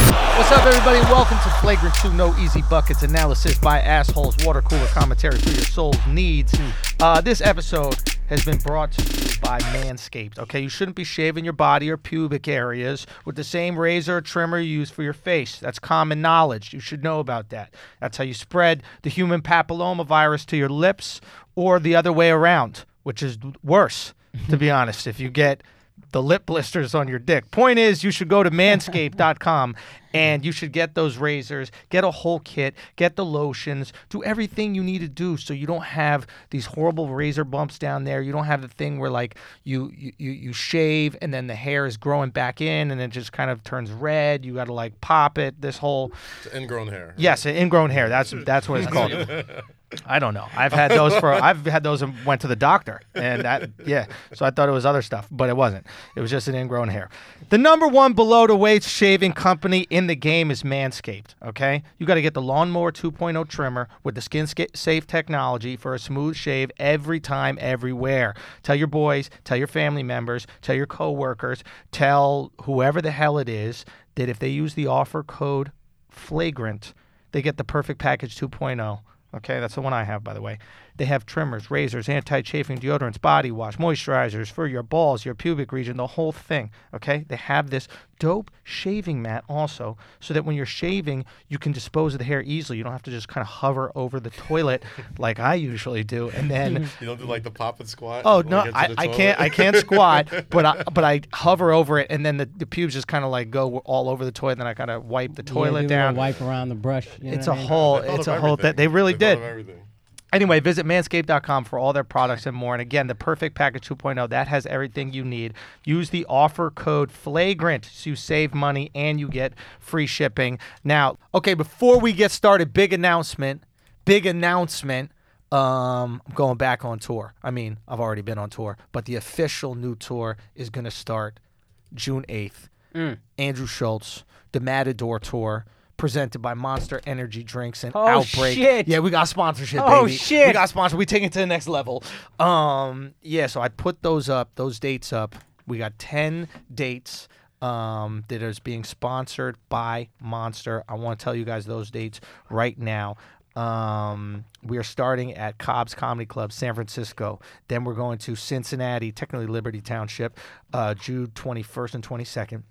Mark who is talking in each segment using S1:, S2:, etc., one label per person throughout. S1: up, everybody? Welcome to Flagrant 2 No Easy Buckets Analysis by Assholes Water Cooler Commentary for Your Soul's Needs. Uh, this episode has been brought to you by Manscaped. Okay, you shouldn't be shaving your body or pubic areas with the same razor or trimmer you use for your face. That's common knowledge. You should know about that. That's how you spread the human papillomavirus to your lips or the other way around, which is worse, to be honest, if you get the lip blisters on your dick. Point is, you should go to manscaped.com and you should get those razors, get a whole kit, get the lotions, do everything you need to do so you don't have these horrible razor bumps down there. You don't have the thing where like you you you, you shave and then the hair is growing back in and it just kind of turns red. You got to like pop it. This whole
S2: It's ingrown hair.
S1: yes, ingrown hair. That's that's what it's called. I don't know. I've had those for. I've had those and went to the doctor, and that yeah. So I thought it was other stuff, but it wasn't. It was just an ingrown hair. The number one below the waist shaving company in the game is Manscaped. Okay, you got to get the Lawnmower 2.0 trimmer with the skin sca- safe technology for a smooth shave every time, everywhere. Tell your boys, tell your family members, tell your coworkers, tell whoever the hell it is that if they use the offer code flagrant. They get the perfect package 2.0. Okay, that's the one I have, by the way. They have trimmers, razors, anti chafing deodorants, body wash, moisturizers for your balls, your pubic region, the whole thing. Okay, they have this dope shaving mat also, so that when you're shaving, you can dispose of the hair easily. You don't have to just kind of hover over the toilet like I usually do. And then
S2: You don't do like the pop and squat.
S1: Oh
S2: when
S1: no,
S2: you get to
S1: I,
S2: the
S1: I
S2: toilet?
S1: can't I can't squat, but I but I hover over it, and then the, the pubes just kind of like go all over the toilet. And then I gotta wipe the toilet
S3: yeah, do a
S1: down.
S3: Wipe around the brush. you know
S1: It's
S3: what
S1: a
S3: I mean?
S1: whole
S2: Thought
S1: it's
S2: of
S1: a whole
S2: everything.
S1: thing. They really
S2: Thought of
S1: did.
S2: everything.
S1: Anyway, visit manscaped.com for all their products and more. And again, the perfect package 2.0 that has everything you need. Use the offer code flagrant so you save money and you get free shipping. Now, okay, before we get started, big announcement. Big announcement. Um, I'm going back on tour. I mean, I've already been on tour, but the official new tour is going to start June 8th.
S3: Mm.
S1: Andrew Schultz, the Matador Tour, presented by Monster Energy Drinks and
S3: Oh,
S1: Outbreak.
S3: shit.
S1: Yeah, we got sponsorship,
S3: Oh,
S1: baby.
S3: shit.
S1: We got sponsored. We taking it to the next level. Um, yeah, so I put those up, those dates up. We got 10 dates um, that is being sponsored by Monster. I want to tell you guys those dates right now. Um, we are starting at Cobb's Comedy Club, San Francisco. Then we're going to Cincinnati, technically Liberty Township, uh, June 21st and 22nd.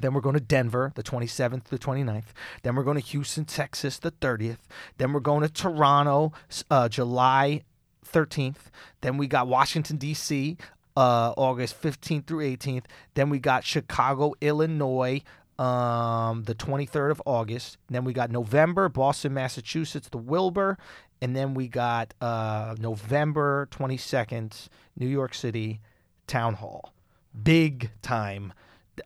S1: Then we're going to Denver, the 27th to 29th. Then we're going to Houston, Texas, the 30th. Then we're going to Toronto, s- uh, July 13th. Then we got Washington, D.C., uh, August 15th through 18th. Then we got Chicago, Illinois, um, the 23rd of August. Then we got November, Boston, Massachusetts, the Wilbur. And then we got uh, November 22nd, New York City, Town Hall. Big time.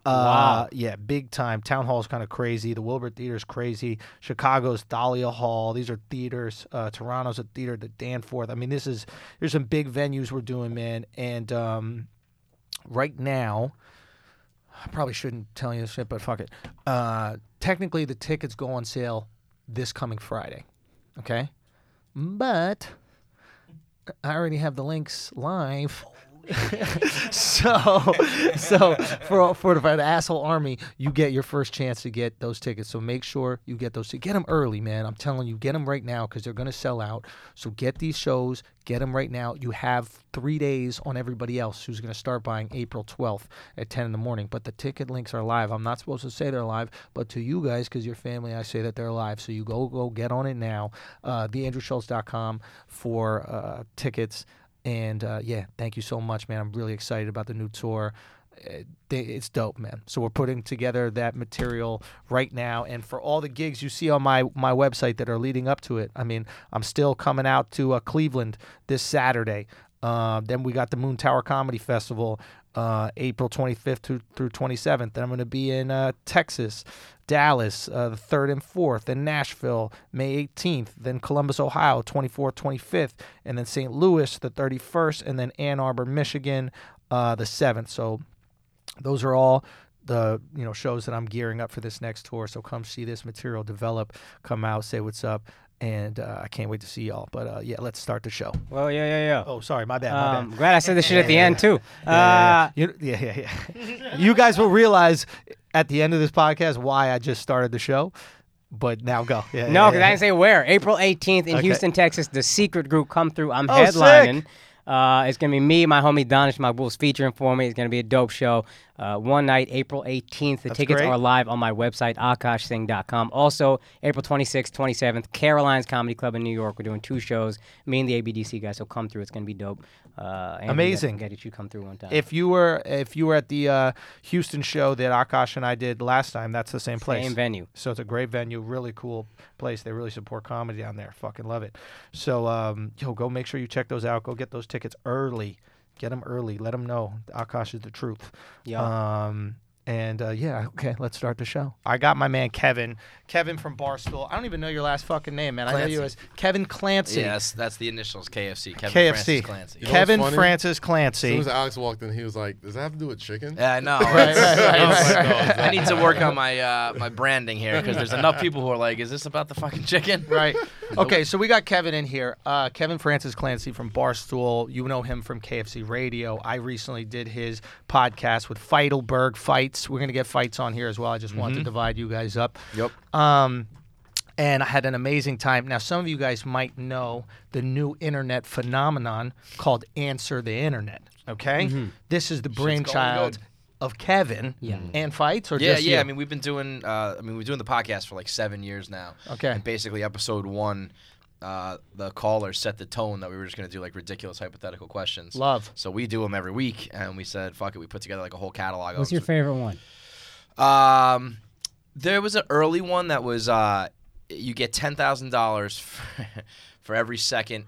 S1: Uh, Yeah, big time. Town Hall is kind of crazy. The Wilbur Theater is crazy. Chicago's Dahlia Hall. These are theaters. Uh, Toronto's a theater. The Danforth. I mean, this is there's some big venues we're doing, man. And um, right now, I probably shouldn't tell you this shit, but fuck it. Uh, technically, the tickets go on sale this coming Friday. Okay, but I already have the links live. so, so for for the asshole army, you get your first chance to get those tickets. So make sure you get those. Get them early, man. I'm telling you, get them right now because they're gonna sell out. So get these shows, get them right now. You have three days on everybody else who's gonna start buying April 12th at 10 in the morning. But the ticket links are live. I'm not supposed to say they're live, but to you guys because your family, I say that they're live. So you go go get on it now. Uh, TheAndrewSchultz.com for uh, tickets. And uh, yeah, thank you so much, man. I'm really excited about the new tour. Uh, they- It's dope, man. So we're putting together that material right now, and for all the gigs you see on my my website that are leading up to it, I mean, I'm still coming out to uh, Cleveland this Saturday. Uh, then we got the Moon Tower Comedy Festival, uh, April 25th through, through 27th. Then I'm going to be in uh, Texas, Dallas, uh, the 3rd and 4th, then Nashville, May 18th, then Columbus, Ohio, 24th, 25th, and then St. Louis, the 31st, and then Ann Arbor, Michigan, uh, the 7th. So those are all the you know shows that I'm gearing up for this next tour. So come see this material develop, come out, say what's up, and uh, I can't wait to see y'all. But uh, yeah, let's start the show.
S4: Well, yeah, yeah, yeah.
S1: Oh, sorry, my bad. My
S4: Um,
S1: bad.
S4: glad I said this shit at the end too.
S1: Yeah,
S4: Uh,
S1: yeah, yeah. You, yeah, yeah, yeah. you guys will realize at the end of this podcast why I just started the show, but now go. Yeah,
S3: No,
S1: yeah,
S3: because
S1: yeah.
S3: I didn't say where. April 18th in
S1: Okay.
S3: Houston, Texas, the Secret Group come through. I'm
S1: Oh,
S3: headlining. Uh, it's gonna be me, my homie Donish, my Wolves featuring for me. It's gonna be a dope show. Uh, one night, April 18th. The tickets
S1: great.
S3: are live on my website, akashsing.com. Also, April 26th, 27th, Caroline's Comedy Club in New York. We're doing two shows. Me and the ABDC guys. So come through. It's gonna be dope. Uh, Andy,
S1: Amazing.
S3: Get it? You come through one time.
S1: If you were if you were at the uh, Houston show that Akash and I did last time, that's the same place.
S3: Same venue.
S1: So it's a great venue, really cool place. They really support comedy down there. Fucking love it. So um, yo, go make sure you check those out. Go get those tickets early. Get them early. Let them know Akash is the truth.
S3: Yeah.
S1: Um, and uh, yeah, okay, let's start the show. I got my man Kevin, Kevin from Barstool. I don't even know your last fucking name, man. I know you as
S4: Clancy.
S1: Kevin Clancy.
S4: Yes, that's the initials. KFC. Kevin Francis
S1: KFC.
S4: Clancy.
S2: You know what's
S1: Kevin
S2: funny?
S1: Francis
S2: As
S1: Clancy.
S2: soon as Alex walked in, he was like, "Does that have to do with chicken?"
S4: Yeah, I know.
S1: right,
S4: It's-
S1: right,
S4: it's-
S1: right, right.
S4: I need to work on my uh, my branding here because there's enough people who are like, "Is this about the fucking chicken?"
S1: right. Okay, so we got Kevin in here. Uh, Kevin Francis Clancy from Barstool. You know him from KFC Radio. I recently did his podcast with Feidelberg Fights. We're gonna get fights on here as well. I just wanted to divide you guys up.
S4: Mm-hmm. Yep.
S1: Um, and I had an amazing time. Now, some of you guys might know the new internet phenomenon called Answer the Internet. Okay, this is the brainchild
S4: Mm-hmm. good.
S1: of Kevin
S3: Yeah.
S1: and Fights, or
S4: Yeah,
S1: just
S4: yeah.
S1: you?
S4: I mean, we've been doing. Uh, I mean, we're doing the podcast for like seven years now.
S1: Okay.
S4: And basically, episode one, uh, the caller set the tone that we were just gonna do like ridiculous hypothetical questions.
S1: Love.
S4: So we do them every week, and we said, "Fuck it." We put together like a whole catalog.
S3: What's
S4: of
S3: your
S4: them.
S3: favorite one?
S4: Um, there was an early one that was uh, you get ten thousand dollars for for every second.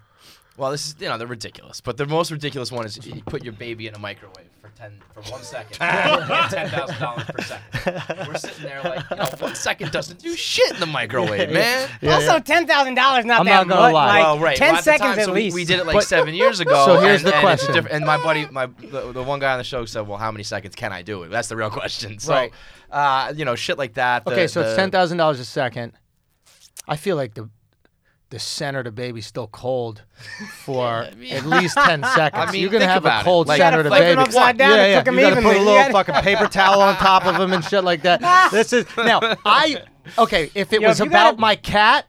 S4: Well, this is you know they're ridiculous, but the most ridiculous one is you put your baby in a microwave for ten for one second, ten thousand dollars per second. We're sitting there like you know, one second doesn't do shit in the microwave, man.
S3: also, ten thousand dollars not
S1: I'm
S3: that
S1: not gonna
S3: much.
S1: lie.
S3: Like,
S4: Well, right.
S3: Ten
S4: well, at the
S3: seconds
S4: time,
S3: at
S4: so we-
S3: least.
S4: We, did it like
S1: But-
S4: seven years ago.
S1: So here's
S4: and-
S1: the
S4: and it's
S1: question.
S4: different- And, my buddy, my the, the one guy on the show said, "Well, how many seconds can I do it?" That's the real question. So,
S1: Right.
S4: uh, you know, shit like that. the-
S1: Okay, so it's
S4: the-
S1: ten thousand dollars a second. I feel like the the center of the baby's still cold for at least ten seconds.
S4: I mean,
S1: You're gonna
S4: think
S1: have a
S4: about it.
S1: cold
S4: Like-
S1: center of the
S4: Flip it
S1: baby.
S3: upside down
S1: yeah,
S3: and
S1: yeah.
S3: cook 'em
S1: you gotta put a
S3: evenly.
S1: little
S3: You gotta-
S1: fucking paper towel on top of him and shit like that. this is now I okay. If it
S3: Yo,
S1: was
S3: if you
S1: about
S3: gotta-
S1: my cat,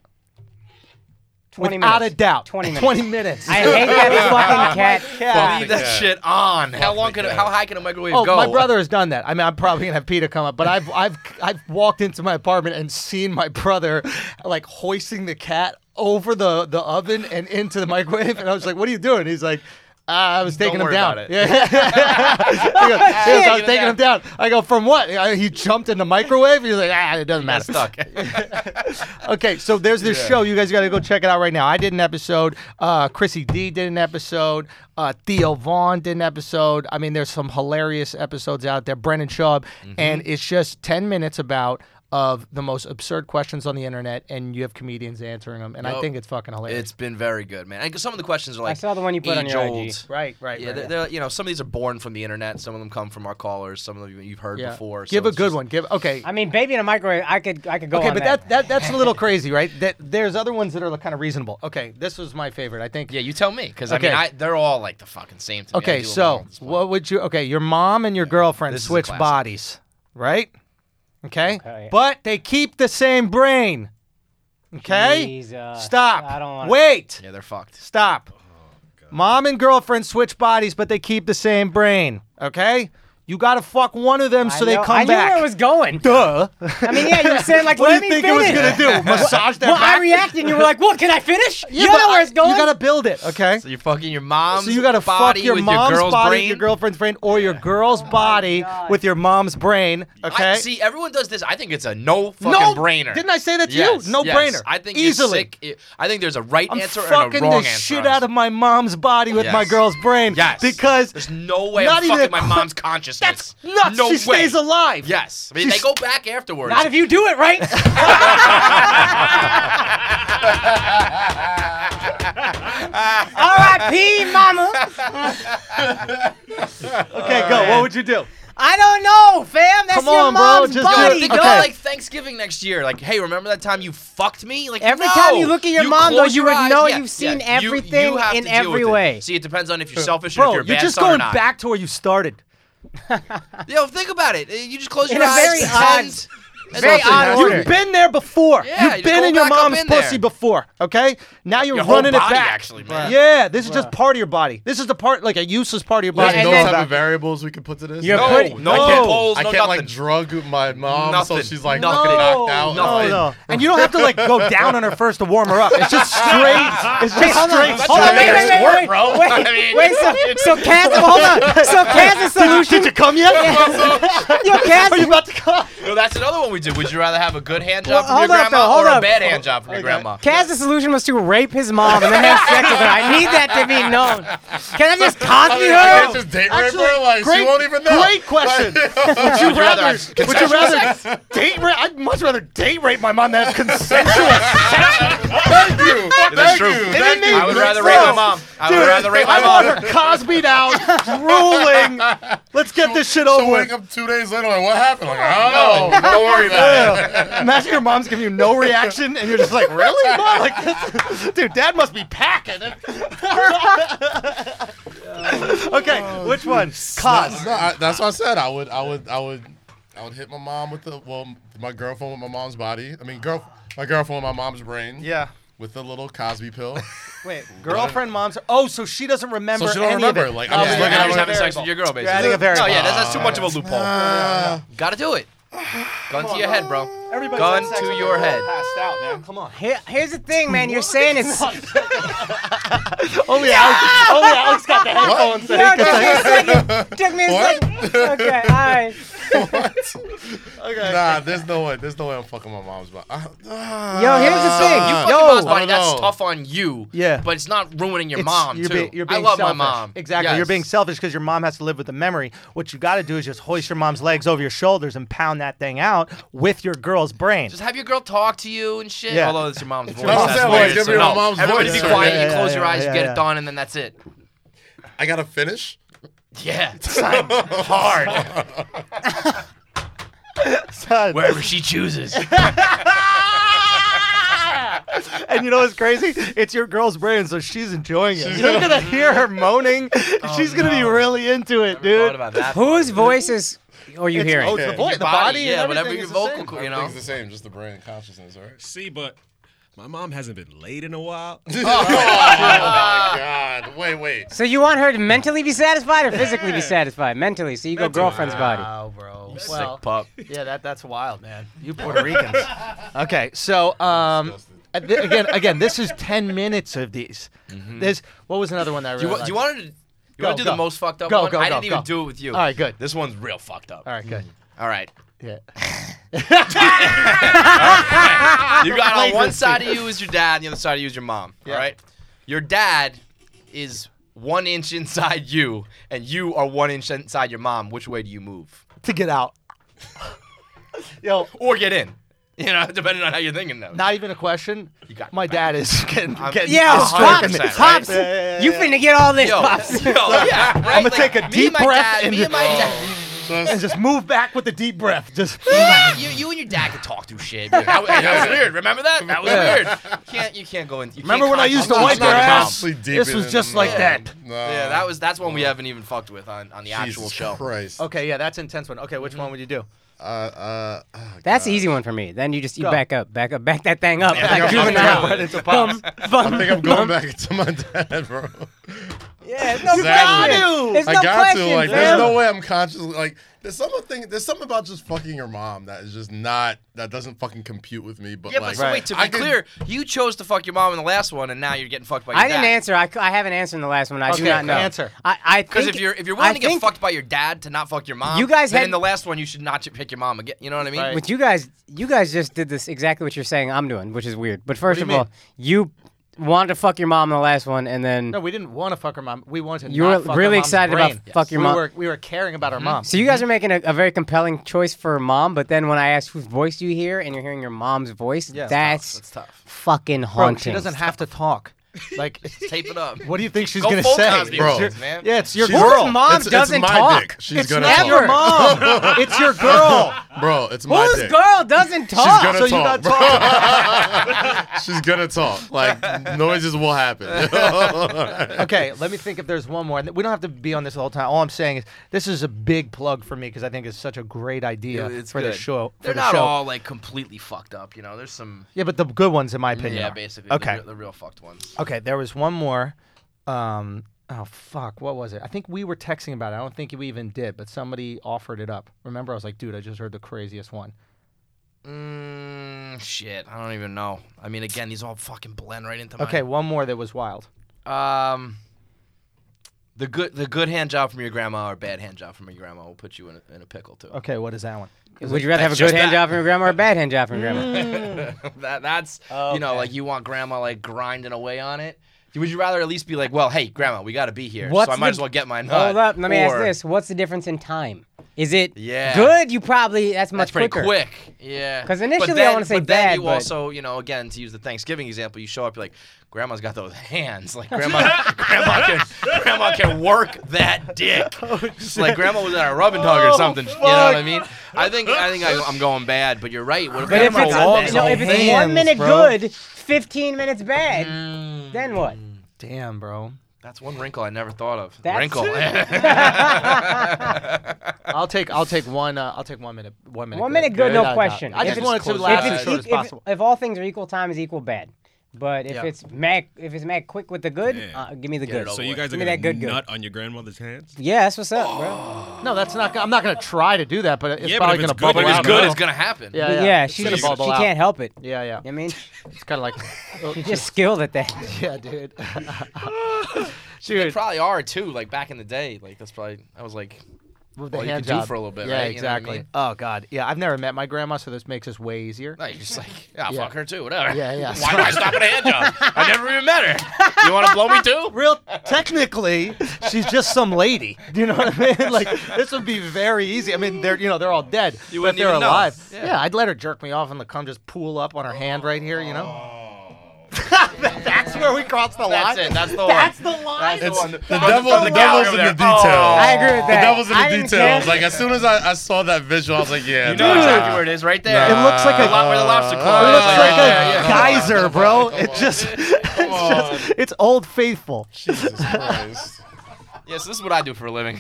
S3: 20
S1: without
S3: minutes.
S1: a doubt,
S3: 20 minutes.
S1: Twenty minutes.
S3: I hate that fucking cat.
S1: Yeah.
S4: Leave
S2: the
S4: that
S2: cat.
S4: shit on. How long
S2: the
S4: can?
S2: cat.
S4: How high can a microwave
S1: Oh,
S4: go?
S1: my brother has done that. I mean, I'm probably gonna have Peter come up, but I've I've I've walked into my apartment and seen my brother like hoisting the cat over the the oven and into the microwave, and I was like, "What are you doing?" He's like. "Ah, I was taking him
S4: worry
S1: down.
S4: about it.
S1: Yeah, He goes, "Yes, I was
S4: Taking him
S1: taking him down. I go from what? I- He jumped in the microwave. He's like, ah, it doesn't
S4: got
S1: matter.
S4: stuck.
S1: Okay, so there's this show. You guys got to go check it out right now. I did an episode. Uh, Chrissy D did an episode. Uh, Theo Vaughn did an episode. I mean, there's some hilarious episodes out there. Brendan Schaub,
S4: Mm-hmm.
S1: and it's just ten minutes about of the most absurd questions on the internet, and you have comedians answering them, and I
S4: Yup.
S1: think it's fucking hilarious.
S4: it's been very good, man. And some of the questions are like
S3: saw the one you put on
S4: age
S3: your
S4: old.
S3: IG.
S1: right, right,
S4: Yeah, they're, they're- you know, some of these are born from the internet. Some of them come from our callers. Some of them you've heard
S1: Yeah.
S4: before. so
S1: Give a
S4: it's
S1: good
S4: just-
S1: one. Give okay.
S3: I mean, baby in a microwave. I could, I could go.
S1: Okay,
S3: on
S1: but that. that that's a little crazy, right? That there's other ones that are kind of reasonable. Okay, this was my favorite. I think
S4: Yeah, you tell me, because I
S1: Okay.
S4: mean, I, they're all like the fucking same to me. I
S1: Okay,
S4: do 'em all
S1: so
S4: at this point.
S1: what would you? Okay, your mom and your girlfriend
S4: this is a
S1: switch
S4: classic.
S1: bodies, right? Okay?
S3: Okay.
S1: but they keep the same brain. Okay,
S3: Jesus.
S1: stop.
S3: uh, I don't wanna-
S1: Wait,
S4: Yeah, Oh, they're fucked.
S1: stop. mom and girlfriend switch bodies, but they keep the same brain. Okay, you gotta fuck one of them
S3: I
S1: so they
S3: know-
S1: come
S3: I knew
S1: back.
S3: where it was going.
S1: Duh.
S3: I mean, yeah, you were saying like,
S1: what
S3: let
S1: do you
S3: me
S1: think
S3: finish.
S1: it was gonna do? Massage their
S3: well,
S1: back?
S3: I reacted, and you were like, "What? Can I finish?
S1: Yeah,
S3: you
S1: but
S3: know where it's
S1: I-
S3: going."
S1: You gotta build it. Okay.
S4: So you're fucking your mom's
S1: So you gotta
S4: body
S1: fuck your
S4: with
S1: mom's
S4: your girl's
S1: body
S4: brain.
S1: with your girlfriend's brain, or your girl's body
S3: Oh God.
S1: with your mom's brain. Okay.
S4: I, see, everyone does this. I think it's a no fucking
S1: no
S4: brainer.
S1: Didn't I say that to
S4: Yes,
S1: you? No
S4: yes.
S1: brainer.
S4: I think you're
S1: easily.
S4: sick. I- I think there's a right
S1: I'm
S4: answer and a
S1: fucking
S4: wrong
S1: the
S4: answer.
S1: shit
S4: honestly.
S1: out of my mom's body with my
S4: Yes.
S1: girl's brain.
S4: Yes.
S1: Because
S4: there's no way
S1: Not
S4: I'm
S1: even
S4: fucking
S1: a
S4: my
S1: cl-
S4: mom's consciousness.
S1: that's nuts.
S4: No
S1: she
S4: way.
S1: stays alive.
S4: Yes. I mean,
S1: She's-
S4: they go back afterwards.
S3: Not if you do it right. R.I.P. Mama.
S1: Okay, go. What would you do?
S3: I don't know, fam. That's
S1: Come
S3: your
S1: on, bro.
S3: mom's
S1: Just do it.
S4: Yo,
S3: body.
S4: think
S1: Okay.
S4: about like Thanksgiving next year. Like, hey, remember that time you fucked me? Like
S3: Every
S4: no!
S3: time you look at your mom, though,
S4: close
S3: you
S4: your
S3: would
S4: eyes.
S3: know
S4: Yeah,
S3: you've seen
S4: yeah. You-
S3: everything
S4: you have
S3: in
S4: to deal
S3: every
S4: with it.
S3: way.
S4: See, it depends on if you're selfish or
S1: Bro,
S4: if you're a
S1: you're
S4: bad
S1: just
S4: son or
S1: going
S4: not.
S1: back to where you started.
S4: Yo, think about it. Uh, You just close
S3: In
S4: your
S3: a
S4: eyes.
S3: very
S4: pretend- and
S3: very
S4: something
S3: odd
S4: happens.
S3: order.
S1: You've been there before.
S4: Yeah, you
S1: You've
S4: just
S1: been
S4: go
S1: in your
S4: back up
S1: mom's
S4: in there.
S1: pussy before. Okay. Now you're
S4: Your whole
S1: running
S4: body,
S1: it back.
S4: actually, man.
S1: Yeah, this is just part of your body. This is the part, like a useless part of your
S2: There's
S1: body.
S2: no
S3: and then-
S2: type of variables we could put to this.
S3: You're
S4: No,
S3: pretty-
S4: no,
S1: no.
S4: polls,
S2: I
S4: no
S2: can't like
S4: nothing.
S2: drug my mom,
S4: Nothing.
S2: so she's like
S4: No.
S2: fucking knocked out.
S1: No,
S4: Nothing.
S1: no. And you don't have to like go down on her first to warm her up. It's just straight. It's just straight.
S3: Hold on, wait, wait,
S4: That's how
S3: wait,
S4: work,
S3: wait,
S4: bro.
S3: wait,
S4: I mean-
S3: wait. So, so Kaz, hold on. So Kaz's solution,
S1: Did you come yet?
S3: yo, Kaz,
S1: Are you about to come?
S4: No, that's another one we did. Would you rather have a good hand
S3: Well,
S4: job from your
S3: hold up,
S4: grandma
S3: though, hold
S4: or a
S3: up.
S4: bad hand job from your grandma?
S3: Kaz's solution was to rape his mom and then have sex with her. I need that to be known. Can I just
S2: I
S3: copy
S2: mean, I can't
S3: her?
S2: just date
S1: Actually,
S2: rape her. Like she
S1: great-
S2: won't even know.
S1: great question.
S2: Like,
S1: Would you
S4: rather
S1: rather?
S4: have
S1: Would you
S4: consensual
S1: rather date rape? I'd much rather date rape my mom than have consensual.
S2: thank you. Thank
S4: true.
S2: you.
S4: It
S2: Thank
S1: made
S2: you.
S4: I would
S1: Dude,
S4: rather
S1: bro.
S4: rape my mom. I would
S1: Dude,
S4: rather rape my
S1: I want
S4: mom.
S1: her Cosby out, drooling. Let's get this shit over
S2: So wake
S1: with.
S2: up two days later, like what happened? Like I don't know. Don't worry about it.
S1: Yeah. Imagine your mom's giving you no reaction, and you're just like, "Really, mom? Like, dude, dad must be packing."
S4: Oh,
S1: okay, which one? Cos.
S2: No, I, that's what I said. I would, I would, I would, I would hit my mom with the well, my girlfriend with my mom's body. I mean, girl, my girlfriend with my mom's brain.
S1: Yeah.
S2: With the little Cosby pill.
S1: Wait, girlfriend, mom's. Oh, so she doesn't remember.
S2: So she don't
S1: any of
S2: remember,
S1: it.
S2: like,
S1: Oh,
S2: I'm just
S1: you're
S2: looking at
S4: I
S1: adding
S2: her
S4: was
S1: a
S4: having
S1: variable.
S4: sex with your girl, basically.
S1: You're adding a variable.
S4: No, yeah, that's, that's too much of a loophole.
S2: Uh,
S4: Gotta do it. Gun to your head, bro.
S1: Everybody's
S4: Gun
S1: had sex
S4: to
S1: with
S4: your
S1: her,
S4: head.
S1: Passed out, man. Come on.
S3: Here, here's the thing, man. You're saying it's.
S1: Only Alex, only Alex got the headphones.
S3: No, it took me a second. Took me a
S2: What?
S3: second. Okay, all right.
S1: Okay.
S2: nah, there's no way. There's no way I'm fucking my mom's body. Ah. Uh,
S3: Yo, here's the thing. Uh,
S4: You fucking
S3: Yo,
S4: mom's
S2: I
S4: body,
S2: don't
S4: that's
S2: know.
S4: tough on you.
S1: Yeah.
S4: But it's not ruining your
S1: It's-
S4: mom,
S1: you're
S4: too.
S1: being- you're being
S4: I love
S1: selfish.
S4: my mom.
S1: Exactly. You're
S4: Yes.
S1: being selfish because your mom has to live with the memory. What you got to do is just hoist your mom's legs over your shoulders and pound that thing out with your girl's brain.
S4: Just have your girl talk to you and shit.
S1: Yeah.
S4: Although it's your mom's voice.
S2: mom's
S4: That's
S2: voice.
S4: weird,
S2: Give
S4: so
S2: me my
S4: no.
S2: mom's
S4: Everybody
S2: voice.
S4: be
S2: Yeah,
S4: quiet.
S1: yeah,
S4: you close
S1: yeah,
S4: your eyes,
S1: yeah,
S4: you get
S1: yeah.
S4: it done, and then that's it.
S2: I gotta finish.
S4: Yeah.
S1: hard. Son.
S4: Wherever she chooses.
S1: And you know what's crazy? It's your girl's brain, so she's enjoying it. Oh, You're gonna hear her moaning. she's gonna be really into it, dude.
S4: Thought about that.
S3: Whose voices are you
S1: It's-
S3: hearing?
S1: oh, it's the
S2: Yeah.
S1: voice,
S4: Your
S1: the body,
S4: body,
S1: and
S4: yeah,
S1: everything
S4: whatever
S1: is
S4: your
S1: the
S4: vocal
S1: same.
S4: co- You know?
S2: Everything's the same, just the brain and consciousness, right?
S5: See, but my mom hasn't been laid in a while.
S2: oh my god! Wait, wait.
S3: So you want her to mentally be satisfied or physically be satisfied? Mentally, so you go girlfriend's body.
S1: Wow, bro.
S4: Sick pup.
S1: Yeah, that that's wild, man. You Puerto Ricans. okay, so um, uh, th- again, again, this is ten minutes of these. There's what was another one that I really
S4: Do you, wa- do you
S1: liked?
S4: wanted to? You
S1: Go,
S4: want to do
S1: go.
S4: the most fucked up
S1: Go,
S4: one?
S1: go,
S4: I
S1: go,
S4: didn't even
S1: go.
S4: do it with you.
S1: All right, good.
S4: This one's real fucked up.
S1: All right, good.
S4: All right.
S1: Yeah.
S4: You got on one
S1: Flagrant
S4: side of you is your dad, the other side of you is your mom.
S1: Yeah.
S4: All right. Your dad is one inch inside you, and you are one inch inside your mom. Which way do you move?
S1: To get out. Yo,
S4: Or get in? You know, depending on how you're thinking though.
S1: not even a question.
S4: You got
S1: My
S4: back.
S1: dad is getting.
S4: I'm-
S1: getting
S3: Yeah,
S4: It's
S1: destroyed.
S3: pops,
S4: 100%, right?
S3: pops.
S1: Yeah, yeah, yeah,
S3: You
S1: yeah.
S3: finna get all this,
S4: Yo,
S3: pops.
S4: yo, yeah, right?
S1: I'ma take a
S4: me
S1: deep
S4: and my
S1: breath
S4: dad-
S1: and
S4: me and my
S1: just-
S4: dad.
S1: and just move back with the deep breath. Just
S4: you, you and your dad could talk through shit. That, was- that was weird. Remember that? That was weird. You can't you can't go in. you can't
S1: remember when I used to
S4: contact-
S1: wipe your
S4: I'm not
S1: ass?
S2: Deep
S1: This
S2: in
S1: was
S2: the
S1: just like
S2: mouth.
S1: that.
S2: No.
S4: Yeah, that was that's one we haven't even fucked with on, on the actual
S2: Jesus
S4: show.
S2: Christ.
S1: Okay, yeah, that's intense one. Okay, which one would you do?
S2: Uh, uh, oh,
S3: That's
S2: God.
S3: an easy one for me. Then you just you
S1: Go.
S3: back up, back up, back that thing up.
S2: I
S3: like
S2: think I'm-
S3: juvenile.
S1: Right into
S3: Bum,
S1: pops.
S3: bum,
S2: I think I'm going back to my dad, bro.
S3: Yeah, no
S2: Exactly.
S3: question. There's
S2: I
S3: no
S2: got
S3: question.
S2: to like.
S3: fam.
S2: There's no way I'm consciously like. There's something. There's something about just fucking your mom that is just not. That doesn't fucking compute with me. But
S4: Yeah,
S2: like,
S4: but so wait, to be
S2: I could-
S4: clear, you chose to fuck your mom in the last one, and now you're getting fucked by your
S3: I didn't
S4: dad.
S3: answer. I, c- I haven't answered in the last one. I do
S1: Okay,
S3: not know.
S1: answer.
S3: I, I
S4: Because
S3: think-
S4: if you're if you're
S3: I
S4: willing to get
S3: think
S4: fucked by your dad to not fuck your mom,
S3: You guys
S4: then
S3: had-
S4: in the last one you should not ch- pick your mom again. You know what I mean?
S1: Right.
S3: But you guys, you guys just did this exactly what you're saying I'm doing, which is weird. But first
S1: do
S3: of
S1: you
S3: all, you wanted to fuck your mom in the last one, and then
S1: No, we didn't want to fuck her mom. We wanted to.
S3: You
S1: not
S3: were
S1: fuck
S3: really
S1: her mom's
S3: excited about
S1: brain.
S3: fuck your
S1: we
S3: mom.
S1: Were, we were caring about our mom.
S3: so you guys are making a, a very compelling choice for mom. But then when I asked whose voice you hear, and you're hearing your mom's voice,
S1: Yeah, it's
S3: that's,
S4: That's tough.
S3: fucking
S1: Bro, she
S3: haunting.
S1: doesn't have to talk. Like,
S4: Tape it up.
S1: what do you think she's
S4: Go
S1: gonna
S4: full
S1: say,
S4: Cosby,
S2: Bro.
S1: It's your-
S4: man.
S1: Yeah, it's your
S2: She's-
S1: girl.
S3: mom
S2: It's- it's
S3: doesn't
S2: my
S3: talk.
S2: dick. She's
S1: it's
S2: gonna
S1: not
S2: talk.
S1: your mom. it's your girl.
S2: bro. It's my
S3: Whose
S2: dick.
S3: girl doesn't
S2: She's
S3: talk?
S2: gonna
S1: so you
S2: talk.
S1: gotta
S2: bro. She's gonna talk. Like noises will happen.
S1: okay, let me think if there's one more. We don't have to be on this the whole time. All I'm saying is this is a big plug for me because I think it's such a great idea
S4: It's
S1: for the
S4: good.
S1: show. For
S4: They're
S1: the
S4: not
S1: show.
S4: all like completely fucked up, you know. There's some
S1: Yeah, but the good ones, in my opinion.
S4: yeah,
S1: are.
S4: basically
S1: Okay.
S4: the, re- the real fucked ones.
S1: Okay, there was one more. Um, oh fuck, what was it? I think we were texting about it. I don't think we even did, but somebody offered it up. Remember, I was like, dude, I just heard the craziest one.
S4: Mm, shit, I don't even know. I mean, again, these all fucking blend right into my.
S1: Okay, one more that was wild.
S4: Um, the good the good hand job from your grandma or bad hand job from your grandma will put you in a, in a pickle too.
S1: Okay, what is that one?
S3: Would you rather have a
S4: That's
S3: good
S4: just
S3: hand
S4: that.
S3: job from your grandma or a bad hand job from your grandma?
S4: that that's you know
S1: Okay.
S4: like you want grandma like grinding away on it. Would you rather at least be like, well, hey, grandma, we got to be here,
S3: What's
S4: so I might
S3: the-
S4: as well get mine.
S3: Hold
S4: done,"
S3: up. Let me ask
S4: or-
S3: this: What's the difference in time? Is it
S4: Yeah.
S3: good? You probably that's much
S4: That's pretty
S3: quicker.
S4: quick. Yeah.
S3: 'Cause initially I
S4: But then-
S3: wanna say
S4: but then
S3: bad,
S4: you
S3: but-
S4: also, you know, again to use the Thanksgiving example, you show up, you're like, grandma's got those hands. Like grandma, grandma can, grandma can work that dick.
S3: Oh,
S4: It's like grandma was at a rub and tug or something. You know what I mean? I think I think I, I'm going bad, but you're right. What if
S3: But if
S4: grandma
S3: it's,
S4: walks
S3: you know,
S4: home?
S3: if it's
S1: hands,
S3: one minute
S1: bro.
S3: good, fifteen minutes bad,
S4: Mm.
S3: then what?
S1: Damn, bro.
S4: That's one wrinkle I never thought of.
S3: That's-
S4: wrinkle.
S1: I'll take I'll take one uh, I'll take one minute one minute
S3: One minute good, no question.
S1: I
S3: If
S1: just
S3: it's-
S1: wanted to
S4: if
S1: last
S4: it's
S1: as
S4: eq-
S1: short as
S3: e- if,
S1: possible.
S3: if all things are equal, time is equal bad. But if
S1: Yeah.
S3: it's Mac, if it's Mac quick with the good,
S5: Yeah.
S3: uh, give me the
S4: Get it
S3: good.
S4: over
S5: So you
S4: with.
S5: guys are
S3: Give me
S5: gonna
S3: that good good.
S5: nut on your grandmother's hands?
S3: Yeah, that's what's up, bro.
S1: No, that's not. gonna- I'm not gonna try to do that, but it's
S5: Yeah, but
S1: probably
S5: if it's
S1: gonna
S5: good,
S1: bubble
S4: But it's
S5: if
S1: out.
S4: good,
S1: now.
S4: it's gonna happen.
S1: Yeah,
S3: Yeah,
S1: yeah.
S3: she's
S1: gonna
S3: she
S1: bubble out.
S3: can't help it.
S1: Yeah, yeah.
S3: I mean,
S1: It's kind of like, oh,
S3: she's just skilled at that.
S1: yeah, dude.
S4: They
S1: dude,
S4: probably are too. Like back in the day, like that's probably I was like,
S1: with the
S4: Well, you
S1: hand
S4: could do
S1: job.
S4: for a little bit,
S1: Yeah,
S4: right? You know what I
S1: exactly.
S4: mean?
S1: Oh God, yeah. I've never met my grandma, so this makes this way easier.
S4: no, you're just like, yeah,
S1: Yeah.
S4: fuck her too, whatever.
S1: Yeah, yeah.
S4: Why do I stop at a hand job? I never even met her. You want to blow me too?
S1: Real technically, she's just some lady. Do you know what I mean? Like this would be very easy. I mean, they're you know they're all dead,
S4: You
S1: but
S4: wouldn't
S1: they're
S4: even know.
S1: alive. Yeah.
S4: Yeah.
S1: I'd let her jerk me off and the cum just pool up on her hand right here. You know. That's where we cross the
S4: That's
S1: line.
S4: it. That's the one.
S1: That's the line.
S4: That's the,
S2: The devil, the devil's in the details.
S3: I agree with
S2: The
S3: that.
S2: devil's in
S3: I
S2: the
S3: didn't
S2: details.
S3: care.
S2: Like as soon as I, I saw that visual, I was like, yeah.
S4: You know
S2: nah.
S4: exactly where it is, right there.
S1: It looks like a-
S4: The lot where the lobster claw.
S1: It
S4: is,
S1: looks like
S4: right
S1: a
S4: there, yeah.
S1: geyser, bro. It just, it's just, it's old faithful.
S2: Jesus Christ.
S4: Yes, this is what I do for a living.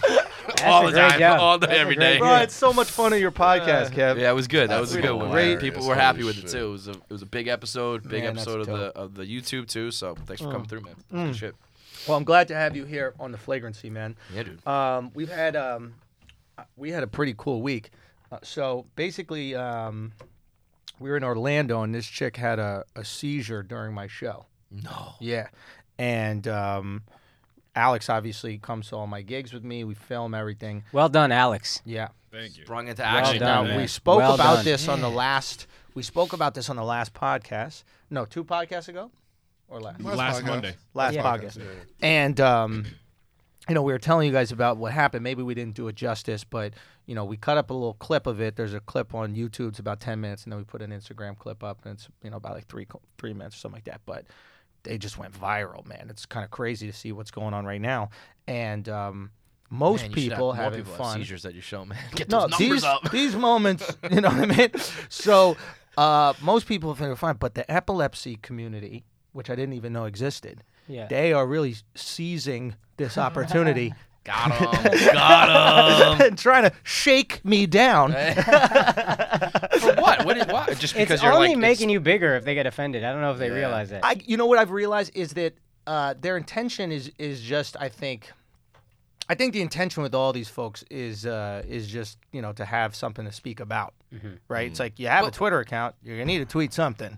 S3: a
S4: all the
S3: great
S4: time,
S3: job.
S4: all day,
S3: That's a
S4: every
S3: great
S4: day.
S3: job.
S1: Bro, it's so much fun on your podcast, Kev.
S4: Yeah, it was good. That was a good one.
S2: hilarious.
S4: People were
S2: Holy
S4: happy with it
S2: shit.
S4: too. It was a it was a big episode, big
S1: Man, that's
S4: episode of the
S1: dope. Mm.
S4: of the YouTube too. So thanks for coming through, man. Good Shit.
S1: Well, I'm glad to have you here on the flagrancy, man.
S4: Yeah, dude.
S1: Um, we've had um, we had a pretty cool week. Uh, so basically, um, we were in Orlando, and this chick had a, a seizure during my show.
S4: No.
S1: Yeah, and um, Alex obviously comes to all my gigs with me. We film everything.
S3: Well done, Alex.
S1: Yeah.
S5: Thank you.
S4: Sprung into
S3: Well
S4: action.
S1: now
S3: done, man.
S1: we spoke
S3: Well
S1: about
S3: done.
S1: this on the last. We spoke about this on the last podcast. No, two podcasts ago, or last
S5: Last
S2: podcast.
S5: Monday.
S1: last
S3: Yeah.
S1: podcast. And um, you know, we were telling you guys about what happened. Maybe we didn't do it justice, but you know, we cut up a little clip of it. There's a clip on YouTube. It's about ten minutes, and then we put an Instagram clip up, and it's you know about like three co- three minutes or something like that. But they just went viral, man. It's kind of crazy to see what's going on right now, and um, most
S4: Man, you should have
S1: people
S4: more
S1: having
S4: people have
S1: fun
S4: seizures at your show, man. Get
S1: no,
S4: those numbers
S1: these
S4: up.
S1: these moments, you know what I mean. So uh, most people think they're fine, but the epilepsy community, which I didn't even know existed,
S3: Yeah.
S1: they are really seizing this opportunity
S4: Got him. Got him.
S1: and trying to shake me down.
S4: For what? What is why? Just because
S3: It's
S4: you're
S3: only
S4: like
S3: making you bigger if they get offended. I don't know if they realize that.
S1: I, you know what I've realized is that uh, their intention is is just, I think. I think the intention with all these folks is uh, is just you know to have something to speak about, right? It's like you have a Twitter account, you're gonna need to tweet something,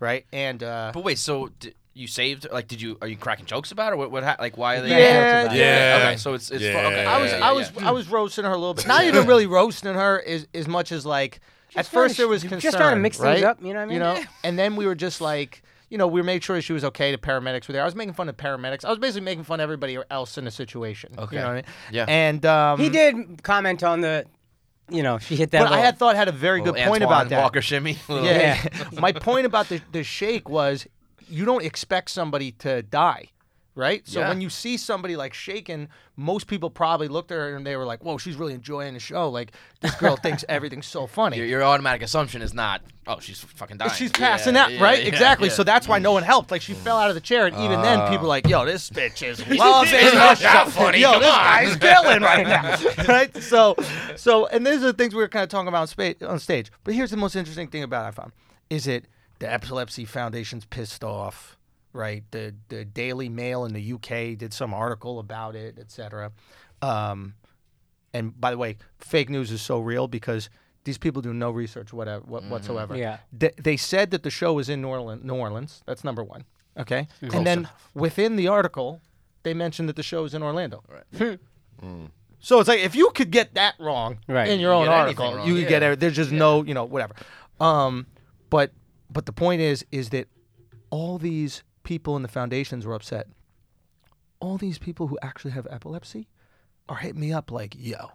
S1: right? And uh,
S4: But wait, so d- you saved? Like, did you? Are you cracking jokes about it? Or what? What? Ha- like, why are they?
S1: Yeah,
S4: Okay,
S2: yeah.
S4: Okay, so it's it's. fu-
S2: Yeah.
S4: Okay,
S1: I was
S4: yeah,
S1: I
S4: yeah,
S1: was
S4: yeah.
S1: I was roasting her a little bit. Not even really roasting her as as much as like at
S3: trying to
S1: first there
S3: sh-
S1: was concern.
S3: just trying to mix things
S1: right?
S3: up, you know what I
S1: You
S3: mean?
S1: know, and then we were just like. You know, we made sure she was okay. The paramedics were there. I was making fun of paramedics. I was basically making fun of everybody else in the situation.
S4: Okay.
S1: You know what I mean?
S4: Yeah.
S1: And um,
S3: he did comment on the, you know, she hit that.
S1: But I
S3: little-
S1: had thought had a very good
S4: Little
S1: point
S4: Antoine
S1: about that.
S4: Walker shimmy. Little-
S1: Yeah. My point about the, the shake was you don't expect somebody to die, right? So
S4: Yeah.
S1: when you see somebody like shaking, most people probably looked at her and they were like, "Whoa, she's really enjoying the show. Like this girl thinks everything's so funny."
S4: Your, your automatic assumption is not, oh, she's fucking dying. Mm.
S1: She's
S4: Yeah,
S1: passing out,
S4: yeah,
S1: right?
S4: yeah,
S1: exactly.
S4: yeah.
S1: So that's why no one helped. Like she fell out of the chair, and even
S4: Uh.
S1: then, people were like, "Yo, this bitch is loves
S4: It's
S1: it.
S4: not that funny,
S1: Yo,
S4: come
S1: this
S4: on."
S1: guy's killing right now, right?" So, so, and these are the things we were kind of talking about on, spa- on stage. But here's the most interesting thing about it I found is it the Epilepsy Foundation's pissed off, right? The the Daily Mail in the UK did some article about it, etc. Um, and by the way, fake news is so real because these people do no research whatever, what, whatsoever.
S3: Mm-hmm. Yeah.
S1: They, they said that the show was in New Orleans. New Orleans. That's number one. Okay. And then within the article, they mentioned that the show was in Orlando. Right. So it's like if you could get that wrong
S3: Hmm. Right.
S1: in
S3: You
S1: your own
S4: Mm. get anything
S1: article,
S4: wrong,
S1: you could get
S4: yeah.
S1: it. There's just no, you know, whatever. Um, but but the point is, is that all these people in the foundations were upset all these people who actually have epilepsy are hitting me up like, yo,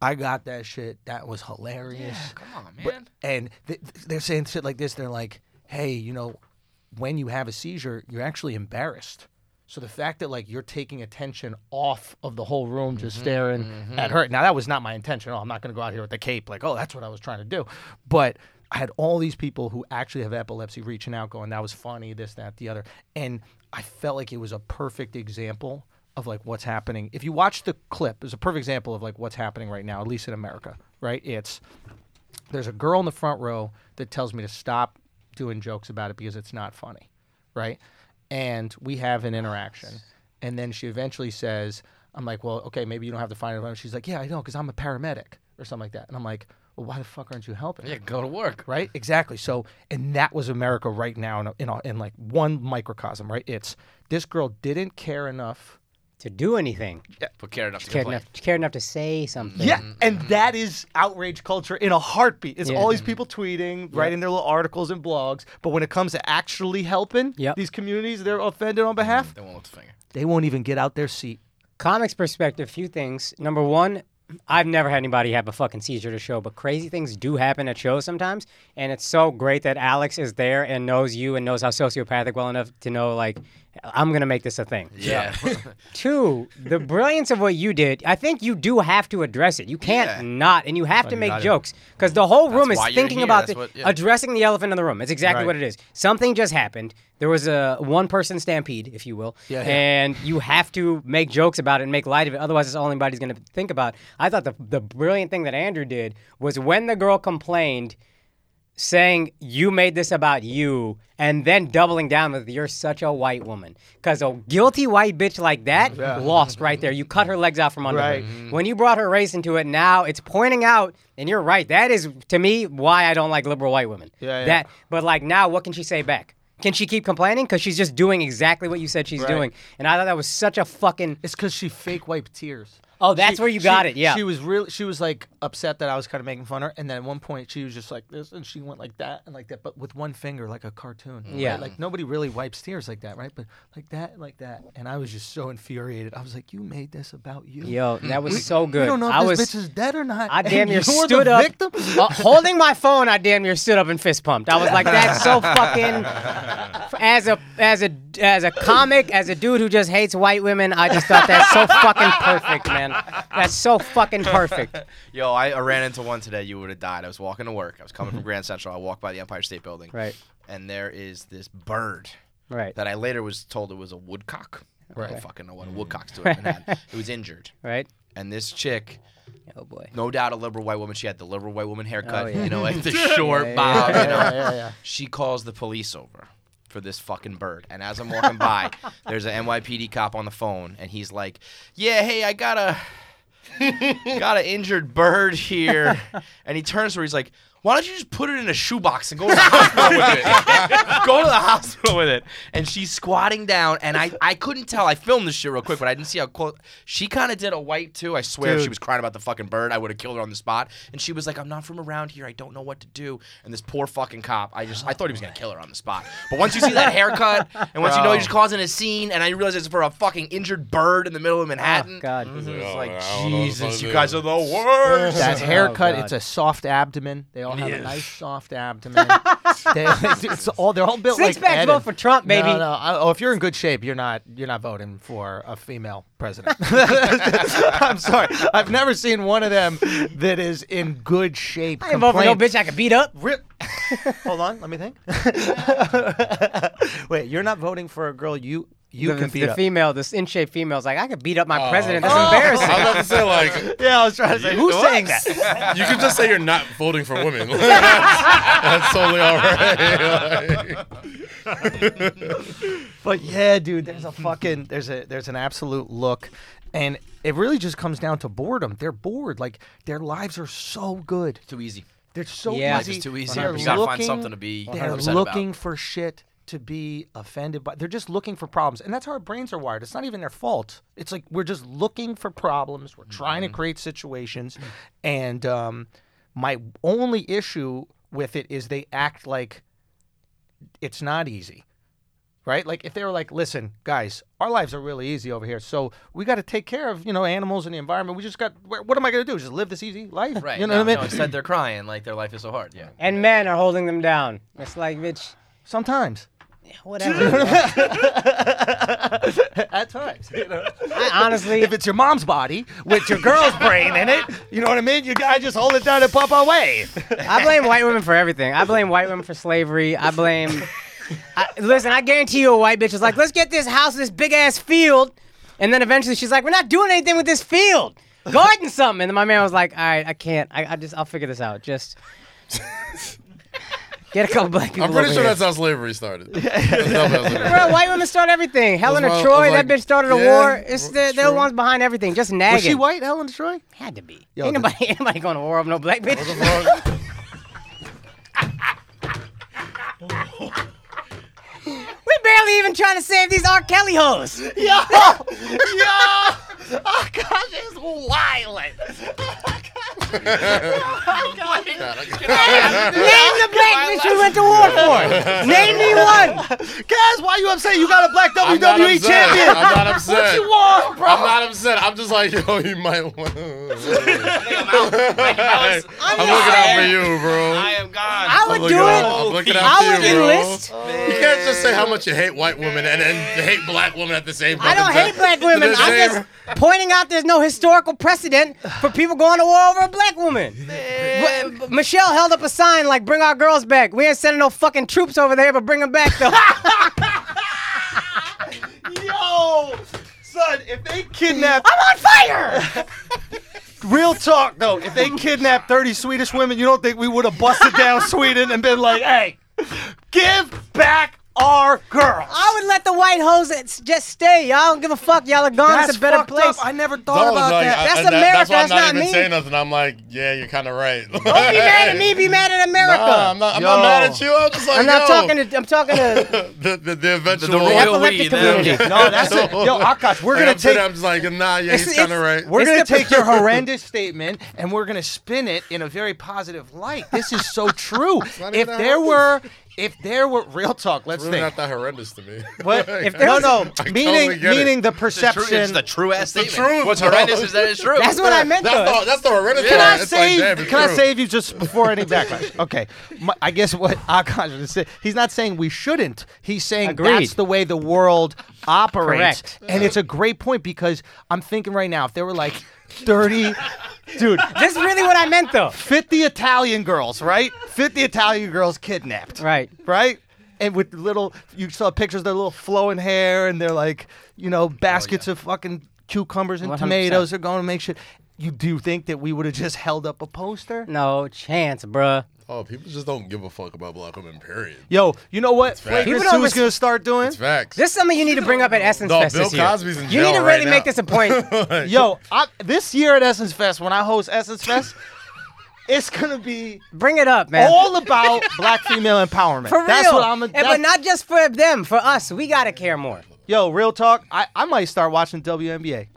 S1: I got that shit. That was hilarious.
S4: Come on, man.
S1: But- and th- th- they're saying shit like this. They're like, hey, you know, when you have a seizure, you're actually embarrassed. So the fact that like you're taking attention off of the whole room just staring at her. Now that was not my intention. at all. I'm not going to go out here with the cape like, oh, that's what I was trying to do. But I had all these people who actually have epilepsy reaching out going, that was funny, this, that, the other. And I felt like it was a perfect example of like what's happening. If you watch the clip, it's a perfect example of like what's happening right now, at least in America, right? It's there's a girl in the front row that tells me to stop doing jokes about it because it's not funny, right? And we have an interaction, and then she eventually says, "I'm like, well, okay, maybe you don't have to find it." She's like, "Yeah, I know, because I'm a paramedic or something like that." And I'm like, "Well, why the fuck aren't you helping?" her?"
S4: yeah, go to work.
S1: right? Exactly. So, and that was America right now in a, in, a, in like one microcosm, right? It's this girl didn't care enough.
S3: to do anything.
S4: But care enough to
S3: Cared
S4: complain.
S3: enough, cared enough to say something.
S1: Yeah, and that is outrage culture in a heartbeat. It's
S3: Yeah.
S1: all these people tweeting, writing their little articles and blogs, but when it comes to actually helping
S3: Yep. Mm.
S1: these communities they're offended on behalf,
S4: They won't lift the finger.
S1: they won't even get out their seat.
S3: Comics perspective, few things. Number one, I've never had anybody have a fucking seizure to show, but crazy things do happen at shows sometimes. And it's so great that Alex is there and knows you and knows how sociopathic well enough to know, like, I'm going to make this a thing.
S4: Yeah.
S3: Two, the brilliance of what you did, I think you do have to address it. You can't
S4: Yeah.
S3: not, and you have to make
S1: gotta-
S3: jokes because the whole room is
S4: why you're
S3: thinking
S4: here,
S3: about
S4: that's
S3: the,
S4: what- yeah.
S3: addressing the elephant in the room. It's exactly
S1: Right.
S3: what it is. Something just happened. There was a one person stampede, if you will.
S1: Yeah, yeah.
S3: And you have to make jokes about it and make light of it. Otherwise, it's all anybody's going to think about. I thought the, the brilliant thing that Andrew did was when the girl complained, saying you made this about you and then doubling down with you're such a white woman because a guilty white bitch like that lost right there you cut her legs out from under
S1: Right.
S3: her when you brought her race into it now it's pointing out and you're right that is to me why i don't like liberal white women
S1: Yeah, yeah.
S3: that but like now what can she say back can she keep complaining because she's just doing exactly what you said she's
S1: Right.
S3: doing and i thought that was such a fucking
S1: It's because she fake wiped tears.
S3: Oh, that's
S1: She-
S3: where you got
S1: she-
S3: it, yeah.
S1: she was really she was like upset that I was kind of making fun of her, and then at one point she was just like this, and she went like that and like that, but with one finger, like a cartoon. right?
S3: Yeah.
S1: like nobody really wipes tears like that, right? But like that, like that, and I was just so infuriated. I was like, "You made this about you."
S3: yo that was so good
S1: We don't know if
S3: i
S1: this
S3: was
S1: bitch is dead or not.
S3: I
S1: and
S3: damn near
S1: you're the
S3: stood up,
S1: victim?
S3: uh, holding my phone. I damn near stood up and fist pumped. I was like, "That's so fucking." As a as a as a comic, as a dude who just hates white women, I just thought that's so fucking perfect, man. That's so fucking perfect.
S4: Yo, I, I ran into one today. You would have died. I was walking to work. I was coming from Grand Central. I walked by the Empire State Building.
S3: Mm-hmm. Right.
S4: And there is this bird
S3: Right,
S4: that I later was told it was a woodcock. I
S1: Right.
S4: don't fucking know what a woodcock's doing in Manhattan. It was injured.
S3: right.
S4: And this chick,
S3: Oh boy.
S4: no doubt a liberal white woman, she had the liberal white woman haircut,
S3: Oh, yeah.
S4: you know, like the short
S3: yeah,
S4: bob, you know.
S1: yeah, yeah, yeah.
S4: She calls the police over for this fucking bird. And as I'm walking by, there's an NYPD cop on the phone, and he's like, "Yeah, hey, I got a got an injured bird here." And he turns to her, he's like. Why don't you just put it in a shoebox and go to the hospital with it? go to the hospital with it. And she's squatting down, and I, I couldn't tell. I filmed this shit real quick, but I didn't see how close. She kind of did a wipe too. I swear, if she
S1: Dude.
S4: was crying about the fucking bird, I would have killed her on the spot. And she was like, "I'm not from around here. I don't know what to do." And this poor fucking cop, I just, I thought he was gonna kill her on the spot. But once you see that haircut, and once you know
S1: Bro.
S4: you're just causing a scene, and I realize it's for a fucking injured bird in the middle of Manhattan. mm-hmm.
S3: Oh, God.
S4: It was
S2: Yeah,
S4: like
S2: I don't know what the fuck
S4: Jesus,
S2: to do.
S4: you
S1: Oh,
S4: guys are the worst.
S1: That haircut,
S3: God.
S1: it's a soft abdomen. They all have a
S4: Yes.
S1: nice soft abdomen. they, it's all they're all built
S3: Six
S1: like
S3: packs
S1: Ed
S3: vote
S1: and-
S3: for Trump, baby.
S1: No, no. I, oh, if you're in good shape, you're not. You're not voting for a female president. I'm sorry. I've never seen one of them that is in good shape.
S3: I ain't vote for no
S1: complain-
S3: bitch I could beat up.
S1: Rip. Hold on, let me think. Wait, you're not voting for a girl you you
S3: the,
S1: can beat
S3: the
S1: up.
S3: female, this in shape female's like, I could beat up my
S2: Oh.
S3: president. That's
S2: Oh.
S3: embarrassing.
S2: I was about to say like
S1: yeah, I was trying to say who's
S4: what?
S1: saying that.
S2: you can just say you're not voting for women. That's totally all right. Like,
S1: But yeah, dude, there's a fucking there's a there's an absolute look, and it really just comes down to boredom. They're bored. Like their lives are so good.
S4: Too easy.
S1: They're so
S3: Yeah.
S1: easy.
S4: Life is too easy.
S1: They're
S4: You gotta find
S1: looking-
S4: something to be
S1: They're
S4: upset about.
S1: looking for shit to be offended by. They're just looking for problems, and that's how our brains are wired. It's not even their fault. It's like we're just looking for problems. We're trying
S4: Mm-hmm.
S1: to create situations, and um, my only issue with it is they act like it's not easy. Right? Like if they were like, listen, guys, our lives are really easy over here. So we got to take care of, you know, animals and the environment. We just got, wh- what am I going to do? Just live this easy life?
S4: Right.
S1: You know
S4: no,
S1: what I mean?
S4: No, instead they're crying like their life is so hard. Yeah.
S3: and men are holding them down. It's like, bitch,
S1: Sometimes.
S3: whatever.
S1: At times. You know?
S3: I honestly,
S1: If it's your mom's body with your girl's brain in it, you know what I mean? You gotta just hold it down and pop away.
S3: I blame white women for everything. I blame white women for slavery. I blame. I, listen, I guarantee you, a white bitch is like, let's get this house, this big ass field, and then eventually she's like, we're not doing anything with this field. Garden something, and then my man was like, all right, I can't. I, I just, I'll figure this out. Just. Get a couple black people.
S2: I'm pretty
S3: over
S2: sure
S3: here.
S2: that's how slavery started. That's how slavery started.
S3: Bro, white women start everything. Helena
S2: why I was
S3: Troy, that
S2: like,
S3: bitch started a
S2: yeah,
S3: war. It's the,
S2: it's
S3: they're the
S2: true.
S3: ones behind everything, just nagging.
S1: Was she white, Helen Troy?
S3: Had to be.
S1: Yo,
S3: Ain't
S1: the-
S3: nobody, ain't nobody going to war over no black
S2: What the
S3: bitch.
S2: fuck?
S3: We barely even trying to save these R. Kelly hoes.
S1: Yo! Yo! Oh gosh, it's wild.
S3: Name the black bitch we went to war for. Name me one.
S1: Guys, why you upset? You got a black
S2: I'm not
S1: WWE
S2: upset.
S1: champion.
S2: I'm not upset.
S1: What you want, bro?
S2: I'm not upset. I'm just like, yo, you might want. I'm looking out for
S3: saying.
S2: you, bro.
S4: I am God.
S3: I
S2: I'm
S3: would
S2: looking
S3: do
S2: out- I'm
S3: it.
S2: looking out
S3: I
S2: for
S3: would
S2: you, bro.
S3: enlist.
S2: You can't just say how much you hate white women and then hate black women at the same time.
S3: I don't hate black women.
S2: The
S3: I'm just
S2: same-
S3: pointing out there's no historical precedent for people going to war over a black woman. But- but Michelle held up a sign like, bring our girls back. We ain't sending no fucking troops over there, but bring them back, though.
S1: Yo! Son, if they kidnap. I'm on fire! Real talk, though. If they kidnapped 30 Swedish women, you don't think we would have busted down Sweden and been like, hey, give back our girls.
S3: I would let the white hoes s- just stay. Y'all don't give a fuck. Y'all are gone. it's a better
S1: fucked
S3: place.
S1: Up. I never
S2: I
S1: thought
S2: was
S1: about
S2: like,
S1: that.
S2: I-
S3: That's
S2: and that-
S3: America,
S2: That's why I'm
S3: that's
S2: not,
S3: not
S2: even
S3: me.
S2: saying nothing. I'm like, yeah, you're kind of right. Don't be
S3: Don't be mad at me. Be mad at America.
S2: Nah, I'm not. I'm
S1: Yo.
S2: not mad at you. I'm just like,
S3: I'm not
S2: yo,
S3: talking to. I'm talking to.
S2: the the, the eventual.
S4: the royal
S3: epileptic
S4: we,
S3: community.
S4: them.
S1: No, that's it. Yo, Akash, we're
S2: Like,
S1: gonna
S2: I'm sitting
S1: take
S2: there, I'm just like, nah, yeah, he's
S3: It's-
S2: kind of
S3: it's-
S2: right.
S1: we're
S3: It's
S1: gonna
S3: the-
S1: take your horrendous statement and we're gonna spin it in a very positive light. This is so true.
S2: not
S1: if
S2: even that
S1: there were,
S2: horrendous.
S1: if there were real talk, let's
S2: It's really
S1: think.
S2: not that horrendous to me.
S1: What?
S2: Like,
S1: If no, no.
S2: I totally
S1: meaning,
S2: get it.
S1: meaning the
S4: It's the, true,
S1: perception.
S4: it's the true ass
S2: the
S4: statement.
S2: truth,
S4: What's
S2: bro.
S4: horrendous is that it's true.
S3: That's what I meant.
S2: that's
S3: though.
S2: the that's the horrendous
S1: Can
S2: part.
S1: I
S2: It's like,
S1: save?
S2: damn, it's
S1: can I
S2: true.
S1: save you just before any backlash? Okay, My- I guess what Akash is saying, he's not saying we shouldn't. He's saying that's
S3: Agreed.
S1: the way the world operates,
S3: Correct.
S1: and it's a great point because I'm thinking right now if there were like 30, dude,
S3: This is really what I meant, though.
S1: 50 Italian girls, right? 50 Italian girls kidnapped,
S3: Right.
S1: Right. And with little, you saw pictures of their little flowing hair, and they're like, you
S3: Oh,
S1: know, baskets of fucking cucumbers and
S3: 100%.
S1: tomatoes. They're going to make shit. You do think that we would have just held up a poster?
S3: No chance, bruh.
S2: Oh, people just don't give a fuck about black women. Period.
S1: Yo, you know what?
S2: facts.
S1: Flagrant
S3: People don't
S1: Sue's
S3: res-
S1: gonna start doing.
S2: It's facts.
S3: This is something you need to bring up at Essence
S2: No,
S3: Fest
S2: Bill
S3: this year.
S2: Cosby's in
S3: you need
S2: jail
S3: to
S2: right
S3: really make
S2: now.
S3: this a point.
S1: Yo, I, this year at Essence Fest, when I host Essence Fest, it's gonna be
S3: bring it up, man.
S1: all about black female empowerment.
S3: for real.
S1: That's what I'm.
S3: And-
S1: that's-
S3: but not just for them, for us. We gotta care more.
S1: Yo, real talk. I, I might start watching WNBA.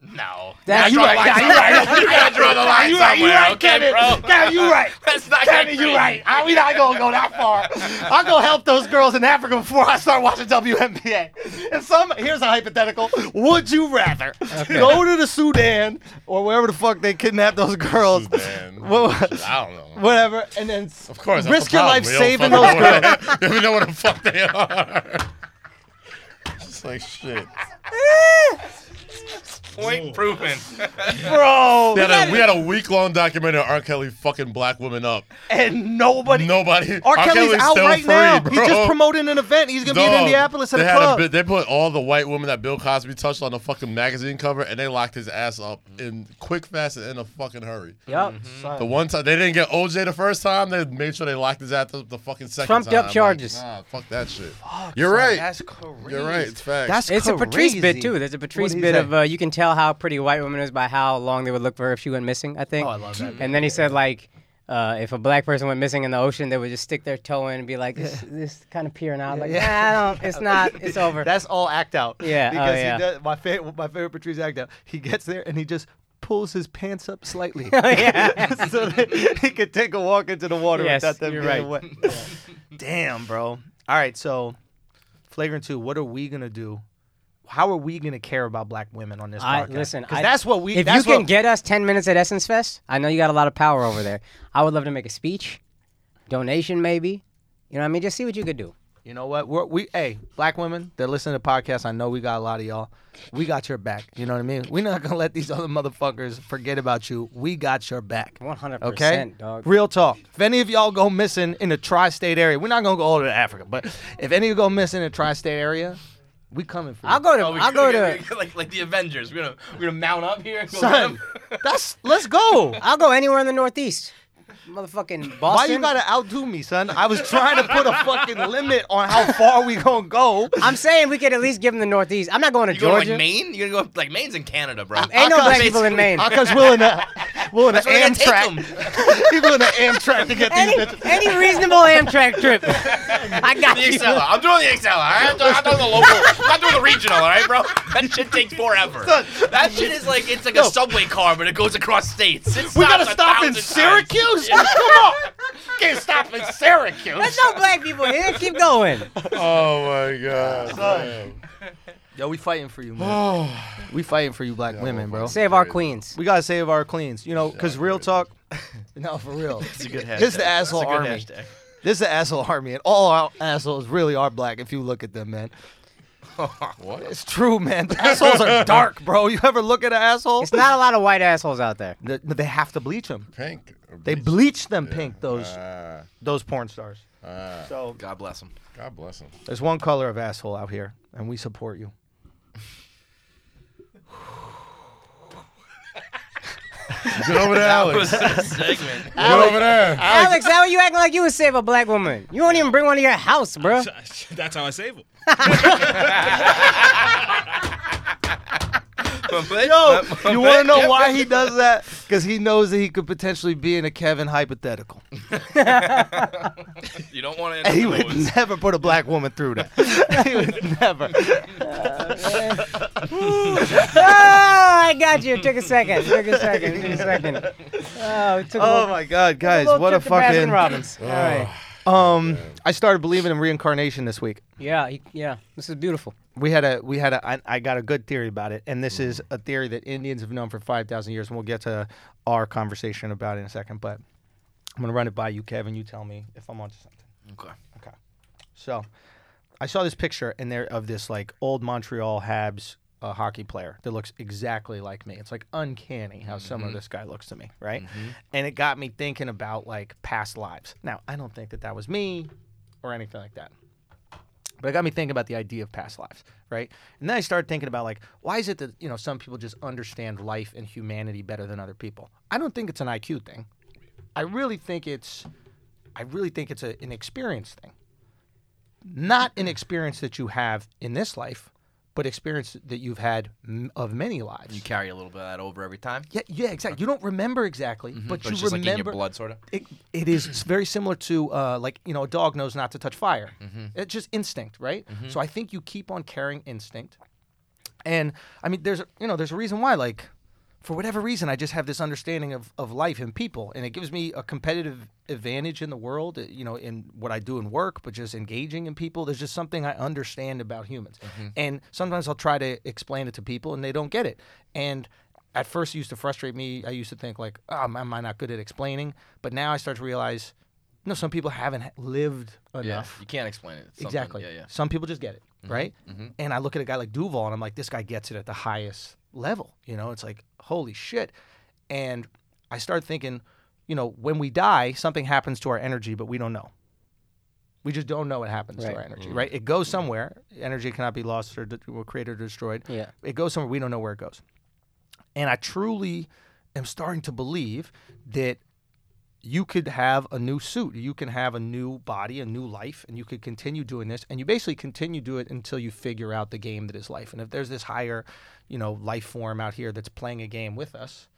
S4: No.
S3: That's
S4: you
S3: right.
S4: right.
S1: Yeah, you right.
S4: You gotta draw the line
S1: You right. You
S4: somewhere,
S1: right,
S4: okay,
S1: Kevin.
S4: bro?
S1: Kevin, you right.
S4: That's not
S1: Kevin,
S4: that
S1: you
S4: crazy.
S1: right. I, we not gonna go that far. I'll go help those girls in Africa before I start watching WNBA. And some here's a hypothetical: Would you rather go to the Sudan or wherever the fuck they kidnap those girls?
S2: Man,
S1: Well,
S2: I don't know.
S1: Whatever, and then s-
S2: Of course, that's
S1: risk
S2: the
S1: your
S2: problem.
S1: life
S2: We don't
S1: saving those
S2: fucking
S1: girls.
S2: know where- You don't know what the fuck they are. It's like shit.
S4: Point proven.
S1: Bro,
S2: We had a, we had a week long documentary of R. Kelly fucking black women up.
S1: and nobody.
S2: Nobody.
S1: R. Kelly's out
S2: still
S1: right
S2: free,
S1: now.
S2: Bro.
S1: He just promoted an event. He's gonna be in
S2: Dog,
S1: Indianapolis at
S2: they
S1: a
S2: had
S1: club.
S2: bit- they put all the white women that Bill Cosby touched on the fucking magazine cover, and they locked his ass up in quick, fast, and in a fucking hurry.
S3: Yep.
S2: The one time they didn't get OJ the first time, they made sure they locked his ass up the fucking second
S3: Trumped
S2: time.
S3: up
S2: Like,
S3: charges.
S2: nah, fuck that shit. You're right.
S1: That's crazy.
S2: You're right. It's facts.
S1: That's
S3: It's a Patrice
S1: crazy.
S3: bit too. There's a Patrice
S1: What did he
S3: bit
S1: say?
S3: of uh, you can tell how pretty a white woman is by how long they would look for her if she went missing. I think.
S4: Oh, I love that
S3: And then he said like, uh, if a black person went missing in the ocean, they would just stick their toe in and be like, this, this kind of peering out, like, nah, I don't, it's not, it's over.
S1: That's all act out.
S3: Yeah, oh,
S1: Because
S3: yeah.
S1: he does, my favorite, my favorite Patrice act out. He gets there and he just pulls his pants up slightly,
S3: Oh,
S1: so that he could take a walk into the water
S3: Yes,
S1: without them
S3: you're
S1: being
S3: right.
S1: wet. Damn, bro. All right, so flagrant two. What are we gonna do? How are we gonna care about black women on this
S3: I-
S1: podcast?
S3: listen,
S1: 'Cause
S3: I-
S1: that's what we.
S3: if you
S1: that's
S3: can
S1: what-
S3: get us 10 minutes at Essence Fest, I know you got a lot of power over there. I would love to make a speech, donation maybe. You know what I mean? Just see what you could do.
S1: You know what? We're, we hey, black women that listen to podcasts. I know we got a lot of y'all. We got your back. You know what I mean? We're not gonna let these other motherfuckers forget about you. We got your back.
S3: 100%, dog.
S1: Real talk. If any of y'all go missing in the tri-state area, we're not gonna go all the way to Africa, but if any of you go missing in the tri-state area, we coming for you.
S3: I'll go to,
S4: Oh, we're
S3: I'll go
S4: gonna
S3: to,
S4: get- like like the Avengers. We're gonna we're gonna mount up here. And go get
S1: Son,
S4: 'em.
S1: that's let's go.
S3: I'll go anywhere in the Northeast. Motherfucking Boston.
S1: Why you gotta outdo me, son? I was trying to put a fucking limit on how far we gonna go.
S3: I'm saying we could at least give them the Northeast. I'm not going to
S4: You going
S3: Georgia.
S4: to like Maine? You're gonna go like Maine's in Canada, bro.
S3: Ain't no
S1: I'll
S3: black
S1: come-
S3: people in Maine.
S1: Because willing to willing to
S4: That's where they gotta
S1: Amtrak.
S4: take 'em.
S1: He's going to Amtrak to get these
S3: Any,
S1: bitches.
S3: any reasonable Amtrak trip. I got
S4: The
S3: you.
S4: Excella. I'm doing the Excella. All right? I'm, doing, I'm doing the local. I'm not doing the regional. All right, bro. That shit takes forever. That shit is like it's like a subway car, but it goes across states. It
S1: We gotta
S4: stops a
S1: stop in
S4: thousand times.
S1: Syracuse?
S4: Yeah.
S1: Come on. Can't stop in Syracuse.
S3: There's no black people here. Keep going.
S2: oh my god. Damn.
S1: Yo, we fighting for you, man. we fighting for you black women, bro.
S3: Save our queens.
S1: We gotta save our queens. You know, cause real talk. No, for real.
S4: It's a good hashtag.
S1: This is the
S4: That's a
S1: asshole
S4: good
S1: army.
S4: hashtag.
S1: This is the asshole army, and all our assholes really are black if you look at them, man.
S2: What?
S1: It's true, man. Assholes are dark, bro. You ever look at an asshole?
S3: It's not a lot of white assholes out there.
S1: They, they have to bleach them.
S2: Pink. or
S1: They
S2: bleach?
S1: bleach them pink. Those
S2: Ah,
S1: those porn stars.
S2: ah.
S1: So
S4: Oh, God bless him.
S2: God bless him.
S1: There's one color of asshole out here, and we support you.
S2: Get over there, Alex. Get
S4: Segment.
S2: over there.
S3: Alex, how are you acting like you would save a black woman? You won't even bring one to your house, bro.
S5: That's how I save them.
S1: Yo, you want to know why he does that? Because he knows that he could potentially be in a Kevin hypothetical,
S4: You don't want to.
S1: and he would never put a black woman through that. he would never.
S3: Oh, I got you. It took a second. It took a second. It took a second. Oh, it took
S1: Oh
S3: a
S1: my God, guys,
S3: little,
S1: what a
S3: trip to Baskin
S1: fucking.
S3: Robbins. All right.
S1: Um, I started believing in reincarnation this week.
S3: Yeah, he- yeah. This is beautiful.
S1: We had a we had a I, I got a good theory about it, and this is a theory that Indians have known for five thousand years, and we'll get to our conversation about it in a second. But I'm gonna run it by you, Kevin. You tell me if I'm onto something.
S4: Okay.
S1: Okay. So I saw this picture in there of this like old Montreal Habs uh, hockey player that looks exactly like me. It's like uncanny how similar this guy looks to me, right? And it got me thinking about like past lives. Now, I don't think that that was me or anything like that. But it got me thinking about the idea of past lives, right? And then I started thinking about like, why is it that you know some people just understand life and humanity better than other people? I don't think it's an IQ thing. I really think it's, I really think it's a, an experience thing. Not an experience that you have in this life, but experience that you've had m- of many lives.
S4: You carry a little bit of that over every time.
S1: yeah, yeah, exactly. You don't remember exactly, but
S4: Mm-hmm. But
S1: you
S4: it's just
S1: remember
S4: like in your blood, sort of.
S1: it, it is s- very similar to uh, like you know a dog knows not to touch fire it's just instinct right so i think you keep on carrying instinct And I mean, there's you know, there's a reason why. Like, for whatever reason, I just have this understanding of of life and people, and it gives me a competitive advantage in the world. uh, You know, in what I do in work, but just engaging in people. There's just something I understand about humans,
S4: Mm-hmm.
S1: and sometimes I'll try to explain it to people, and they don't get it. And at first, it used to frustrate me. I used to think like, oh, am am I not good at explaining? But now I start to realize. No, some people haven't ha- lived
S4: Yeah,
S1: enough.
S4: you can't explain it. It's something-
S1: Exactly.
S4: Yeah, Mm-hmm, yeah.
S1: Some people just get it, right? And I look at a guy like Duval and I'm like, this guy gets it at the highest level. You know, it's like, holy shit. And I start thinking, you know, when we die, something happens to our energy, but we don't know. We just don't know what happens
S3: Right.
S1: to our energy, right? It goes somewhere. Energy cannot be lost or, de- or created or destroyed.
S3: Yeah.
S1: It goes somewhere. We don't know where it goes. And I truly am starting to believe that you could have a new suit, you can have a new body, a new life, and you could continue doing this. And you basically continue do it until you figure out the game that is life. And if there's this higher, you know, life form out here that's playing a game with us,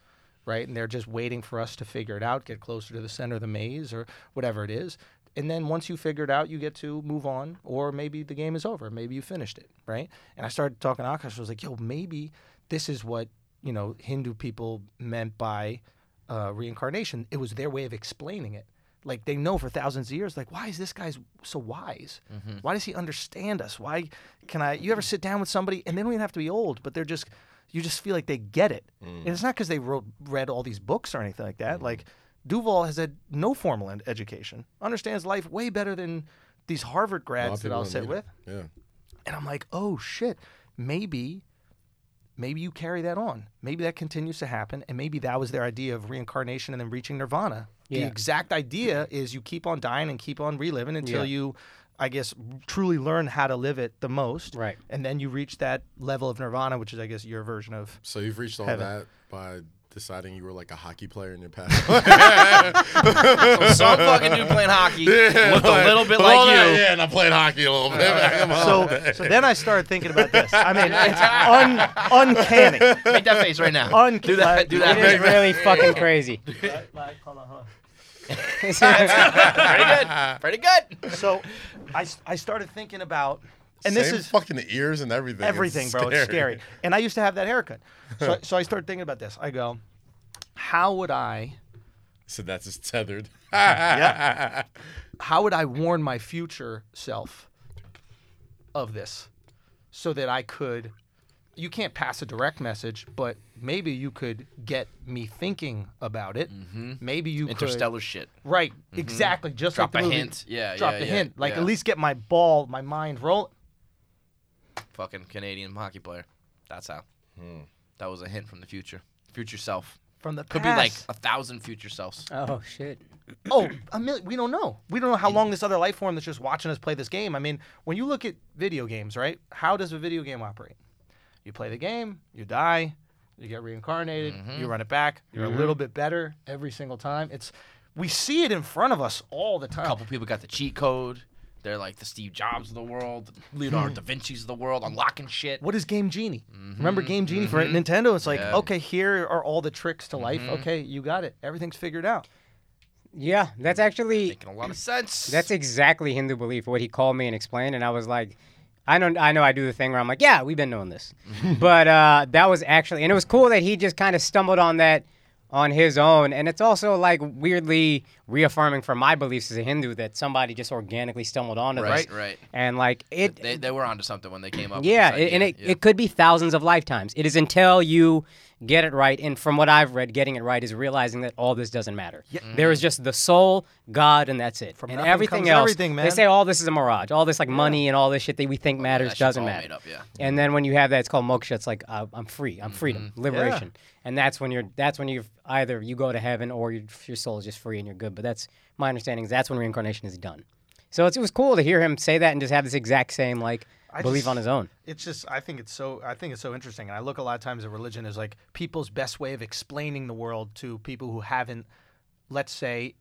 S1: right? And they're just waiting for us to figure it out, get closer to the center of the maze or whatever it is. And then once you figure it out, you get to move on, or maybe the game is over. Maybe you finished it, right? And I started talking to Akash. I was like, yo, maybe this is what, you know, Hindu people meant by uh, reincarnation. It was their way of explaining it. Like they know for thousands of years, like why is this guy so wise? Why does he understand us? Why can I? You ever sit down with somebody and they don't even have to be old, but they're just you just feel like they get it, and it's not because they wrote read all these books or anything like that. Like Duval has had no formal ed- education, understands life way better than these Harvard grads that I'll sit with.
S2: Yeah.
S1: And I'm like, oh shit, maybe, maybe you carry that on. Maybe that continues to happen. And maybe that was their idea of reincarnation and then reaching nirvana. The
S3: Yeah.
S1: exact idea is you keep on dying and keep on reliving until
S3: Yeah.
S1: you, I guess, truly learn how to live it the most.
S3: Right.
S1: And then you reach that level of nirvana, which is, I guess, your version of.
S2: So you've reached all
S1: Heaven.
S2: that by deciding you were like a hockey player in your past. Looked
S4: Some fucking dude playing hockey looked a little bit like you.
S2: Yeah, and I played hockey a little bit. Oh.
S1: So, so then I started thinking about this. I mean, it's un, uncanny.
S4: Make that face right now.
S1: Un-
S4: do that. Do that.
S3: It is
S4: face.
S3: really fucking crazy.
S4: Pretty good.
S1: So I, s- I started thinking about, and this
S2: Same
S1: is
S2: fucking the ears and everything. It's
S1: everything, bro. It's scary. And I used to have that haircut. So, so I started thinking about this. I go, how would I,
S2: So that's just tethered.
S1: how would I warn my future self of this, so that I could, you can't pass a direct message, but maybe you could get me thinking about it. Maybe you
S4: Mm-hmm. Interstellar
S1: could.
S4: shit.
S1: Right, exactly. Just
S4: Drop
S1: like
S4: a
S1: the movie.
S4: hint. Yeah,
S1: Drop
S4: yeah,
S1: a
S4: yeah,
S1: hint. Like
S4: yeah.
S1: at least get my ball, my mind roll.
S4: Fucking Canadian hockey player. That's how.
S3: Hmm.
S4: That was a hint from the future. Future self.
S1: From the
S4: Could be like
S1: past.
S4: a thousand future selves.
S3: Oh shit.
S1: Oh, a million. We don't know. We don't know how long this other life form that's just watching us play this game. I mean, when you look at video games, right? How does a video game operate? You play the game, you die, you get reincarnated,
S4: Mm-hmm.
S1: you run it back, you're a little bit better every single time. It's we see it in front of us all the time.
S4: A couple people got the cheat code. They're like the Steve Jobs of the world,
S3: Hmm.
S4: Leonardo da Vinci's of the world, unlocking shit.
S1: What is Game Genie? Remember Game Genie for Nintendo? It's like,
S4: Mm-hmm. Yeah. Mm-hmm.
S1: okay, here are all the tricks to life. Okay, you got it. Everything's figured out.
S3: Yeah, that's actually
S4: Making a lot of sense.
S3: That's exactly Hindu belief. What he called me and explained, and I was like, I don't, I know I do the thing where I'm like, yeah, we've been knowing this, but uh, that was actually, and it was cool that he just kind of stumbled on that on his own, and it's also like weirdly reaffirming for my beliefs as a Hindu that somebody just organically stumbled onto
S4: Right,
S3: this,
S4: right.
S3: and like it,
S4: They, they were onto something when they came up.
S3: yeah,
S4: with
S3: it,
S4: this
S3: and it,
S4: idea. Yeah.
S3: it could be thousands of lifetimes. It is until you get it right. And from what I've read, getting it right is realizing that all this doesn't matter. There
S4: Mm.
S3: is just the soul, God, and that's it. and
S1: nothing
S3: everything
S1: comes
S3: else,
S1: everything,
S3: they
S1: man.
S3: say all this is a mirage. All this like money and all this shit that we think
S4: That
S3: matters
S4: shit's
S3: doesn't
S4: all
S3: matter.
S4: Made up, Mm-hmm. yeah.
S3: And then when you have that, it's called moksha. It's like uh, I'm free. I'm freedom, liberation. And that's when you're. That's when you've either you go to heaven or your your soul is just free and you're good. But that's my understanding. Is that's when reincarnation is done. So it's, it was cool to hear him say that and just have this exact same like
S1: I
S3: belief
S1: just-
S3: on his own.
S1: it's just I think it's so I think it's so interesting, and I look a lot of times at religion as like people's best way of explaining the world to people who haven't, let's say,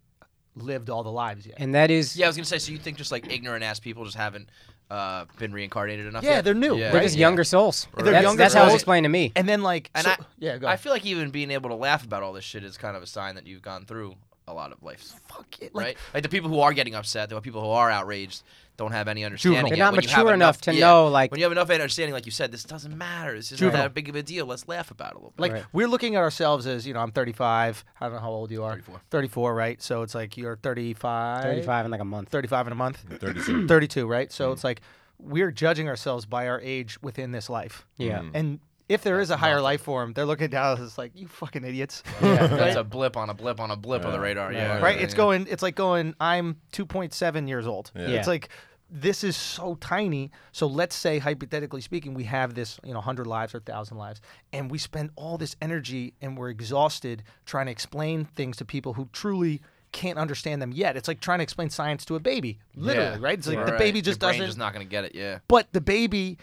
S1: lived all the lives yet.
S3: And that is
S4: Yeah, I was gonna say. So you think just like ignorant ass people just haven't uh, been reincarnated enough?
S1: Yeah,
S4: yet?
S1: they're new,
S4: Yeah,
S1: right?
S3: They're just
S4: yeah.
S3: younger souls.
S1: They're
S3: that's
S1: younger
S3: that's how it's
S1: souls.
S3: explained to me.
S1: And then like
S4: And
S1: so-
S4: I,
S1: yeah, go.
S4: I feel like even being able to laugh about all this shit is kind of a sign that you've gone through a lot of life's
S1: Fuck it. Like,
S4: right? Like the people who are getting upset, the people who are outraged, don't have any understanding.
S1: Juvenile.
S4: yet.
S1: They're
S3: not
S4: When you have
S3: mature enough to know, like-
S4: when you have enough understanding, like you said, this doesn't matter. This isn't
S1: Juvenile.
S4: that big of a deal. Let's laugh about it a little bit.
S1: Like
S3: Right.
S1: we're looking at ourselves as you know, I'm 35. I don't know how old you are.
S4: 34.
S1: 34, right? So it's like you're 35.
S3: 35 in like a month.
S1: 35 in a month.
S5: 32.
S1: 32, right? So it's like we're judging ourselves by our age within this life.
S3: Yeah.
S1: And if there is a higher life form, they're looking down at us like you fucking idiots.
S4: yeah, that's a blip on a blip on a blip on the radar. Yeah,
S1: right? It's going. It's like going. I'm 2.7 years old.
S5: Yeah.
S1: It's like this is so tiny. So let's say hypothetically speaking, we have this, you know, hundred lives or thousand lives, and we spend all this energy and we're exhausted trying to explain things to people who truly can't understand them yet. It's like trying to explain science to a baby, literally, right? It's like the baby just
S4: Your brain
S1: doesn't.
S4: just not gonna get it. Yeah.
S1: but the baby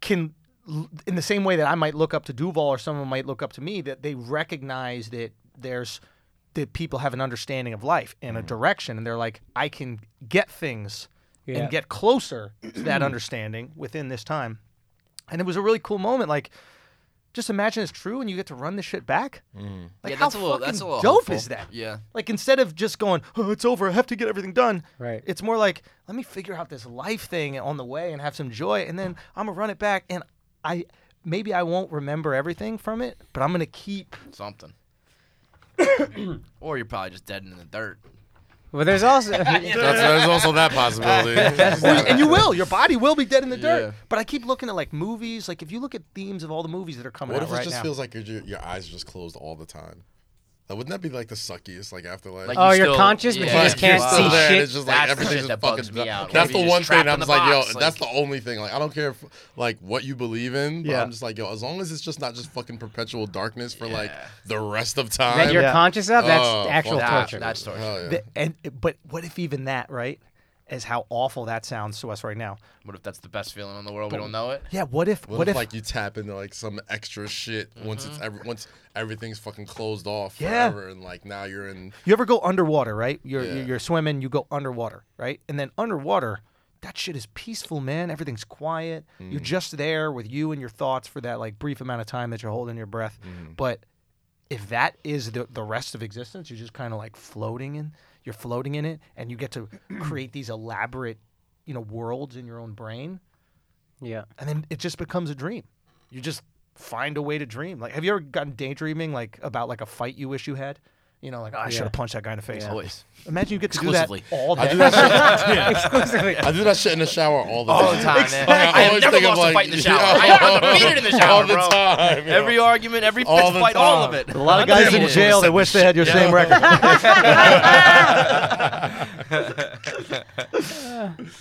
S1: can l- in the same way that I might look up to Duval or someone might look up to me that they recognize that there's that people have an understanding of life and a direction and they're like I can get things
S3: Yeah.
S1: and get closer to that understanding within this time. And it was a really cool moment like just imagine it's true and you get to run this shit back. Like
S4: yeah, that's
S1: how
S4: a little. That's a
S1: fucking
S4: little
S1: dope
S4: hopeful.
S1: is that?
S4: Yeah.
S1: Like instead of just going, oh, it's over, I have to get everything done.
S3: Right.
S1: It's more like, let me figure out this life thing on the way and have some joy, and then I'm gonna run it back, and I maybe I won't remember everything from it, but I'm gonna keep.
S4: Something. or you're probably just dead in the dirt.
S3: But there's also
S2: That's, there's also that possibility.
S1: Well, and you will. Your body will be dead in the dirt.
S4: Yeah.
S1: But I keep looking at like movies. Like if you look at themes of all the movies that are coming
S2: what
S1: out
S2: if it
S1: right
S2: just
S1: now.
S2: feels like your your eyes are just closed all the time? Like, wouldn't that be like the suckiest? Like afterlife.
S4: Like,
S3: oh,
S4: you
S3: you're
S4: still-
S3: conscious, but you
S4: yeah.
S3: just
S2: You're
S3: can't
S2: still
S3: see
S2: there, and
S3: shit.
S2: It's just like
S4: That's the
S2: everything's
S4: shit that
S2: fucking
S4: bugs me out.
S2: That's
S4: Maybe
S2: the
S4: you're
S2: one
S4: just
S2: thing
S4: trapped in
S2: I'm
S4: the
S2: just like, yo,
S4: box,
S2: that's the
S4: like-
S2: only thing. Like, I don't care if, like what you believe in, but
S1: Yeah.
S2: I'm just like, yo, as long as it's just not just fucking perpetual darkness for like the rest of time.
S3: That you're
S1: Yeah.
S3: conscious of? That's
S2: Oh,
S3: actual
S2: fuck.
S4: Nah,
S3: torture.
S4: that's torture.
S2: Hell yeah.
S1: The- and but what if even that right? As how awful that sounds to us right now.
S4: What if that's the best feeling in the world? we don't know it.
S1: Yeah. What if?
S2: what, if, like you tap into like some extra shit once
S4: Mm-hmm.
S2: it's every once everything's fucking closed off
S1: Yeah.
S2: forever and like now you're in
S1: You ever go underwater, right? You're
S2: Yeah.
S1: you're swimming, you go underwater, right? And then underwater, that shit is peaceful, man. Everything's quiet. You're just there with you and your thoughts for that like brief amount of time that you're holding your breath. But if that is the the rest of existence, you're just kind of like floating in. You're floating in it, and you get to create these elaborate, you know, worlds in your own brain,
S3: yeah.
S1: and then it just becomes a dream. You just find a way to dream. Like, have you ever gotten daydreaming like about like a fight you wish you had? You know, like oh, I should have punched that guy in the face.
S4: Always.
S1: Imagine you get to do that
S4: Exclusively.
S1: all
S2: I
S1: day.
S2: do that shit,
S3: Exclusively.
S2: I do that shit in the shower all the
S4: All the
S2: time.
S4: time, man. I have
S2: always
S4: never
S2: think of,
S4: lost a
S2: like,
S4: fight in the shower.
S2: yeah.
S4: I have defeated in the shower,
S2: all the
S4: bro.
S2: time. yo.
S4: Every argument, every fist
S2: All the
S4: fight, all of
S2: time.
S4: it.
S1: a lot of guys in
S2: Unbelievable.
S1: jail that wish they had your
S2: Yeah.
S1: same record.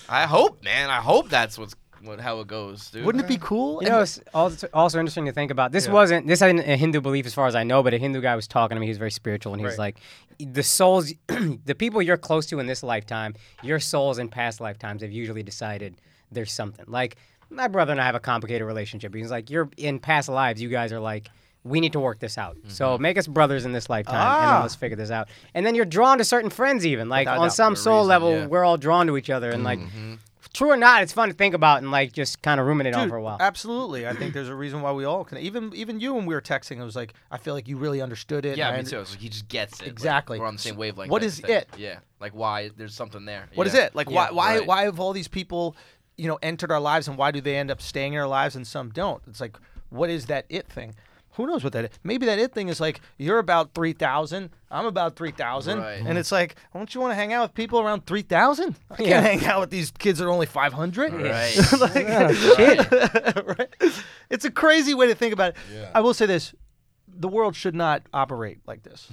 S4: I hope, man. I hope that's what's what, how it goes, dude.
S1: Wouldn't it be cool?
S3: You know, it's also, also interesting to think about. This wasn't this isn't a Hindu belief as far as I know, but a Hindu guy was talking to me. He was very spiritual, and he was like, "The souls, the people you're close to in this lifetime, your souls in past lifetimes have usually decided there's something." Like my brother and I have a complicated relationship. He's like, "You're in past lives. You guys are like." We need to work this out. So make us brothers in this lifetime, and
S1: Ah.
S3: then let's figure this out. And then you're drawn to certain friends, even like
S4: Without
S3: on
S4: doubt,
S3: some
S4: for a
S3: soul
S4: reason,
S3: level,
S4: yeah.
S3: we're all drawn to each other. And like, true or not, it's fun to think about and like just kind of ruminate on
S1: Dude,
S3: for a while.
S1: Absolutely. I think there's a reason why we all can. Even even you when we were texting, it was like I feel like you really understood it.
S4: Yeah,
S1: and I
S4: me
S1: under-
S4: too. It's like he just gets it. Like,
S1: Exactly.
S4: we're on the same
S1: So
S4: wavelength.
S1: what
S4: type
S1: is
S4: of thing.
S1: it?
S4: Yeah. Like why? There's something there.
S1: What is
S4: Yeah.
S1: it? Like why
S4: Yeah,
S1: why
S4: right.
S1: why have all these people, you know, entered our lives and why do they end up staying in our lives and some don't? It's like what is that it thing? Who knows what that is? Maybe that it thing is like you're about three thousand, I'm about three thousand,
S4: Right.
S1: and it's like, don't you want to hang out with people around three thousand? I can't
S3: Yeah.
S1: hang out with these kids that are only five hundred.
S4: Right.
S1: right? It's a crazy way to think about it.
S2: Yeah.
S1: I will say this: the world should not operate like this.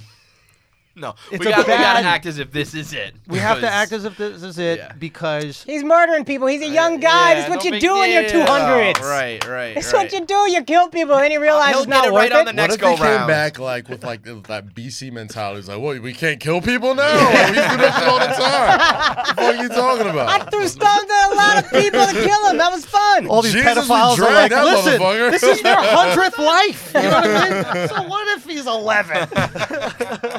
S4: No.
S1: It's
S4: we
S1: a
S4: got we got
S1: bad-
S4: to act as if this is it.
S1: We have to
S4: because-
S1: act as if this is it
S4: Yeah.
S1: because
S3: He's murdering people. He's a young guy.
S4: Uh, Yeah,
S3: That's what
S4: no
S3: you
S4: big
S3: do when you're
S4: deal. Oh,
S3: 200.
S4: Right. Right.
S3: That's what
S4: right.
S3: you do. You kill people, and then you realize
S4: He'll
S3: it's not
S4: get it
S3: worth
S4: right on
S3: it.
S4: the
S2: What
S4: next
S2: if they
S4: go
S2: came
S4: round.
S2: back like with like that BC mentality? It's like, what? We can't kill people now. Like, we do that shit all the time. What the fuck are you talking
S3: I
S2: about?
S3: threw stones at a lot of people to kill them. That was fun.
S1: all these
S2: Jesus, we
S1: pedophiles are like,
S2: dragged that
S1: listen,
S2: motherfucker."
S1: this is their hundredth life. You know what I mean? So what if he's eleven?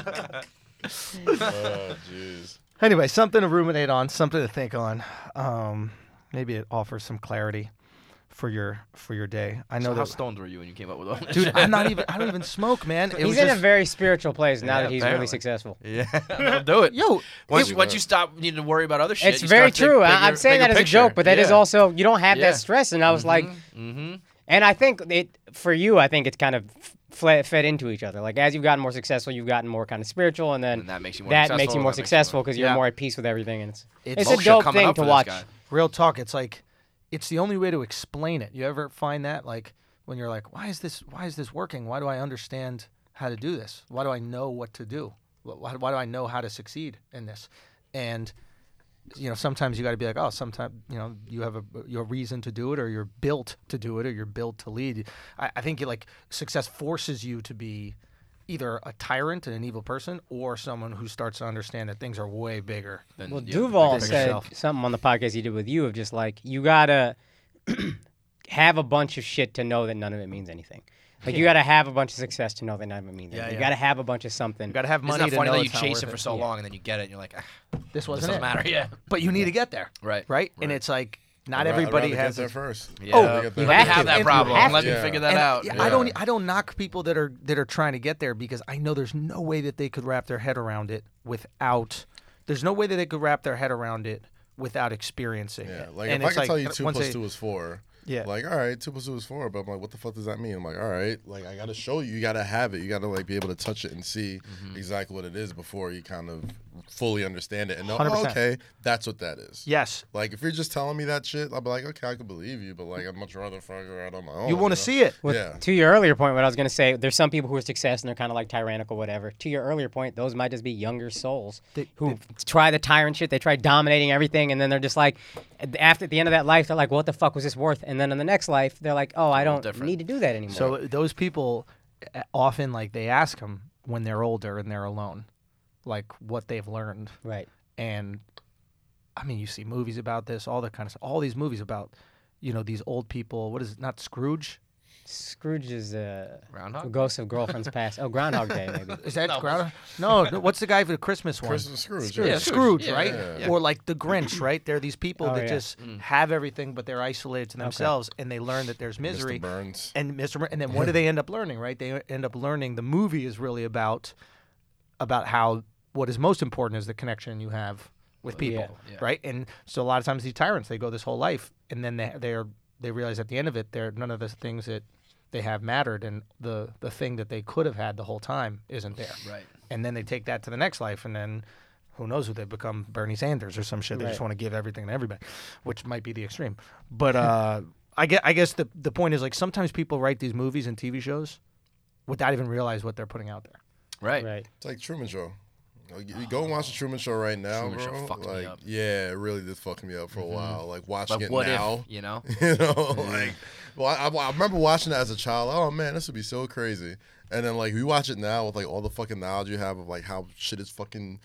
S2: Oh, jeez.
S1: anyway, something to ruminate on, something to think on. Um, maybe it offers some clarity. for your for your day. I know
S4: So how
S1: that,
S4: stoned were you when you came up with all this?
S1: dude. I'm not even. I don't even smoke, man. It was
S3: he's in
S1: just-
S3: a very spiritual place now
S4: Yeah,
S3: that he's
S4: apparently.
S3: really successful.
S4: Yeah, I'll do it.
S1: Yo,
S4: once,
S1: it-
S4: once you stop needing to worry about other shit,
S3: it's
S4: you
S3: very
S4: start to think
S3: true.
S4: bigger-
S3: I, I'm saying
S4: bigger
S3: that as a
S4: picture.
S3: joke, but that is
S4: Yeah.
S3: also you don't have
S4: Yeah. Mm-hmm.
S3: that stress. And I was like, and I think it for you, I think it's kind of f- fed into each other. Like as you've gotten more successful, you've gotten more kind of spiritual, and then
S4: And that makes you more
S3: that
S4: successful,
S3: makes you
S4: and
S3: more
S4: that makes you
S3: successful
S4: more-
S3: because you're
S1: Yeah.
S3: more at peace with everything. And it's
S1: It's-
S3: it's,
S4: Oh,
S3: a
S4: shit,
S3: dope
S4: coming
S3: thing
S4: up
S3: to
S4: for this
S3: watch.
S4: guy.
S1: real talk. It's like, it's the only way to explain it. You ever find that like when you're like, why is this? Why is this working? Why do I understand how to do this? Why do I know what to do? Wh- Why, why do I know how to succeed in this? And you know, sometimes you got to be like, oh, sometimes you know, you have a your reason to do it, or you're built to do it, or you're built to lead. I, I think it, like success forces you to be either a tyrant and an evil person, or someone who starts to understand that things are way bigger. Than,
S4: Then,
S3: Well,
S4: yeah,
S3: Duval
S1: bigger
S3: said
S1: self.
S3: something on the podcast he did with you of just like you gotta have a bunch of shit to know that none of it means anything. Like you gotta have a bunch of success to know that none of it means anything.
S1: yeah.
S3: You gotta have a bunch of something.
S1: you got to have
S4: Isn't
S1: money.
S4: that
S1: to
S4: funny
S1: know
S4: that you
S1: it's not
S4: chase
S1: worth
S4: it for so long and then you get it and you're like, ah,
S1: This
S4: this
S1: wasn't it.
S4: doesn't matter. Yeah.
S1: but you need to get there.
S4: Right.
S1: Right? And it's like not
S2: I'd ra- I'd
S1: everybody
S2: rather
S1: has a-
S2: get there first.
S4: Yeah. Oh,
S2: Rather get
S3: you
S2: there first.
S3: have
S4: Let
S3: to.
S4: me have that
S3: You
S4: problem.
S3: have
S4: Let me
S2: to.
S4: figure that
S1: and
S4: out.
S1: yeah, I don't I don't knock people that are that are trying to get there because I know there's no way that they could wrap their head around it without there's no way that they could wrap their head around it without experiencing
S2: Yeah,
S1: it.
S2: like
S1: and
S2: if I
S1: it's
S2: can tell you
S1: uh,
S2: two
S1: once
S2: plus
S1: they-
S2: two is four.
S1: Yeah.
S2: Like, all right, two plus two is four, but I'm like, what the fuck does that mean? I'm like, all right, like I gotta show you, you gotta have it, you gotta like be able to touch it and see
S1: Mm-hmm.
S2: exactly what it is before you kind of fully understand it and know, oh,
S1: 100%.
S2: okay, that's what that is.
S1: Yes.
S2: Like if you're just telling me that shit, I'll be like, okay, I can believe you, but like I'd much rather figure it out on my own.
S1: You want
S2: know?
S1: to see it.
S3: With-
S2: Yeah.
S3: To your earlier point, what I was gonna say, there's some people who are success and they're kind of like tyrannical, whatever. To your earlier point, those might just be younger souls
S1: They-
S3: who try the tyrant shit. They try dominating everything, and then they're just like, at- after at the end of that life, they're like, what the fuck was this worth? And then in the next life, they're like, oh, I don't
S4: different.
S3: need to do that anymore.
S1: So those people uh, often like they ask them when they're older and they're alone like what they've learned.
S3: right.
S1: and I mean, you see movies about this, all that kind of stuff. All these movies about, you know, these old people. What is it? Not Scrooge?
S3: Scrooge is uh,
S4: Groundhog?
S3: Ghost of Girlfriend's Past. Oh, Groundhog Day, maybe.
S1: Is that Groundhog? No, no, what's the guy for the Christmas one?
S2: Christmas Scrooge.
S1: Scrooge,
S2: yeah.
S1: Scrooge,
S4: Yeah,
S1: right?
S4: yeah, yeah.
S1: Or like the Grinch, right? They're these people
S3: Oh,
S1: that
S3: yeah.
S1: just have everything, but they're isolated to themselves, and they learn that there's misery.
S2: Mr. Burns.
S1: and Mr. Mer- and then what do they end up learning? Right, they end up learning the movie is really about about how what is most important is the connection you have with people,
S4: Oh, yeah.
S1: right? And so a lot of times these tyrants they go this whole life, and then they they are they realize at the end of it, they're none of the things that they have mattered, and the the thing that they could have had the whole time isn't there,
S4: Right.
S1: And then they take that to the next life, and then. Who knows who they become? Bernie Sanders or some shit. They just
S3: Right.
S1: want to give everything to everybody, which might be the extreme. But uh, I get. I guess the the point is like sometimes people write these movies and TV shows without even realize what they're putting out there.
S4: Right.
S3: Right.
S2: It's like Truman Show. Like, you go and watch the Truman Show right now,
S4: Truman Show
S2: bro.
S4: fucked me
S2: like,
S4: up. Mm-hmm.
S2: yeah, it really did fuck me up for a while. Like watching
S4: Like
S2: it
S4: what
S2: now,
S4: if? You know.
S2: You know, like, well, I, I- I remember watching it as a child. Oh man, this would be so crazy. And then like we watch it now with like all the fucking knowledge you have of like how shit is fucking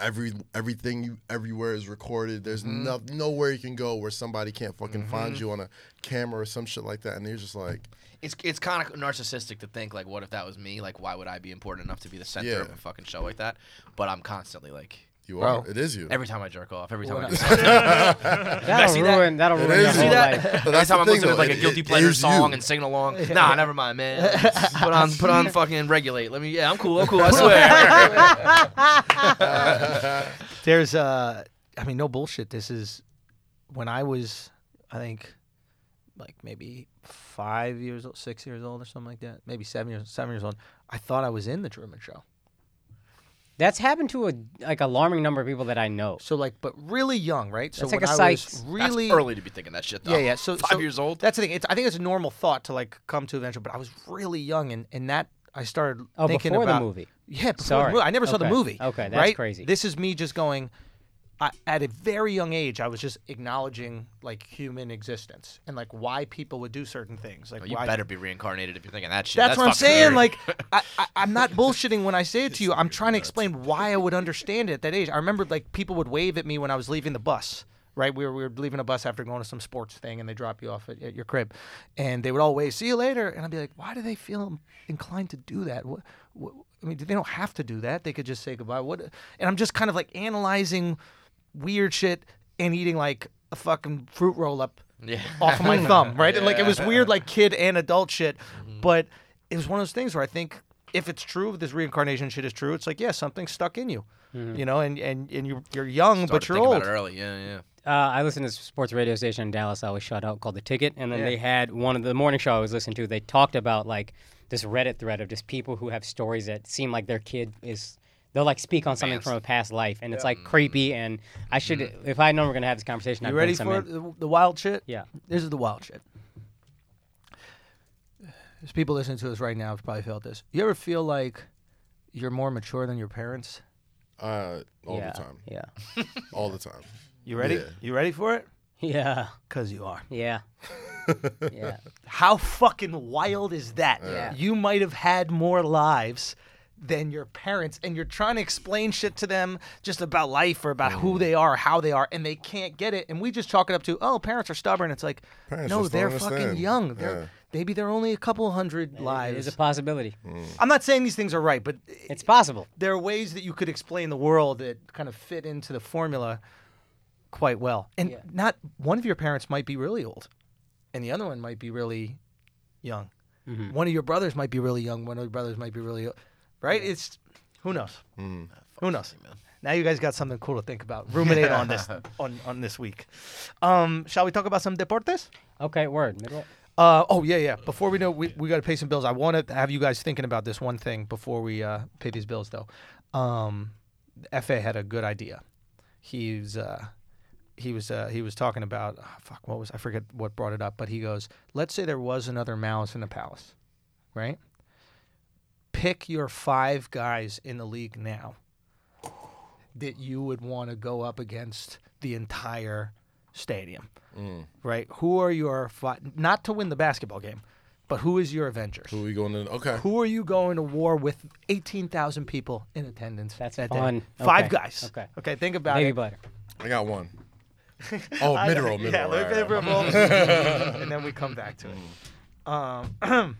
S2: every everything you everywhere is recorded. There's
S4: Mm-hmm.
S2: no, nowhere you can go where somebody can't fucking find you on a camera or some shit like that. And you're just like,
S4: It's it's kind of narcissistic to think like, what if that was me? Like, why would I be important enough to be the center
S2: Yeah.
S4: of a fucking show like that? But I'm constantly like,
S2: you are. It is you.
S4: every time I jerk off, every time I
S1: Well,
S4: do something.
S3: That'll ruin. That'll
S2: It
S3: ruin the
S2: is you.
S3: whole life.
S2: But
S4: Every
S2: that's the
S4: time I'm
S2: thing,
S4: listening to
S2: though.
S4: like
S2: It-
S4: a guilty
S2: it
S4: pleasure
S2: is
S4: song
S2: you.
S4: and singing along, nah, never mind, man. put on, put on, fucking regulate. Let me, yeah, I'm cool, I'm cool. I swear.
S1: There's uh, I mean, no bullshit. This is when I was, I think, like maybe five years old, six years old, or something like that. Maybe seven years, seven years old. I thought I was in the Truman Show.
S3: That's happened to a like alarming number of people that I know.
S1: So like, but really young, right? So
S3: That's like
S1: when
S3: a
S1: I was
S3: psych-
S1: really
S4: That's early to be thinking that shit. Though.
S1: Yeah, yeah. So
S4: five
S1: so
S4: years old.
S1: That's the thing. It's, I think it's a normal thought to like come to eventually, but I was really young, and and that I started
S3: Oh,
S1: thinking
S3: before the
S1: about
S3: movie.
S1: Yeah, before
S3: Sorry.
S1: The movie. I never saw the
S3: Okay.
S1: movie.
S3: Okay, that's
S1: right?
S3: crazy.
S1: This is me just going. I, at a very young age, I was just acknowledging like human existence and like why people would do certain things. Like
S4: Oh, You
S1: why
S4: better be reincarnated if you're thinking that shit.
S1: that's, what I'm
S4: fucking
S1: saying.
S4: weird.
S1: Like, I, I, I'm not bullshitting when I say it to you. I'm trying to explain why I would understand it at that age. I remember like people would wave at me when I was leaving the bus. Right, we were, we were leaving a bus after going to some sports thing, and they drop you off at, at your crib, and they would all wave, "See you later," and I'd be like, "Why do they feel inclined to do that? What, what, I mean, they don't have to do that. They could just say goodbye." What? And I'm just kind of like analyzing weird shit and eating like a fucking fruit roll up
S4: Yeah.
S1: off of my thumb, right? And, Like it was weird, like kid and adult shit,
S4: Mm-hmm.
S1: but it was one of those things where I think if it's true, if this reincarnation shit is true, it's like yeah, something stuck in you, you know, and and and you're you're young,
S4: Mm-hmm. Started
S1: but you're
S4: thinking
S1: old.
S4: About it early. Yeah, yeah.
S3: Uh, I listened to this sports radio station in Dallas. I always shout out called the Ticket, and then they had one of the morning show I was listening to. They talked about like this Reddit thread of just people who have stories that seem like their kid is. They'll like speak on something from a past life, and it's like creepy. And I should, if I had known we are gonna have this conversation, I'd
S1: You
S3: bring
S1: ready
S3: some
S1: for
S3: in.
S1: the, the wild shit?
S3: Yeah.
S1: This is the wild shit. There's people listening to us right now have probably felt this. You ever feel like you're more mature than your parents?
S2: Uh, all
S3: yeah,
S2: the time.
S3: Yeah,
S2: All the time.
S1: You ready?
S2: Yeah.
S1: You ready for it?
S3: yeah,
S1: Cause you are.
S3: yeah, yeah.
S1: How fucking wild is that? You might have had more lives than your parents, and you're trying to explain shit to them just about life or about
S2: Mm-hmm.
S1: who they are, how they are, and they can't get it. And we just chalk it up to, oh, parents are stubborn. It's like,
S2: Parents
S1: no,
S2: just don't
S1: they're fucking
S2: understand.
S1: young. They're,
S2: Yeah.
S1: Maybe they're only a couple hundred
S3: It
S1: lives.
S3: is a possibility.
S2: Mm.
S1: I'm not saying these things are right, but
S3: It's possible.
S1: there are ways that you could explain the world that kind of fit into the formula quite well. And
S3: Yeah.
S1: not one of your parents might be really old, and the other one might be really young. One of your brothers might be really young. One of your brothers might be really, o- right? It's who knows. Who knows? Now you guys got something cool to think about. Ruminate on this on, on this week. Um, shall we talk about some deportes?
S3: Okay, word. Middle.
S1: Uh, oh yeah, yeah. Before we know, we, we got to pay some bills. I want to have you guys thinking about this one thing before we uh, pay these bills, though. Um, the FA had a good idea. He's uh, he was uh, he was talking about ah, fuck. What was I forget what brought it up? But he goes, let's say there was another malice in the palace, right? Pick your five guys in the league now that you would want to go up against the entire stadium right? Who are your fi- not to win the basketball game, but who is your Avengers?
S2: Who we going in? Okay.
S1: Who are you going to war with? Eighteen thousand people in attendance.
S3: That's
S1: that
S3: fun.
S1: Day. Five
S3: Okay.
S1: guys.
S3: Okay.
S1: Okay. Think about
S3: Baby
S1: it.
S3: butter.
S2: I got one. Oh, mid roll, mid
S1: yeah,
S2: roll.
S1: let me
S2: right, right.
S1: roll. and then we come back to it. Um,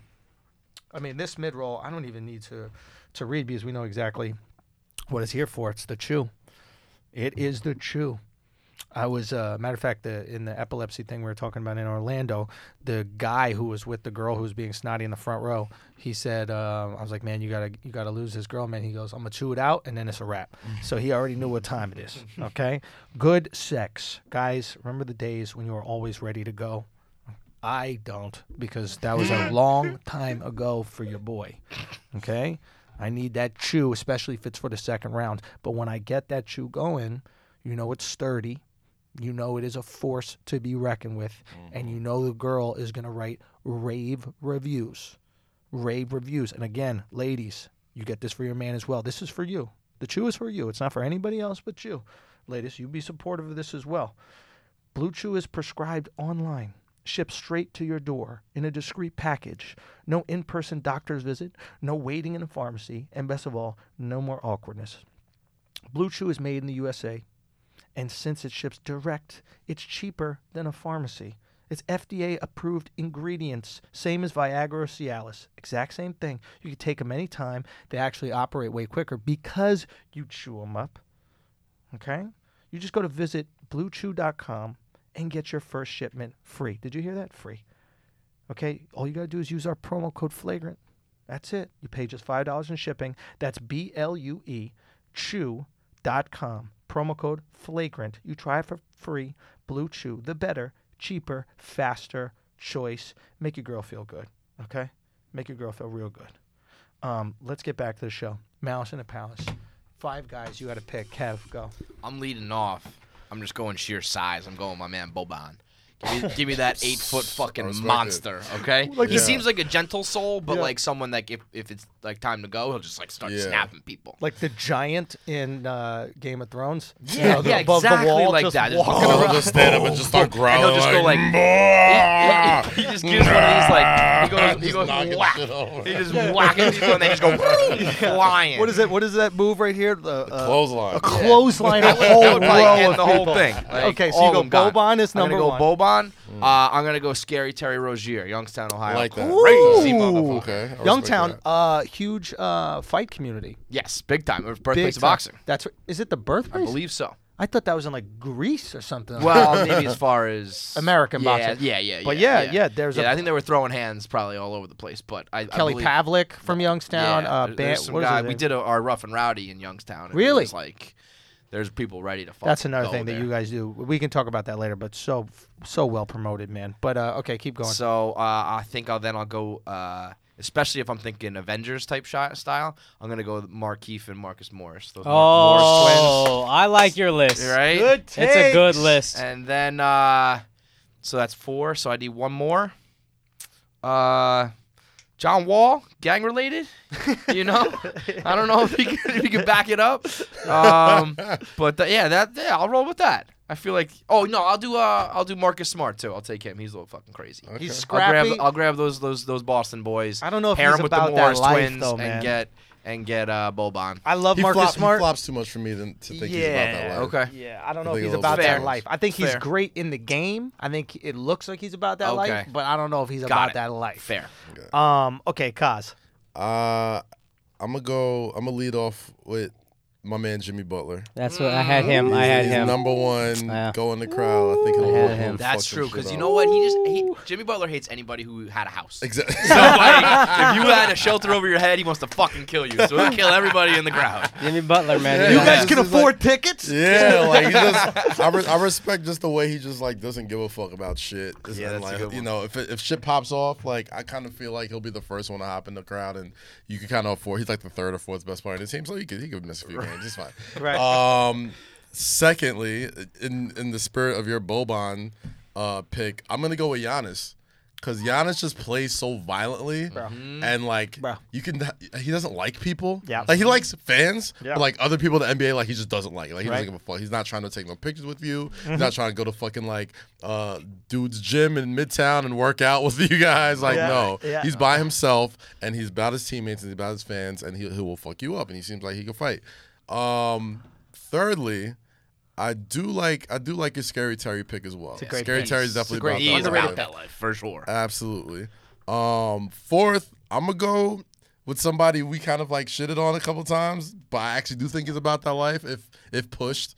S1: I mean, this mid roll, I don't even need to to read because we know exactly what it's here for. It's the chew. It is the chew. I was, uh, matter of fact, the in the epilepsy thing we were talking about in Orlando, the guy who was with the girl who was being snotty in the front row, he said, uh, "I was like, man, you gotta you gotta lose this girl, man." He goes, "I'm gonna chew it out, and then it's a wrap." so he already knew what time it is. Okay, good sex, guys. Remember the days when you were always ready to go. I don't because that was a long time ago for your boy. Okay? I need that chew, especially if it's for the second round. But when I get that chew going, you know it's sturdy. You know it is a force to be reckoned with. And you know the girl is going to write rave reviews. Rave reviews. And again, ladies, you get this for your man as well. This is for you. The chew is for you. It's not for anybody else but you. Ladies, you be supportive of this as well. Blue Chew is prescribed online, shipped straight to your door in a discreet package. No in person doctor's visit, no waiting in a pharmacy, and best of all, no more awkwardness. Blue Chew is made in the USA, and since it ships direct, it's cheaper than a pharmacy. It's FDA approved ingredients, same as Viagra or Cialis. Exact same thing. You can take them anytime. They actually operate way quicker because you chew them up. Okay? You just go to visit bluechew.com and get your first shipment free. Did you hear that? Free. Okay? All you got to do is use our promo code flagrant. That's it. You pay just $5 in shipping. That's B L U E chew.com. Promo code flagrant. You try it for free. Blue Chew, the better, cheaper, faster choice. Make your girl feel good. Okay? Make your girl feel real good. Um, let's get back to the show. Malice in the Palace. Five guys you got to pick. Kev, go.
S4: I'm leading off. I'm just going sheer size. I'm going my man Boban. Give me, give me that eight foot
S2: I
S4: fucking
S2: respect
S4: monster, okay? he
S2: Yeah.
S4: seems like a gentle soul, but
S1: Yeah.
S4: like someone that if, if it's like time to go, he'll just like start
S2: Yeah.
S4: snapping people.
S1: Like the giant in uh, Game of Thrones.
S4: Yeah,
S1: They're
S4: yeah,
S1: above the
S4: exactly
S1: wall,
S4: like
S1: just
S4: that. Just
S1: walking
S2: Oh,
S1: around.
S2: he'll just stand up and just start growling.
S4: he'll just go like-
S2: "Bah!"
S4: he just gives one of these like he goes he
S2: Just
S4: goes
S2: knocking
S4: whack.
S2: shit over.
S4: He just whacking people and they just go flying.
S1: What is it? What is that move right here? The, uh,
S2: Clothesline.
S1: a clothesline. A whole
S4: That would probably
S1: row
S4: end
S1: of
S4: the whole
S1: people.
S4: thing. Like,
S1: okay, so
S4: all
S1: you go
S4: of them gone.
S1: Boban is number
S4: I'm gonna
S1: one.
S4: go Boban. Uh, I'm gonna go Scary Terry Rozier, Youngstown,
S2: I
S4: Ohio.
S2: Hmm. like that.
S4: Crazy
S1: Ooh.
S4: motherfucker.
S2: Okay. I respect
S1: Youngtown,
S2: that.
S1: uh, huge uh, fight community.
S4: Yes, big time. It was
S1: Big
S4: Birthplace of
S1: time.
S4: boxing.
S1: That's is it the
S4: I
S1: birthplace?
S4: believe so.
S1: I thought that was in like Greece or something.
S4: Well, maybe as far as
S1: American
S4: yeah,
S1: boxing.
S4: Yeah, yeah, yeah.
S1: But yeah,
S4: yeah.
S1: yeah, there's
S4: yeah,
S1: a-
S4: I think they were throwing hands probably all over the place. But I
S1: Kelly
S4: I believe,
S1: Pavlik from Youngstown.
S4: yeah,
S1: uh,
S4: there-
S1: Ban-
S4: there's some
S1: what is
S4: guy-
S1: it?
S4: we did a, our rough and rowdy in Youngstown. and it
S1: Really?
S4: was like there's people ready to.
S1: That's
S4: fucking
S1: another
S4: go
S1: thing that
S4: there.
S1: you guys do. We can talk about that later. But so so well promoted, man. But uh, okay, keep going.
S4: So uh, I think I'll then I'll go. Uh, especially if I'm thinking Avengers type shot style, I'm gonna go with Markeith and Marcus Morris. Those Mar- Morris
S3: Oh, I like your list.
S4: twins, right?
S3: It's a good
S1: takes.
S3: list.
S4: And then uh, so that's four. So I need one more. Uh, John Wall, gang related. You know, I don't know if he could, if he could back it up. Um, but uh, yeah, that yeah, I'll roll with that. I feel like oh no, I'll do uh, I'll do Marcus Smart too. I'll take him. He's a little fucking crazy.
S1: He's
S4: I'll
S1: scrappy.
S4: grab I'll grab those those those Boston boys.
S1: I don't know if
S4: pair
S1: he's
S4: 'em with
S1: about
S4: the
S1: that
S4: Morris
S1: life,
S4: twins
S1: though, man.
S4: and get and get uh, Boban.
S1: I love
S2: He,
S1: Marcus
S2: flop- he
S1: Smart.
S2: flops too much for me than, to think he's about that
S4: Yeah,
S2: life.
S4: okay.
S1: Yeah, I don't know
S2: I
S1: if
S2: think
S1: he's
S2: a little
S1: about
S4: bit
S1: that
S4: fair.
S1: life. I think he's
S4: Fair.
S1: great in the game. I think it looks like he's about that life,
S4: Okay.
S1: but I don't know if he's
S4: Got
S1: about
S4: it.
S1: that life.
S4: Fair.
S1: Um. Okay, Kaz.
S2: Uh, I'm gonna go. I'm gonna lead off with my man Jimmy Butler.
S3: That's what I had him. I had
S2: He's
S3: him.
S2: number one.
S3: Yeah.
S2: Go in the crowd. I think he'll,
S3: had
S2: he'll
S3: him.
S2: fuck
S4: That's
S2: some
S4: true
S2: shit
S4: because you
S2: up.
S4: know what he just he, Jimmy Butler hates anybody who had a house.
S2: Exactly.
S4: So like, if you had a shelter over your head, he wants to fucking kill you. So he'll kill everybody in the crowd.
S3: Jimmy Butler, man.
S2: Yeah.
S3: He's
S2: You
S3: a-
S2: guys can afford
S1: tickets.
S2: yeah, like he just. I, re- I respect just the way he just like doesn't give a fuck about shit. It's-
S4: Yeah,
S2: and,
S4: that's a
S2: like,
S4: good
S2: You
S4: one.
S2: know, if it, if shit pops off, like I kind of feel like he'll be the first one to hop in the crowd, and you can kind of afford. He's like the third or fourth best player in the team, so he could he could miss a few games. It's fine.
S1: Right.
S2: Um, secondly, in in the spirit of your Boban uh, pick, I'm gonna go with Giannis. Cause Giannis just plays so violently, and like
S1: Bro.
S2: you can, he doesn't like people.
S1: Yeah.
S2: like he likes fans,
S1: Yeah.
S2: but like other people in the NBA, like he just doesn't like. Like he
S1: Right. Mm-hmm.
S2: doesn't give a fuck. He's not trying to take no pictures with you. He's not trying to go to fucking like uh, dude's gym in Midtown and work out with you guys. Like
S1: Yeah.
S2: no,
S1: Yeah.
S2: he's by himself and he's about his teammates and he's about his fans and he, he will fuck you up and he seems like he can fight. Um, thirdly, I do like I do like your scary Terry pick as well.
S1: great
S2: scary
S1: pick.
S2: Terry's
S1: It's a
S2: definitely
S1: great-
S2: about
S4: He
S2: that
S4: is
S2: life.
S4: about that life for sure.
S2: Absolutely. Um, fourth, I'm gonna go with somebody we kind of like shitted on a couple times, but I actually do think is about that life if if pushed,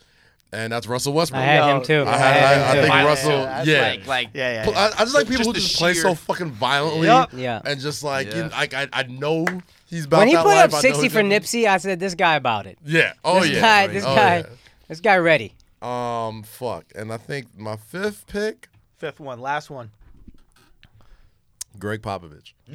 S2: and that's Russell Westbrook.
S3: I had him too.
S2: I, I-
S3: I
S2: I
S3: had him
S2: think
S3: too.
S4: Violent,
S2: Russell.
S4: too.
S2: Yeah,
S4: That's Like, like
S1: Yeah,
S2: Pl-
S1: yeah.
S2: I, I just like people
S4: Just
S2: who
S4: the
S2: just play
S4: sheer-
S2: so fucking violently.
S1: Yeah.
S3: Yeah.
S2: and just like
S4: Yeah.
S2: you, like I, I know he's about
S3: When he
S2: that
S3: put
S2: life.
S3: up
S2: I know
S3: 60
S2: he's
S3: for
S2: gonna-
S3: Nipsey, I said, this guy about it.
S2: Yeah. Oh
S3: This
S2: yeah.
S3: guy, this
S2: Oh,
S3: guy, this guy ready.
S2: yeah. Um, fuck. And I think my fifth pick,
S1: Fifth one, last one.
S2: Greg Popovich.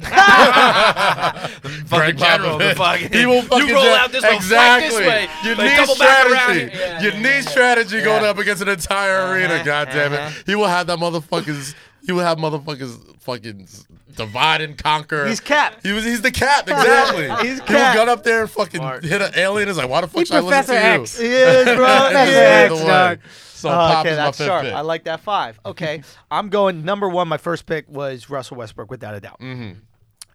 S4: fucking general. of The fucking,
S2: He will fucking
S4: you roll
S2: jab-
S4: out this way, flank
S2: exactly.
S4: this way,
S2: Your
S4: like,
S2: knee
S4: double back around.
S2: strategy.
S4: here. Yeah,
S2: Your
S4: yeah,
S2: knee
S4: yeah.
S2: strategy going
S4: Yeah.
S2: up against an entire arena.
S4: Uh-huh,
S2: God damn it.
S4: uh-huh.
S2: He will have that motherfuckers. He will have motherfuckers fucking s- divide and conquer.
S1: He's Cap.
S2: He was. He's the cap. Exactly.
S1: He's
S2: He will
S1: Cap.
S2: gun up there and fucking
S4: Smart.
S2: hit an alien. Is like, why the fuck
S3: He
S2: should I listen
S3: Professor
S2: to you?
S3: X.
S1: Yes, bro.
S2: He's
S3: X,
S2: the way.
S3: dog.
S2: So
S1: Oh,
S2: Pop
S1: okay,
S2: is my
S1: that's
S2: fifth
S1: sharp.
S2: pick.
S1: I like that five. Okay, I'm going number one. My first pick was Russell Westbrook, without a doubt.
S2: Mm-hmm.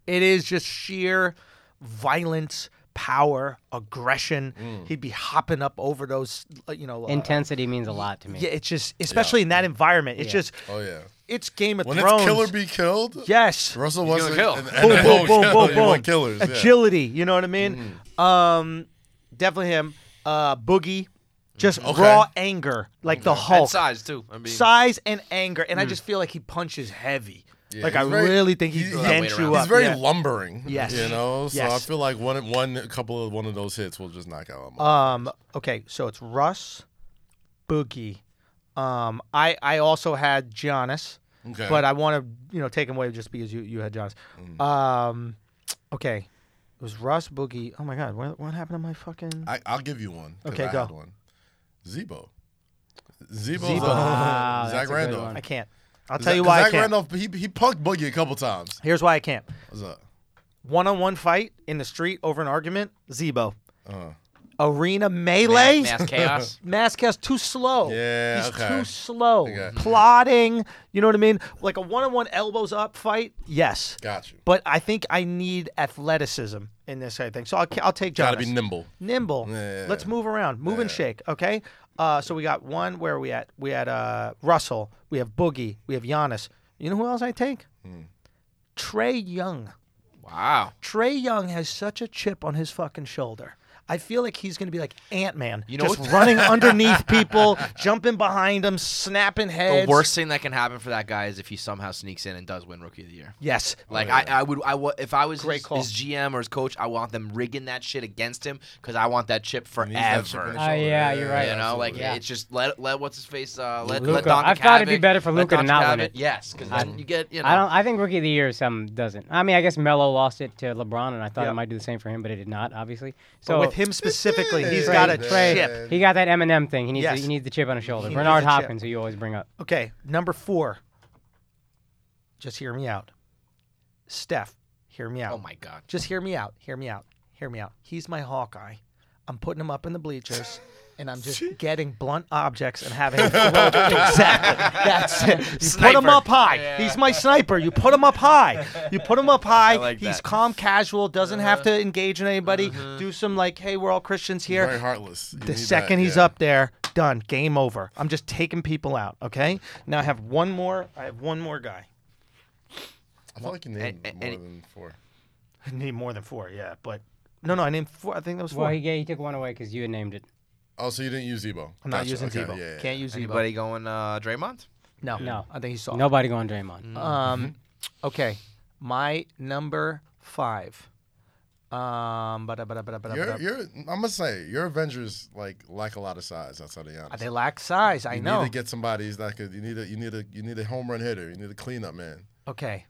S1: It is just sheer violence, power, aggression.
S2: Mm.
S1: He'd be hopping up over those, uh, you know, uh,
S3: Intensity means a lot to me.
S1: yeah, it's just, especially in that environment, it's just,
S2: oh yeah.
S1: it's Game of
S2: When it's
S1: Thrones.
S2: killer be killed.
S1: yes,
S2: Russell
S4: You're gonna
S2: Westbrook.
S4: kill.
S2: and-
S1: boom,
S2: and-
S1: boom, boom, boom,
S2: You
S1: boom.
S2: want Killers. yeah. Mm-hmm.
S1: Agility, you know what I mean? Um, definitely him. Uh, Boogie, just
S2: Mm-hmm. Okay.
S1: raw anger, like the Hulk.
S4: And size too. I mean,
S1: size and anger, and I just feel like he punches heavy.
S2: Mm. Yeah,
S1: like
S2: he's
S1: I
S2: very-
S1: really think he
S2: he's-
S4: that
S1: dents
S4: weight
S1: you
S4: around.
S1: up.
S2: He's very
S1: yeah.
S2: lumbering.
S1: Yes.
S2: You know, so I
S1: Yes.
S2: feel like one, one, a couple of one of those hits will just knock out. him.
S1: um. Okay, so it's Russ, Boogie. Um. I I also had Giannis,
S2: okay.
S1: but I want to you know take him away just because you you had Giannis.
S2: Mm.
S1: Um. Okay, it was Russ, Boogie. Oh my God, what what happened to my fucking?
S2: I, I'll give you one. 'cause
S1: Okay,
S2: I
S1: go.
S2: Had one. Zebo. Zebo.
S1: Zebo.
S3: Wow,
S2: Zach
S3: that's a good
S2: Randolph.
S3: one.
S1: I can't. I'll
S2: Zach-
S1: tell you why I
S2: Zach
S1: can't.
S2: Randolph. He he punked Boogie a couple times.
S1: Here's why I can't.
S2: What's up?
S1: One-on-one fight in the street over an argument. Zebo.
S2: Uh,
S1: Arena melee.
S4: mass, mass chaos.
S1: Mascast too slow.
S2: Yeah,
S1: he's
S2: okay.
S1: too slow.
S2: Okay.
S1: Plotting. You know what I mean? Like a one-on-one elbows up fight. Yes,
S2: got you.
S1: but I think I need athleticism in this kind of thing. So I'll, I'll take Jonas.
S2: Gotta be nimble.
S1: nimble.
S2: Yeah.
S1: Let's move around, move and shake. Okay. Uh, so we got one. Where are we at? We had uh, Russell. We have Boogie. We have Giannis. You know who else I take?
S2: Hmm.
S1: Trey Young.
S4: Wow.
S1: Trey Young has such a chip on his fucking shoulder. I feel like he's going to be like Ant Man, you
S4: know
S1: know, just
S4: what-
S1: running underneath people, jumping behind them, snapping heads.
S4: The worst thing that can happen for that guy is if he somehow sneaks in and does win Rookie of the Year.
S1: Yes.
S4: Like I, I would, I wa- if I was
S1: Oh, Great
S4: his,
S1: call.
S4: his GM or his coach, I want them rigging that shit against him because I want that chip
S2: He needs that chip in
S4: forever.
S2: his
S3: Uh,
S2: shoulder.
S3: yeah, you're right.
S4: you know, like
S3: Yeah.
S4: it's just let let what's his face. Uh, let,
S3: Luka.
S4: let Doncic
S3: I've thought
S4: have
S3: it'd be better for
S4: Let
S3: Luka to
S4: Doncic
S3: not
S4: have
S3: win it.
S4: Yes, because then you get you know.
S3: I don't. I think Rookie of the Year some doesn't. I mean, I guess Melo lost it to LeBron, and I thought
S1: Yeah.
S3: it might do the same for him, but it did not, obviously. So
S1: But with him specifically, he's
S2: Trey-
S1: got a
S2: Trey-
S1: chip.
S3: He got that Eminem thing. He needs.
S1: Yes.
S3: The, he needs the chip on his shoulder.
S1: He
S3: Bernard
S1: needs a chip.
S3: Hopkins, who you always bring up.
S1: Okay, number four. Just hear me out. Steph, hear me out.
S4: oh my god.
S1: Just hear me out. Hear me out. Hear me out. He's my Hawkeye. I'm putting him up in the bleachers. And I'm just getting blunt objects and having him float. exactly. That's it. You put him
S4: Sniper.
S1: up high. He's my sniper. You put him up high. You put him up high.
S4: like
S1: He's
S4: that.
S1: calm, casual. Doesn't have to engage in anybody. Do some like, hey, we're all Christians here.
S2: Very heartless. You
S1: The
S2: need that,
S1: second he's
S2: yeah.
S1: up there, done. Game over. I'm just taking people out. Okay. Now I have one more. I have one more guy.
S2: I feel like you named
S4: and-
S2: more
S4: and-
S2: than four.
S1: I need more than four. Yeah, but no, no. I named four. I think that was four.
S3: Well, he, gave, he took one away because you had named it.
S2: Oh, so you didn't use Zebo?
S1: I'm not using
S2: okay,
S1: Tebow.
S2: Yeah, yeah.
S1: Can't use Tebow.
S4: Anybody going uh, Draymond?
S1: No,
S3: No.
S1: I think he saw.
S3: Nobody going Draymond.
S1: Um,
S2: Mm-hmm.
S1: okay. My number five. Um, but
S2: You're, you're, I'm gonna say your Avengers like lack a lot of size. That's how they honest.
S1: Ah, they lack size. I
S2: you
S1: know.
S2: need to get somebody who's not good. You need a you need a you need a home run hitter. You need a cleanup man.
S1: Okay.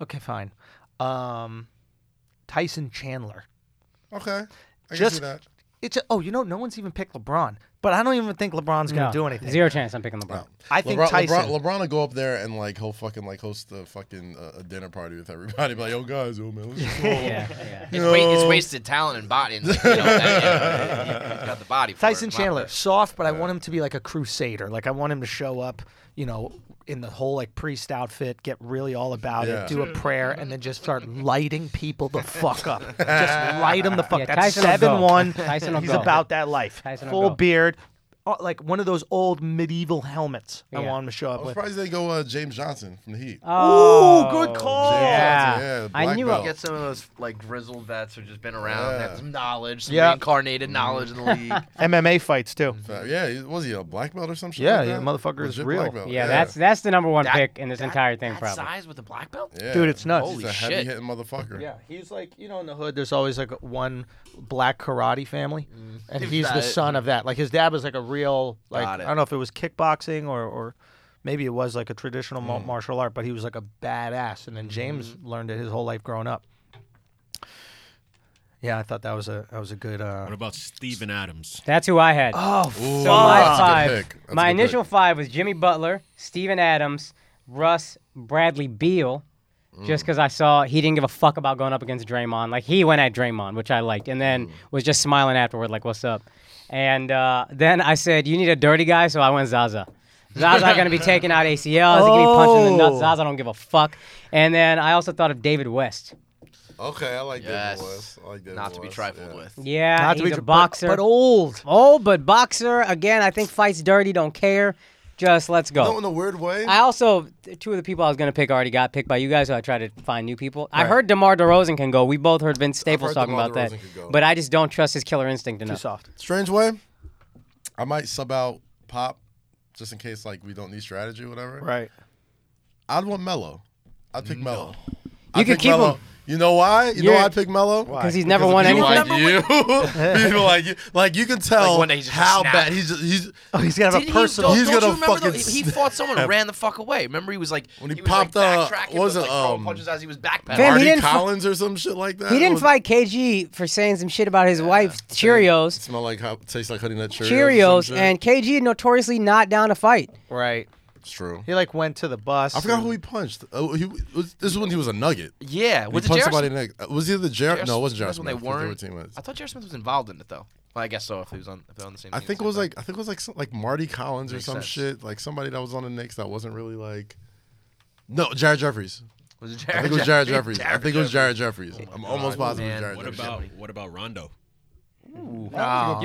S1: Okay, fine. Um, Tyson Chandler.
S2: Okay, I can
S1: Just-
S2: see that.
S1: It's a, oh, you know, no one's even picked LeBron, but I don't even think LeBron's gonna
S3: No.
S1: do anything.
S3: Zero chance. I'm picking LeBron.
S1: I think
S2: LeBron,
S1: Tyson.
S2: LeBron, LeBron will go up there and like he'll fucking like host a fucking uh, a dinner party with everybody. Be like, yo guys, yo man, let's just go.
S3: Yeah, yeah.
S4: It's, wa- it's
S2: No.
S4: wasted talent and body. And, like, you know, that, yeah, he's got the body. For
S1: Tyson
S4: it.
S1: Chandler, soft, but I want him to be like a crusader. Like I want him to show up, you know, in the whole like priest outfit, get really all about
S2: Yeah.
S1: it, do a prayer, and then just start lighting people the fuck up. just light them the fuck.
S3: Yeah,
S1: That's
S3: Tyson will go.
S1: seven one.
S3: Tyson will
S1: He's
S3: go.
S1: about that life.
S3: Tyson will
S1: Full
S3: go.
S1: beard, oh, like one of those old medieval helmets. I
S3: Yeah.
S1: want him to show up
S2: I was
S1: with.
S2: surprised they go uh, James Johnson from the Heat.
S1: Oh, Ooh, good call.
S3: Oh, Yeah,
S2: Yeah,
S3: I
S2: black
S3: knew
S2: belt.
S3: it.
S4: Get some of those like grizzled vets who've just been around,
S2: Yeah. Mm-hmm.
S4: have some knowledge, some
S1: Yeah.
S4: reincarnated knowledge in the league.
S1: MMA fights too.
S2: Uh, yeah, he- was he a black belt or some shit?
S1: Yeah,
S2: like
S1: yeah,
S2: that?
S1: motherfucker is
S2: Legit
S1: real.
S2: black belt,
S3: Yeah, that's that's the number one
S4: That-
S3: pick in this
S4: that-
S3: entire thing,
S4: that
S3: probably.
S4: size with a black belt.
S2: Yeah.
S1: Dude, it's nuts.
S2: He's
S4: Holy
S2: a
S4: shit.
S2: heavy hitting motherfucker.
S1: Yeah, he's like you know in the hood. There's always like one black karate family, and he's the
S4: Got it.
S1: son of that. Like his dad was like a real like
S4: Got
S1: I
S4: it.
S1: don't know if it was kickboxing or or maybe it was like a traditional ma- martial art, but he was like a badass. And then James learned it his whole life growing up. Yeah, I thought that was a that was a good.
S5: What
S1: Uh,
S5: about Steven Adams?
S3: that's who I had.
S1: oh,
S2: Ooh,
S3: So my
S2: that's a good
S3: five,
S2: pick. That's a
S3: my
S2: good pick.
S3: initial five was Jimmy Butler, Steven Adams, Russ, Bradley Beal.
S2: Mm.
S3: Just because I saw he didn't give a fuck about going up against Draymond, like he went at Draymond, which I liked, and
S2: Mm.
S3: then was just smiling afterward, like "What's up?" And uh, then I said, "You need a dirty guy," so I went Zaza. Zaza gonna be taking out ACLs. He can be punching in the nuts.
S1: Oh.
S3: Zaza don't give a fuck. And then I also thought of David West.
S2: Okay, I like that
S4: Yes.
S2: voice. I like that
S4: Not to be
S2: voice,
S4: trifled
S2: yeah.
S4: with.
S3: Yeah,
S1: not
S3: he's
S1: to be
S3: a
S1: but-
S3: boxer.
S1: but old.
S3: Oh, but boxer again. I think fights dirty. Don't care. Just let's go.
S2: No, in a weird way.
S3: I also th- two of the people I was gonna pick already got picked by you guys, so I tried to find new people. I heard DeMar DeRozan can go. We both heard Vince Staples
S2: heard
S3: talking
S2: DeMar
S3: about that,
S2: DeRozan could go.
S3: but I just don't trust his killer instinct
S1: too
S3: enough.
S1: soft.
S2: Strange way. I might sub out Pop just in case like we don't need strategy or whatever.
S1: Right.
S2: I'd want Mello. I'd pick Mello.
S3: You could keep
S2: Mello.
S3: him.
S2: You know why? You
S3: You're-
S2: know why I'd pick Mello?
S3: Because he's never won anything.
S2: Like you, people like you, like you can tell
S4: Like one day he's just
S2: how
S4: snap.
S2: bad he's. Just, he's
S1: Oh, he's gonna have
S4: Didn't
S1: a
S4: he-
S1: personal.
S4: don't-
S2: He's
S4: don't
S2: gonna
S4: you remember though,
S2: fucking
S4: he, he fought someone and ran the fuck away. Remember he was like
S2: When he
S4: was, like,
S2: popped the-
S4: backtracking,
S2: what was
S4: but,
S2: it,
S4: like, throwing
S2: um,
S4: punches as he was backpedaling.
S3: Fam, he
S2: Marty
S3: didn't fi-
S2: Collins or some shit like that.
S3: He didn't
S2: Or-
S3: fight KG for saying some shit about his wife's Cheerios.
S2: Smell like how tastes like Honey Nut Cheerios. or
S3: Cheerios
S2: some shit.
S3: and KG notoriously not down to fight.
S1: Right.
S2: it's true.
S1: He like went to the bus.
S2: I forgot
S1: and-
S2: who he punched. Oh, he was, this is when he was a Nugget.
S4: yeah, was
S2: he punched
S4: it Jar-
S2: somebody in the neck. Uh, Was he the Jar?
S4: Jar-
S2: No, it wasn't Jar
S4: that's when
S2: Smith.
S4: they
S2: 'cause They were
S4: weren't-
S2: teammates.
S4: I thought Jared Smith was involved in it though. Well, I guess so if he was on if they're on the same.
S2: I
S4: team at
S2: think
S4: the
S2: it
S4: same
S2: was
S4: time.
S2: like I think it was like some, like Marty Collins or
S4: Makes
S2: some
S4: sense.
S2: shit. Like somebody that was on the Knicks that wasn't really like. No, Jared Jeffries.
S4: was it
S2: I
S4: Jared
S2: think it was Jared Jeffries. I think it was Jared Jeffries. I'm almost
S4: God,
S2: positive it was
S4: man.
S2: Jared
S4: What
S5: What
S2: Jeffries.
S5: about what about Rondo?
S4: You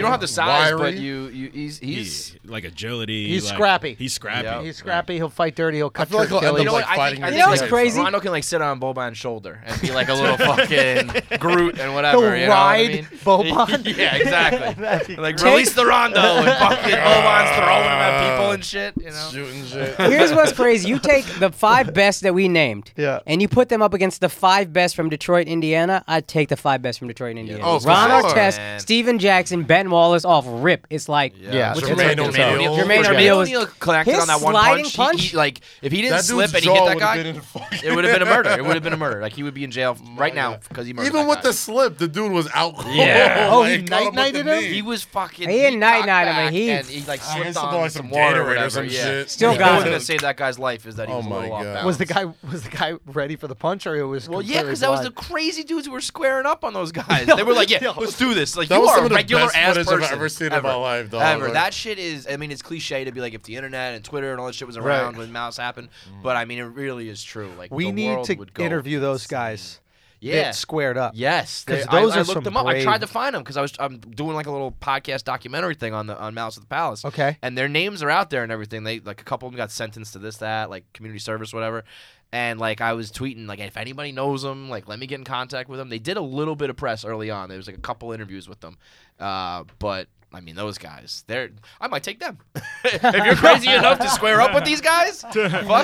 S4: don't have the size, but
S2: Wiry.
S4: you, you he's, he's
S5: Yeah, like agility.
S1: He's
S5: like-
S1: scrappy.
S5: He's scrappy.
S4: Yep.
S1: He's scrappy. He'll fight dirty. He'll cut
S2: feel
S1: your
S2: like he'll end
S1: Achilles.
S2: up like
S4: I
S2: fighting
S4: think, I
S2: your
S4: think
S3: You know what's
S4: like
S3: crazy?
S4: Rondo can like sit on Boban's shoulder and be like a little fucking Groot and whatever.
S1: He'll
S4: you know what I
S1: ride
S4: mean?
S1: Boban?
S4: yeah,
S1: That'd
S4: exactly.
S1: be
S4: like release the Rondo and fucking Boban's throwing him at people and shit. You know.
S2: Shooting shit.
S3: Here's what's crazy. You take the five best that we named,
S1: Yeah.
S3: and you put them up against the five best from Detroit, Indiana. I'd take the five best from Detroit, Indiana.
S4: Oh, for
S3: Ron
S4: sure,
S3: Artest,
S4: man.
S3: Steven Jackson, Ben Wallace off rip. It's like
S1: Yeah,
S4: Which
S1: Jermaine
S4: protected
S2: O'Neal.
S4: himself.
S2: Jermaine
S3: O'Neal
S4: Jermaine
S3: was-
S4: O'Neal collected
S3: his
S4: on that one
S3: sliding
S4: punch.
S3: punch-
S4: He, he, like if he didn't
S2: That
S4: slip
S2: dude's
S4: and he hit
S2: jaw
S4: that
S2: would have
S4: guy,
S2: been in fucking-
S4: it would have been a murder. It would have been a murder. Like he would be in jail right now because he murdered.
S2: Even
S4: that
S2: with
S4: guy.
S2: the slip, the dude was out. cold.
S4: Yeah.
S1: Oh,
S2: Like,
S1: he
S2: caught with
S1: night-nighted
S2: the
S1: him?
S2: knee.
S4: He was fucking.
S3: He didn't night
S4: cocked
S3: night him,
S4: back
S3: he-
S4: and he like
S2: I guess it
S4: slipped
S2: was
S4: on
S2: like
S4: some
S2: some
S4: water
S2: Gatorade
S4: or
S2: or
S4: whatever.
S2: some
S4: yeah.
S2: shit.
S3: Still
S4: Like,
S3: got
S4: that was
S3: him.
S4: gonna save that guy's life. Is that he
S2: Oh
S4: was a
S2: my
S4: little off
S2: God.
S4: balance.
S1: Was the guy was the guy ready for the punch, or it was
S4: Well, yeah,
S1: because
S4: because that was the crazy dudes who were squaring up on those guys. they were like, "Yeah, let's do this." Like,
S2: That
S4: you
S2: was
S4: are
S2: some of
S4: a
S2: the
S4: regular
S2: best
S4: ass
S2: footage
S4: person
S2: I've ever seen in
S4: ever.
S2: my life, dog.
S4: Ever.
S2: Like-
S4: That shit is. I mean, it's cliche to be like, if the internet and Twitter and all that shit was
S1: Right.
S4: around when Mouse happened, but I mean, it really is true. Like,
S1: We
S4: the
S1: need
S4: world
S1: to
S4: would go
S1: interview those
S4: insane.
S1: guys.
S4: Yeah.
S1: that squared up.
S4: Yes,
S1: 'Cause
S4: they- I-
S1: those
S4: I,
S1: are
S4: looked
S1: some
S4: them up. I
S1: brave-
S4: tried to find them because I was I'm doing like a little podcast documentary thing on the on Mouse of the Palace.
S1: Okay.
S4: and their names are out there and everything. They like a couple of them got sentenced to this that like community service whatever, and like I was tweeting like if anybody knows them like let me get in contact with them. They did a little bit of press early on. There was like a couple interviews with them, uh, but. I mean, those guys. They're. I might take them. if you're crazy enough to square up with these guys, fuck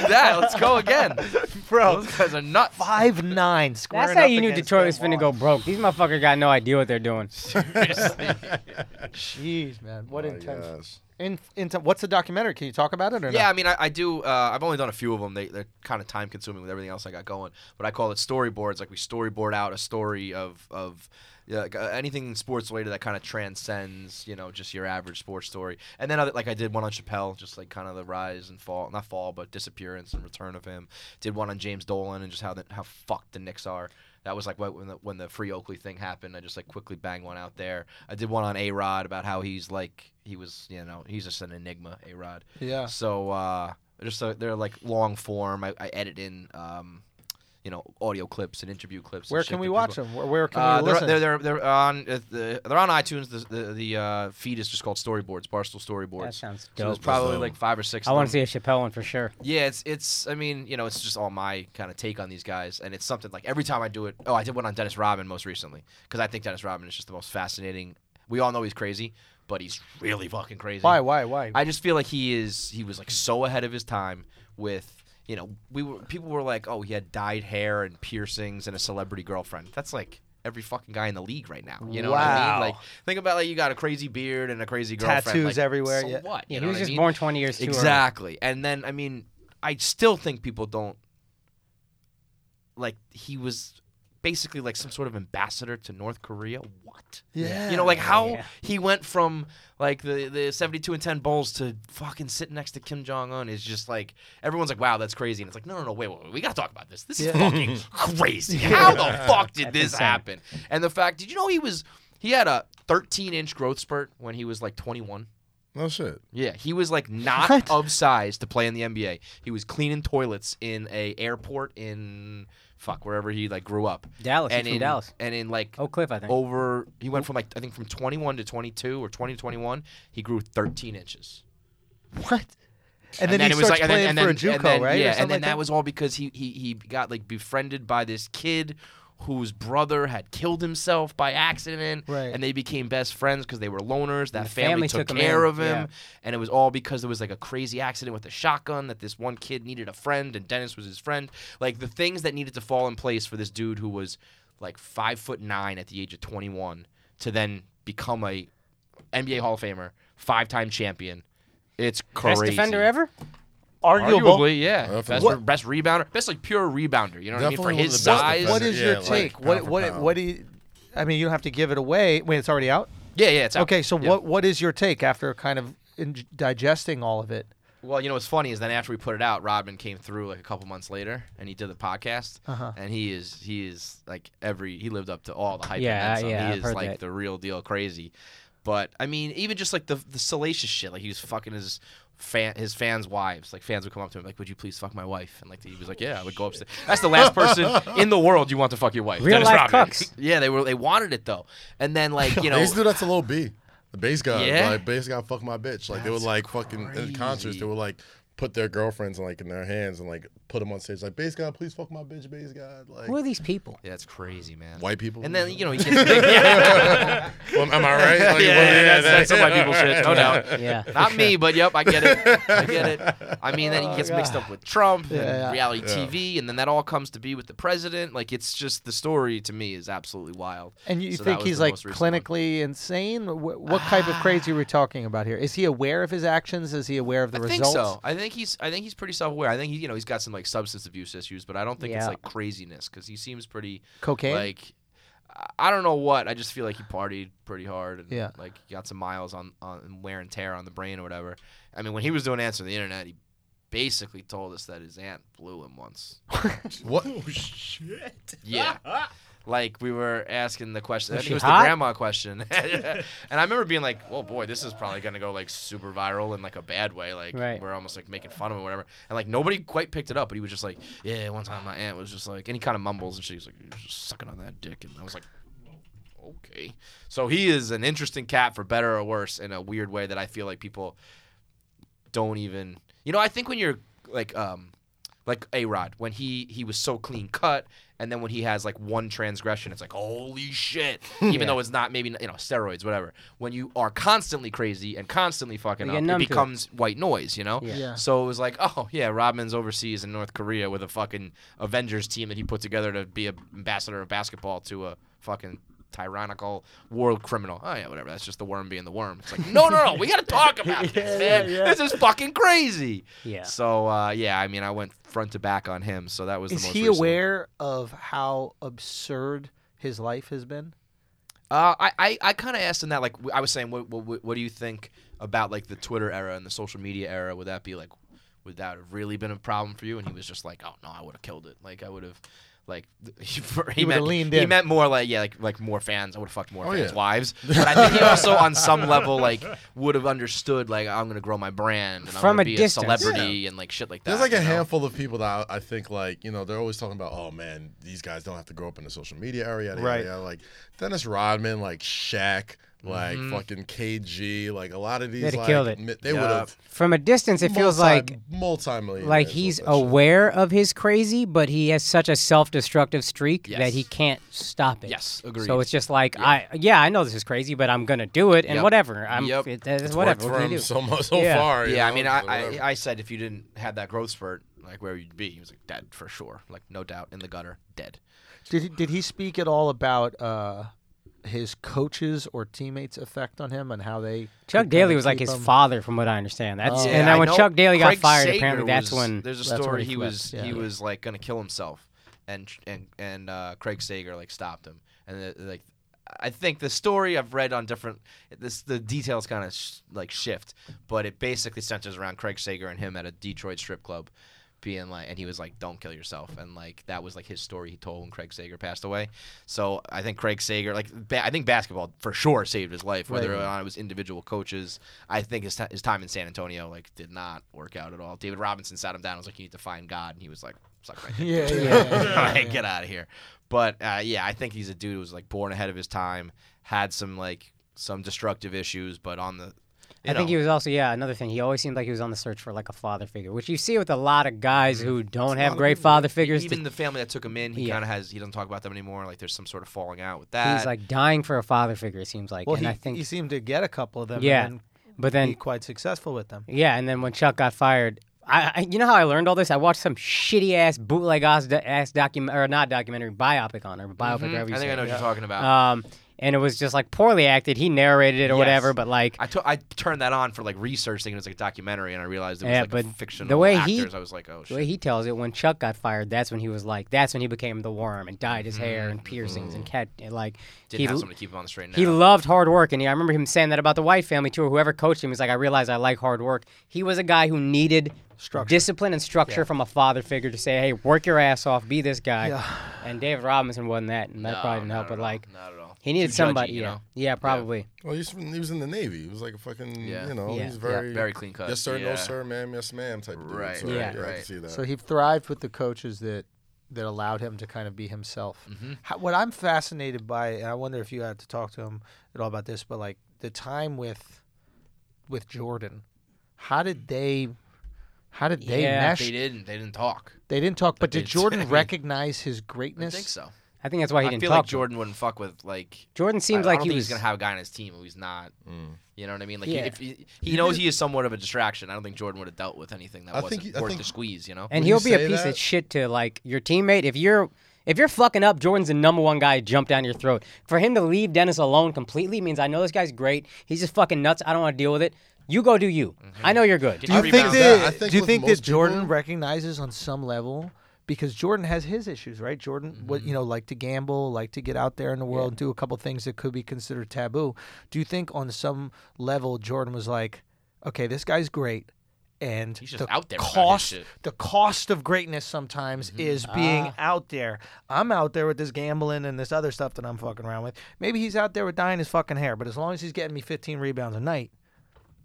S4: that. Let's go again, bro. Those guys are nuts.
S1: Five nine squaring
S3: that's how
S1: up
S3: you knew
S1: against Oh,
S3: Detroit was
S1: Ben
S3: finna go broke. These motherfuckers got no idea what they're doing.
S1: Wallace. Jeez, man, what
S2: Oh my
S1: intense.
S2: gosh.
S1: In, in, what's the documentary? Can you talk about it or
S4: Yeah, I
S1: no?
S4: mean, I, I do. Uh, I've only done a few of them. They, they're kind of time consuming with everything else I got going. But I call it storyboards. Like we storyboard out a story of of yeah, like, uh, anything sports related that kind of transcends, you know, just your average sports story. And then other, like I did one on Chappelle, just like kind of the rise and fall, not fall, but disappearance and return of him. Did one on James Dolan and just how the, how fucked the Knicks are. That was like what- when the, when the free Oakley thing happened. I just like quickly banged one out there. I did one on A Rod about how he's like he was, you know, he's just an enigma, A Rod.
S1: Yeah.
S4: So uh, just so they're like long form. I, I edit in, um, you know, audio clips and interview clips. and
S1: Where
S4: shit
S1: can we
S4: that
S1: watch
S4: people-
S1: them? Where, where can
S4: Uh,
S1: we
S4: they're,
S1: listen?
S4: they're, they're, they're on uh, the, they're on iTunes. The the, the uh, feed is just called Storyboards, Barstool Storyboards.
S3: That sounds
S4: So there's
S3: dope.
S4: probably like five or six.
S3: I
S4: want
S3: want to see a Chappelle one for sure.
S4: Yeah, it's it's. I mean, you know, it's just all my kind of take on these guys, and it's something like every time I do it. Oh, I did one on Dennis Rodman most recently because I think Dennis Rodman is just the most fascinating. We all know he's crazy, but he's really fucking crazy.
S1: why? Why? Why?
S4: I just feel like he is he was like so ahead of his time with you know we were people were like oh he had dyed hair and piercings and a celebrity girlfriend that's like every fucking guy in the league right now you know what I
S1: Wow.
S4: mean like think about like you got a crazy beard and a crazy girlfriend
S1: Tattoos
S4: like,
S1: everywhere,
S4: so
S1: yeah.
S4: what you
S3: Yeah, he
S4: know
S3: was
S4: what I
S3: just
S4: mean?
S3: born 20 years too early.
S4: Exactly. And then I mean, I still think people don't like he was basically like some sort of ambassador to North Korea. What?
S1: Yeah.
S4: You know, like how
S3: Yeah.
S4: he went from like the, the 72 and 10 bowls to fucking sitting next to Kim Jong Un is just like everyone's like, wow, that's crazy. And it's like, no, no, no, wait, wait, wait we gotta talk about this. This is fucking crazy. How the fuck did this
S3: insane.
S4: happen? And the fact, did you know he was he had a 13 inch growth spurt when he was like 21?
S2: No shit.
S4: Yeah, he was like not
S1: What?
S4: of size to play in the NBA. He was cleaning toilets in a airport in fuck wherever he like grew up.
S3: Dallas, he's
S4: And
S3: from
S4: in
S3: Dallas. Oh,
S4: And in like
S3: Oak Cliff, I think.
S4: over, he went from like I think from 21 to 22 or 20 to 21. He grew 13 inches.
S1: what? And then, he starts
S4: and then-
S1: playing
S4: and
S1: for a
S4: then-
S1: JUCO,
S4: and then-
S1: right? Or
S4: Yeah,
S1: something
S4: and then
S1: like
S4: that, was all because he, he he got like befriended by this kid whose brother had killed himself by accident,
S1: Right.
S4: and they became best friends because they were loners. That
S3: the
S4: family,
S3: family
S4: took,
S3: took him
S4: care
S3: in,
S4: of him,
S3: yeah.
S4: and it was all because there was like a crazy accident with a shotgun that this one kid needed a friend, and Dennis was his friend. Like the things that needed to fall in place for this dude who was like five foot nine at the age of twenty one to then become a NBA Hall of Famer, five time champion. It's crazy.
S3: Best defender ever?
S1: Arguable.
S4: Arguably, yeah.
S2: Definitely.
S4: Best,
S2: What-
S4: best rebounder, best like pure rebounder. You know what I mean? For
S2: Definitely one of
S4: his
S2: the best
S4: size,
S2: defenders.
S1: What is your
S2: Yeah, like,
S1: take?
S2: pound
S1: What?
S2: for
S1: What?
S2: pound.
S1: What do you? I mean, you don't have to give it away. Wait, it's already out.
S4: yeah, yeah. It's out.
S1: Okay, so
S4: Yeah.
S1: what? What is your take after kind of in- digesting all of it?
S4: Well, you know what's funny is then after we put it out, Rodman came through like a couple months later, and he did the podcast,
S1: Uh-huh.
S4: and he is he is like every he lived up to all the hype. and
S3: Yeah,
S4: then some.
S3: yeah,
S4: He
S3: I've
S4: is
S3: heard
S4: like
S3: that.
S4: the real deal crazy. But I mean, even just like the the salacious shit, like he was fucking his fan, his fans' wives. Like fans would come up to him like, "Would you please fuck my wife?" And like he was like, "Yeah, I would go upstairs." That's the last person in the world you want to fuck your wife.
S3: Real
S4: Dennis
S3: life
S4: Rodman.
S3: cucks.
S4: Yeah, they were they wanted it though. And then like you
S2: They
S4: know,
S2: used to do that to Lil B. The bass guy,
S4: Yeah?
S2: like bass guy, fuck my bitch. Like they would
S4: That's
S2: like fucking in concerts,
S4: crazy.
S2: they would like put their girlfriends like in their hands and like put them on stage, like bass guy, please fuck my bitch, bass guy. Like
S3: Who are these people?
S4: yeah, that's crazy, man.
S2: white people.
S4: And then you know he gets big. yeah,
S2: Well, am I right? Like,
S4: yeah,
S2: well,
S4: yeah, that's, that's some
S2: yeah,
S4: white people shit, no doubt.
S3: Yeah.
S4: Not me, but yep, I get it. I get it. I mean, then he gets mixed up with Trump and
S1: Oh, Yeah.
S4: reality TV, and then that all comes to be with the president. Like, it's just the story to me is absolutely wild.
S1: And you
S4: So that
S1: think
S4: was
S1: he's
S4: the
S1: like
S4: most recent one.
S1: clinically insane? What, what type of crazy are we talking about here? Is he aware of his actions? Is he aware of the
S4: I
S1: results?
S4: think so. I think he's. I think he's pretty self-aware. I think he, you know, he's got some like substance abuse issues, but I don't think
S3: Yeah.
S4: it's like craziness because he seems pretty
S1: Cocaine?
S4: Like, I- I don't know what. I just feel like he partied pretty hard and
S1: Yeah.
S4: like got some miles on on and wear and tear on the brain or whatever. I mean, when he was doing answer the internet, he basically told us that his aunt blew him once.
S2: What?
S5: Oh,
S4: Yeah. Like we were asking the question, I
S3: Was
S4: think
S3: she
S4: it was
S3: hot?
S4: the grandma question, and I remember being like, "Oh boy, this is probably gonna go like super viral in like a bad way. Like
S3: Right.
S4: we're almost like making fun of him or whatever." And like nobody quite picked it up, but he was just like, "Yeah, one time my aunt was just like," and he kind of mumbles and she's like, "You're just sucking on that dick," and I was like, "Okay." So he is an interesting cat for better or worse in a weird way that I feel like people don't even you know i think when you're like um like a rod when he he was so clean cut and then when he has like one transgression it's like holy shit even though it's not maybe you know steroids whatever when you are constantly crazy and constantly fucking
S3: You
S4: up
S3: get
S4: it
S3: numb to it.
S4: becomes white noise you know
S3: Yeah.
S1: Yeah.
S4: so it was like oh yeah rodman's overseas in north korea with a fucking avengers team that he put together to be an ambassador of basketball to a fucking tyrannical world criminal oh yeah whatever that's just the worm being the worm it's like no no no we gotta talk about this man this is fucking crazy
S3: Yeah.
S4: so uh, yeah, I mean, I went front to back on him, so that was.
S1: Is
S4: the most
S1: he
S4: recent one.
S1: aware of how absurd his life has been?
S4: Uh, I I, I kind of asked him that. Like w- I was saying, what, what what do you think about like the Twitter era and the social media era? Would that be like, would that have really been a problem for you? And he was just like, oh no, I would have killed it. Like I would have. Like he, he
S1: would've
S4: meant,
S1: leaned
S4: he
S1: in.
S4: meant more like yeah, like like more fans. I would have fucked more
S2: Oh,
S4: fans'
S2: yeah.
S4: wives, but I think he also on some level like would have understood like I'm gonna grow my brand and I'm
S3: From
S4: gonna
S3: a
S4: be
S3: distance.
S4: a celebrity and like shit like that.
S2: There's like
S4: you
S2: a
S4: know?
S2: handful of people that I I think like you know they're always talking about oh man these guys don't have to grow up in the social media area yada, yada,
S1: Right.
S2: yada. like Dennis Rodman like Shaq like
S4: Mm-hmm.
S2: fucking KG like a lot of these
S3: They'd have
S2: like,
S3: killed it.
S2: mi- they would have
S3: From a distance, it feels like
S2: multi-million
S3: like he's oh, aware of his crazy, but he has such a self-destructive streak
S4: Yes.
S3: that he can't stop it.
S4: Yes, agreed.
S3: So it's just like I, yeah, I know this is crazy, but I'm gonna do it, and
S4: Yep.
S3: whatever, I'm
S4: Yep.
S3: it, it's whatever. What
S2: for
S3: can you
S2: him
S3: do?
S2: so much so
S3: Yeah.
S2: far you
S4: Yeah, I
S2: know,
S4: mean, I,
S2: so whatever.
S4: I I said if you didn't have that growth spurt, like where you'd be, he was like dead for sure, like no doubt in the gutter, dead.
S1: Did he, did he speak at all about uh, his coaches or teammates' effect on him and how they?
S3: Chuck
S1: could
S3: Daly
S1: kinda
S3: was like
S1: keep
S3: his
S1: him?
S3: father, from what I understand. That's
S1: Oh. Yeah,
S3: and then
S4: I
S3: when
S4: know
S3: Chuck Daly got
S4: Craig
S3: fired,
S4: Sager
S3: apparently that's
S4: was-
S3: when
S4: there's a
S1: that's when
S4: story
S1: he
S4: he,
S1: flipped,
S4: was
S1: yeah.
S4: he was like gonna kill himself, and and and uh, Craig Sager like stopped him, and uh, like I think the story I've read on different this the details kind of sh- like shift, but it basically centers around Craig Sager and him at a Detroit strip club. Being like, and he was like, "Don't kill yourself," and like that was like his story he told when Craig Sager passed away. So I think Craig Sager, like, ba- I think basketball for sure saved his life, whether
S1: Right.
S4: or not it uh, was individual coaches. I think his, t- his time in San Antonio like did not work out at all. David Robinson sat him down and was like, "You need to find God," and he was like, "Suck my dick."
S1: Yeah, yeah, yeah, yeah,
S4: like,
S1: yeah.
S4: get out of here. But uh, yeah, I think he's a dude who was like born ahead of his time, had some like some destructive issues, but on the, you
S3: I think
S4: know,
S3: he was also yeah another thing. He always seemed like he was on the search for like a father figure, which you see with a lot of guys
S4: Mm-hmm.
S3: who don't have great father figures.
S4: even the family that took him in, he
S3: Yeah.
S4: kind of has he doesn't talk about them anymore. Like there's some sort of falling out with that.
S3: he's like dying for a father figure. It seems like,
S1: Well,
S3: and
S1: he,
S3: I think
S1: he seemed to get a couple of them.
S3: yeah,
S1: and
S3: but
S1: then
S3: then
S1: be quite successful with them.
S3: Yeah, and then when Chuck got fired, I, I you know how I learned all this? I watched some shitty ass bootleg ass, do- ass document or not documentary biopic on her, biopic.
S4: Mhm. I
S3: whatever
S4: think
S3: you say.
S4: I know what you're talking about.
S3: Um, and it was just like poorly acted. He narrated it or
S4: Yes.
S3: whatever, but like.
S4: I took I turned that on for like research, thinking it was like a documentary, and I realized it was
S3: Yeah,
S4: like
S3: but
S4: a
S3: the
S4: fictional
S3: way he-
S4: actors. I was like, oh
S3: the
S4: shit.
S3: way he tells it, when Chuck got fired, that's when he was like, that's when he became the worm and dyed his hair and piercings and cat. And like,
S4: Mm-hmm. Didn't
S3: he,
S4: have
S3: l-
S4: someone to keep him on the straight and
S3: he
S4: narrow.
S3: loved hard work. And he, I remember him saying that about the White family too, or whoever coached him. He's like, I realize I like hard work. He was a guy who needed
S1: Structure.
S3: discipline and structure from a father figure to say, hey, work your ass off, be this guy.
S1: Yeah.
S3: And David Robinson wasn't that, and that
S4: No,
S3: probably didn't
S4: not
S3: help.
S4: at
S3: But
S4: all,
S3: like,
S4: not at all.
S3: He needed
S4: Too judgy,
S3: somebody.
S4: you
S3: yeah.
S4: know?
S3: yeah, probably.
S2: Well, he's from, he was in the Navy. He was like a fucking,
S4: Yeah.
S2: you know,
S3: Yeah.
S2: he's
S3: Yeah.
S2: very,
S4: Very clean cut.
S2: Yes sir,
S4: Yeah.
S2: no sir, ma'am, yes ma'am type of dude.
S4: Right,
S2: So,
S3: right,
S2: I can
S4: right.
S2: see that.
S1: So he thrived with the coaches that that allowed him to kind of be himself. How, what I'm fascinated by, and I wonder if you had to talk to him at all about this, but like the time with with Jordan, how did they? How did they
S3: Yeah,
S1: mesh?
S4: They didn't. They didn't talk.
S1: They didn't talk, but
S4: They
S1: did Jordan
S4: didn't.
S1: recognize his
S4: I
S1: greatness?
S4: think so.
S3: I think that's why he
S4: I
S3: didn't
S4: feel
S3: talk.
S4: like Jordan wouldn't fuck with like.
S3: Jordan seemed
S4: I, I
S3: like
S4: don't
S3: he
S4: think
S3: was
S4: he's gonna have a guy on his team who's not.
S2: Mm.
S4: You know what I mean? Like
S3: Yeah.
S4: if he, he knows he is somewhat of a distraction, I don't think Jordan would have dealt with anything that
S2: I
S4: wasn't
S2: think he- I
S4: worth
S2: think-
S4: the squeeze. You know?
S3: and
S2: When
S3: he'll
S2: you
S3: be a
S2: say
S3: piece of
S2: that-
S3: shit to like your teammate if you're if you're fucking up jordan's the number one guy to jump down your throat for him to leave dennis alone completely means i know this guy's great he's just fucking nuts i don't want to deal with it you go do you i know you're good
S4: Get
S1: Do you
S4: your
S1: think
S4: rebounds
S2: that-
S1: that?
S2: I think
S1: do you
S2: with
S1: think that
S2: most
S1: Jordan
S2: people-
S1: recognizes on some level? Because Jordan has his issues, right? Jordan, what you know, like to gamble, like to get out there in the world, do a couple things that could be considered taboo. Do you think on some level Jordan was like, okay, this guy's great, and
S4: He's
S1: the
S4: just out there about his
S1: cost,
S4: shit.
S1: the cost of greatness sometimes is being out there. I'm out there with this gambling and this other stuff that I'm fucking around with. Maybe he's out there with dyeing his fucking hair, but as long as he's getting me 15 rebounds a night,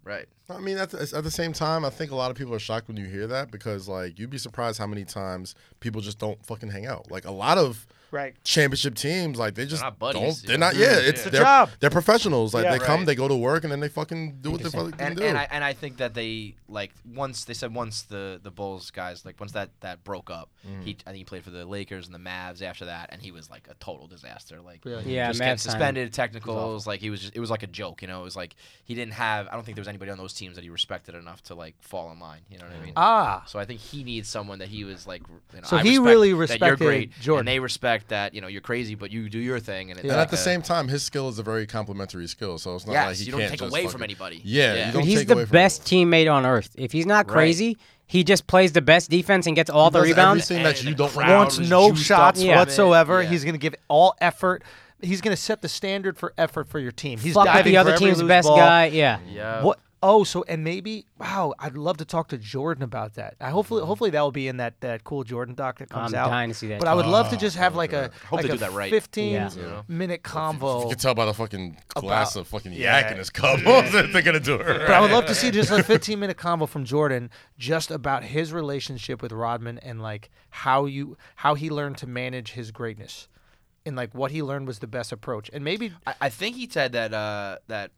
S4: Right.
S2: I mean, at the, at the same time, I think a lot of people are shocked when you hear that because, like, you'd be surprised how many times people just don't fucking hang out. Like, a lot of
S1: Right.
S2: championship teams, like, they just
S4: not buddies,
S2: don't.
S4: yeah.
S2: They're
S3: Mm-hmm.
S2: not. Yeah,
S4: Mm,
S2: it's
S4: yeah.
S2: they're,
S1: job.
S2: they're professionals. Like,
S1: Yeah.
S2: they come,
S4: Right.
S2: they go to work, and then they fucking do what they fucking
S4: and,
S2: do.
S4: and I and I think that they like once they said once the the Bulls guys like once that that broke up,
S2: Mm-hmm.
S4: he I think he played for the Lakers and the Mavs after that, and he was like a total disaster. Like
S1: Really?
S3: Yeah,
S4: just getting
S3: Mavs signed him.
S4: suspended, technicals. Like he was just it was like a joke, you know. It was like he didn't have. I don't think there was anybody on those teams that he respected enough to like fall in line. You know what I mean?
S2: Mm-hmm. Uh,
S1: ah,
S4: So I think he needs someone that he was like. r- You know,
S1: So
S4: I
S1: he
S4: respect
S1: really
S4: that you're
S1: respected
S4: great,
S1: Jordan.
S4: and they respect that you know you're crazy, but you do your thing. And, it,
S2: And
S4: like
S2: at the
S4: a-
S2: same time, his skill is a very complimentary skill, so it's not
S4: yes,
S2: like he
S4: you don't
S2: can't
S4: take
S2: just
S4: away
S2: fucking-
S4: from anybody.
S2: Yeah, you
S3: Dude,
S2: don't
S3: he's
S2: take
S3: the
S2: away from
S3: best teammate on earth if he's not
S4: Right.
S3: crazy he just plays the best defense and gets all the
S2: does
S3: rebounds
S2: everything that
S4: And
S2: you
S4: the
S2: don't
S4: crowd
S2: want.
S1: wants
S4: was
S1: no
S4: juiced up
S1: shots
S4: from it.
S1: whatsoever.
S4: Yeah.
S1: He's going to give all effort. He's going to set the standard for effort for your team. He's
S3: fuck with
S1: diving
S3: the
S1: for
S3: other
S1: every
S3: team's
S1: loose
S3: best
S1: ball.
S3: guy yeah
S4: Yeah.
S1: What? Oh, so and maybe wow, I'd love to talk to Jordan about that. I hopefully hopefully that will be in that, that cool Jordan doc that comes
S3: Mm. I'm
S1: out.
S3: dying to see that
S1: But I would love to just have like a
S4: Hope
S1: like a
S4: they do that right.
S1: 15
S3: Yeah.
S1: minute
S2: You
S1: convo.
S2: can tell by the fucking glass of fucking
S1: Yeah.
S2: yak in his cup. They're gonna do it.
S1: But I would love to see just a 15 minute combo from Jordan just about his relationship with Rodman and like how you how he learned to manage his greatness and like what he learned was the best approach. And maybe
S4: I, I think he said that uh, that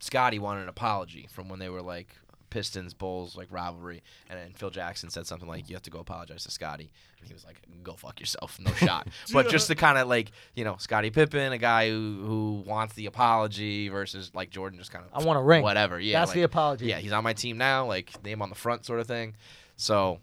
S4: Scotty wanted an apology from when they were like Pistons Bulls like rivalry, and then Phil Jackson said something like, "You have to go apologize to Scotty," and he was like, "Go fuck yourself, no shot." But just the kind of like you know Scotty Pippen, a guy who who wants the apology versus like Jordan, just kind of
S1: I want a ring.
S4: whatever. Yeah,
S1: That's
S4: like,
S1: the apology.
S4: Yeah, he's on my team now, like name on the front sort of thing. So,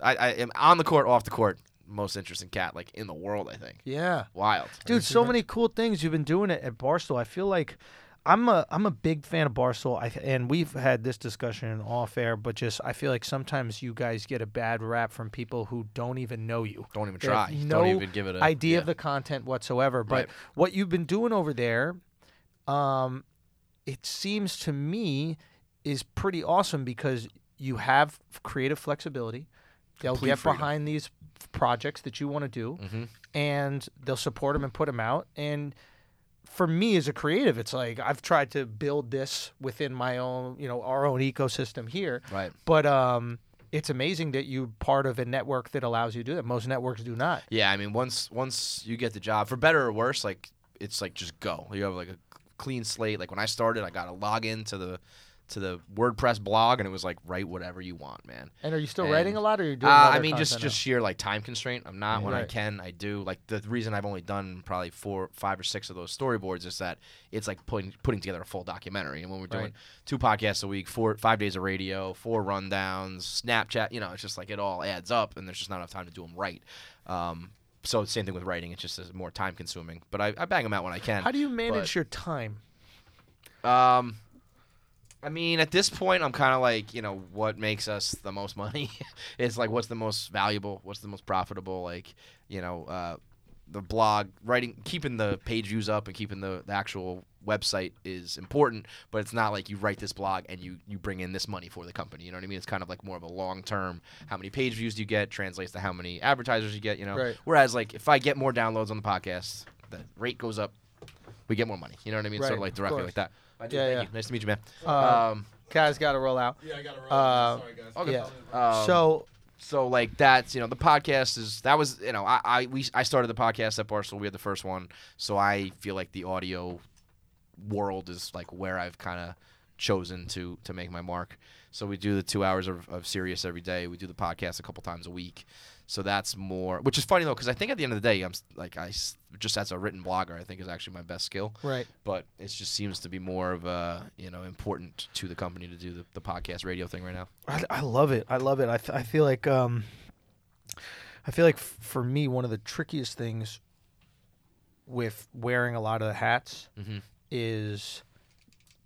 S4: I, I am on the court, off the court, most interesting cat like in the world, I think.
S1: yeah.
S4: Wild.
S1: Dude, so many cool things you've been doing at, at Barstool. I feel like I'm a I'm a big fan of Barstool. I, th- and we've had this discussion off air, but just I feel like sometimes you guys get a bad rap from people who don't even know you.
S4: Don't even
S1: They have
S4: try.
S1: No
S4: Don't even give it a-
S1: idea of
S4: yeah.
S1: the content whatsoever. But
S4: Right.
S1: what you've been doing over there, um, it seems to me is pretty awesome because you have creative flexibility. They'll
S4: Complete
S1: get
S4: freedom. Mm-hmm.
S1: behind these projects that you want to do, and they'll support them and put them out. And for me as a creative, it's like I've tried to build this within my own, you know, our own ecosystem here.
S4: Right.
S1: But um, it's amazing that you're part of a network that allows you to do that. Most networks do not.
S4: Yeah, I mean, once once you get the job, for better or worse, like it's like just go. You have like a clean slate. Like when I started, I got to log in to the to the WordPress blog, and it was like write whatever you want, man.
S1: And are you still
S4: And-
S1: writing a lot, or are you doing?
S4: Uh, I
S1: other
S4: mean, just
S1: content now?
S4: just sheer like time constraint. I'm not when I
S1: Right.
S4: can. I do like the reason I've only done probably four, five or six of those storyboards is that it's like putting putting together a full documentary. And when we're doing
S1: Right.
S4: two podcasts a week, four five days of radio, four rundowns, Snapchat, you know, it's just like it all adds up, and there's just not enough time to do them right. Um, so same thing with writing. It's just is more time consuming. But I, I bang them out when I can.
S1: How do you manage
S4: but-
S1: your time?
S4: Um, I mean, at this point, I'm kind of like, you know, what makes us the most money? it's like, what's the most valuable? What's the most profitable? Like, you know, uh, the blog writing, keeping the page views up and keeping the, the actual website is important, but it's not like you write this blog and you you bring in this money for the company. You know what I mean? It's kind of like more of a long term. How many page views do you get translates to how many advertisers you get? You know.
S1: Right.
S4: Whereas, like, if I get more downloads on the podcast, the rate goes up we get more money. You know what I mean?
S1: Right,
S4: sort of like
S1: of
S4: directly
S1: course.
S4: like that. I do,
S1: Yeah,
S4: thank
S1: yeah.
S4: you. Nice to meet you, man.
S1: Uh,
S4: um,
S1: Guys, got to roll out.
S2: Yeah, I gotta roll.
S1: Uh,
S2: Sorry, guys.
S4: okay.
S1: yeah.
S4: Um,
S1: so
S4: so like that's you know the podcast is that was you know I, I we I started the podcast at Barcelona we had the first one so I feel like the audio world is like where I've kind of chosen to to make my mark so we do the two hours of, of Sirius every day we do the podcast a couple times a week so that's more which is funny though because I think at the end of the day I'm s- like I s- just as a written blogger I think is actually my best skill
S1: right.
S4: but it just seems to be more of a you know important to the company to do the, the podcast radio thing right now
S1: I, I love it. I love it. I, f- I feel like um, I feel like f- for me one of the trickiest things with wearing a lot of the hats
S4: Mhm.
S1: is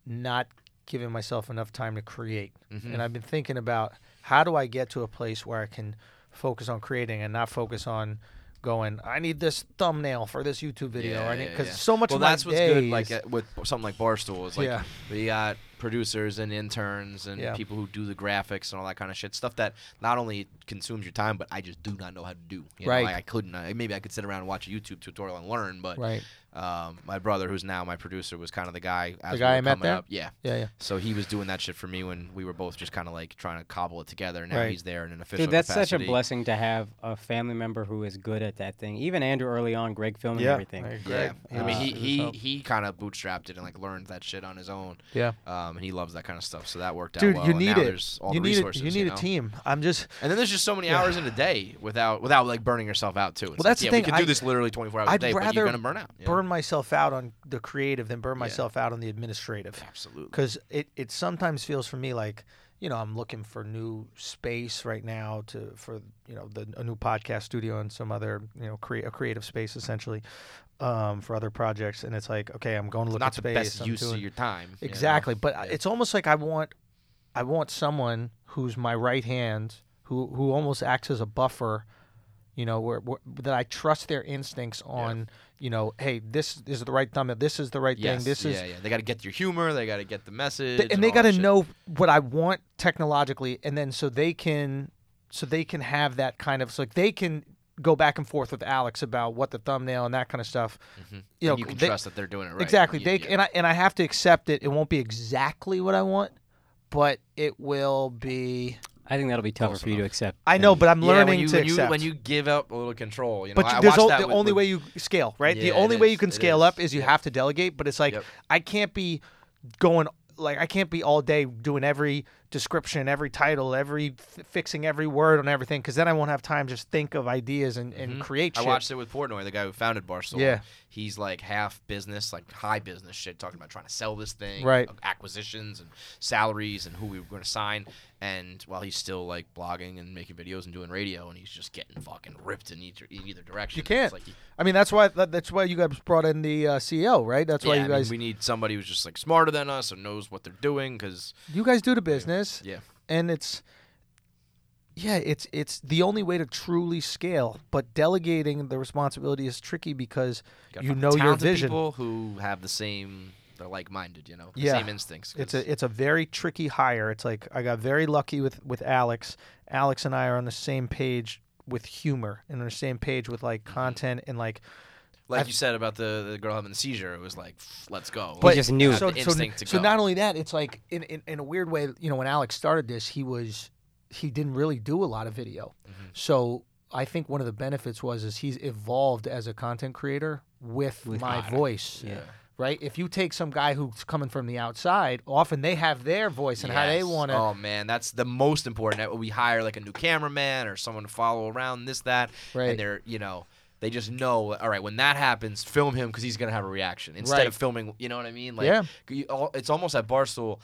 S1: not giving myself enough time to create.
S4: Mm-hmm.
S1: And I've been thinking about how do I get to a place where I can focus on creating and not focus on going. I need this thumbnail for this YouTube video. I need because so much
S4: Well,
S1: of my
S4: that's what's
S1: day
S4: good. Like
S1: is-
S4: uh, with something like Barstool is like
S1: Yeah.
S4: we got producers and interns and
S1: Yeah.
S4: people who do the graphics and all that kind of shit. Stuff that not only consumes your time, but I just do not know how to do. You know,
S1: Right.
S4: like, I couldn't. I, maybe I could sit around and watch a YouTube tutorial and learn, but
S1: Right.
S4: um, my brother, who's now my producer, was kind of the guy. As
S1: The
S4: we
S1: guy
S4: were
S1: I met
S4: coming
S1: there?
S4: Up. Yeah.
S1: yeah, yeah.
S4: So he was doing that shit for me when we were both just kind of like trying to cobble it together. And now
S1: Right.
S4: he's there in an official
S3: Dude, that's such a
S4: capacity.
S3: blessing to have a family member who is good at that thing. Even Andrew early on, Greg filming everything.
S4: Yeah. I mean,
S3: Uh,
S4: he
S1: it was
S4: he,
S1: dope.
S4: he kind of bootstrapped it and like learned that shit on his own.
S1: Yeah.
S4: um, and he loves that kind of stuff. So that worked
S1: Dude,
S4: out well.
S1: you
S4: and
S1: need
S4: now
S1: it.
S4: There's all
S1: You
S4: the
S1: need it.
S4: resources,
S1: You need a
S4: know?
S1: team. I'm just.
S4: And then there's just so many hours in a day without without like burning yourself out too. It's
S1: that's the
S4: like, yeah,
S1: thing,
S4: We could
S1: I-
S4: do this literally 24 hours
S1: I'd
S4: a day, but
S1: rather
S4: you're gonna burn out. you know?
S1: burn myself out on the creative than burn myself out on the administrative.
S4: Absolutely.
S1: Because it, it sometimes feels for me like, you know, I'm looking for new space right now to for you know the a new podcast studio and some other you know crea- a creative space essentially um, for other projects, and it's like okay, I'm going to look
S4: Not
S1: at
S4: the
S1: space.
S4: best
S1: I'm
S4: use
S1: doing-
S4: of your time. you know?
S1: Exactly, but I- it's almost like I want, I want someone who's my right hand, who who almost acts as a buffer, you know, where, where that I trust their instincts on, you know, hey, this is the right thumbnail, this is the right
S4: Yes.
S1: thing, this
S4: yeah,
S1: is,
S4: yeah. They got to get your humor. They got to get the message.
S1: th- and they
S4: got to
S1: know what I want technologically, and then so they can, so they can have that kind of, so like they can go back and forth with Alex about what the thumbnail and that kind of stuff, you know,
S4: Mm-hmm. you can
S1: they-
S4: trust that they're doing it right.
S1: Exactly.
S4: Yeah,
S1: they
S4: yeah.
S1: and I and I have to accept it. It won't be exactly what I want, but it will be.
S3: I think that'll be tougher for you to accept.
S1: I know, but I'm
S4: Yeah,
S1: learning
S4: when you,
S1: to
S4: when you,
S1: accept.
S4: when you give up a little control, you know,
S1: but
S4: I- I
S1: there's
S4: watched
S1: o-
S4: that
S1: the
S4: with-
S1: only
S4: with-
S1: way you scale, right? the
S4: Yeah, it
S1: only way you
S4: is.
S1: can
S4: It
S1: scale
S4: is.
S1: up is you
S4: Yep.
S1: have to delegate. But it's like
S4: Yep.
S1: I can't be going like I can't be all day doing every description, every title, every f- fixing every word on everything because then I won't have time to just think of ideas and, and create.
S4: Mm-hmm. I
S1: shit.
S4: watched it with Portnoy, the guy who founded Barstool.
S1: Yeah.
S4: He's like half business, like high business shit, talking about trying to sell this thing, uh,
S1: Right.
S4: Acquisitions and salaries and who we were going to sign. And while he's still like blogging and making videos and doing radio, and he's just getting fucking ripped in either, in either direction.
S1: You
S4: It's
S1: can't.
S4: like he-
S1: I mean, that's why that, that's why you guys brought in the uh, CEO, right? That's why
S4: yeah, I
S1: you
S4: mean,
S1: guys
S4: we need somebody who's just like smarter than us and knows what they're doing because
S1: you guys do the business.
S4: yeah,
S1: and it's yeah it's it's the only way to truly scale but delegating the responsibility is tricky because
S4: gotta
S1: you,
S4: find
S1: know your
S4: talented
S1: vision
S4: People who have the same, they're like-minded, you know, the
S1: Yeah.
S4: same instincts.
S1: it's
S4: 'cause-
S1: a it's a very tricky hire it's like i got very lucky with with alex alex and i are on the same page with humor and on the same page with like
S4: Mm-hmm.
S1: content and like
S4: like
S1: I-
S4: you said about the, the girl having the seizure. It was like, "Pff, let's go.
S3: But-
S4: Like,
S3: just knew.
S4: have
S1: so,
S4: the
S1: so,
S4: instinct to
S1: so
S4: go.
S1: not only that it's like in, in, in a weird way you know when alex started this he was he didn't really do a lot of video
S4: Mm-hmm.
S1: so i think one of the benefits was is he's evolved as a content creator with, my voice right if you take some guy who's coming from the outside often they have their voice and how they
S4: Yes.
S1: want to
S4: Oh man, that's the most important. That We hire like a new cameraman or someone to follow around this that,
S1: Right.
S4: and they're you know they just know. All right, when that happens, film him because he's gonna have a reaction instead
S1: Right.
S4: of filming. You know what I mean? Like,
S1: Yeah.
S4: you- all- It's almost at Barstool,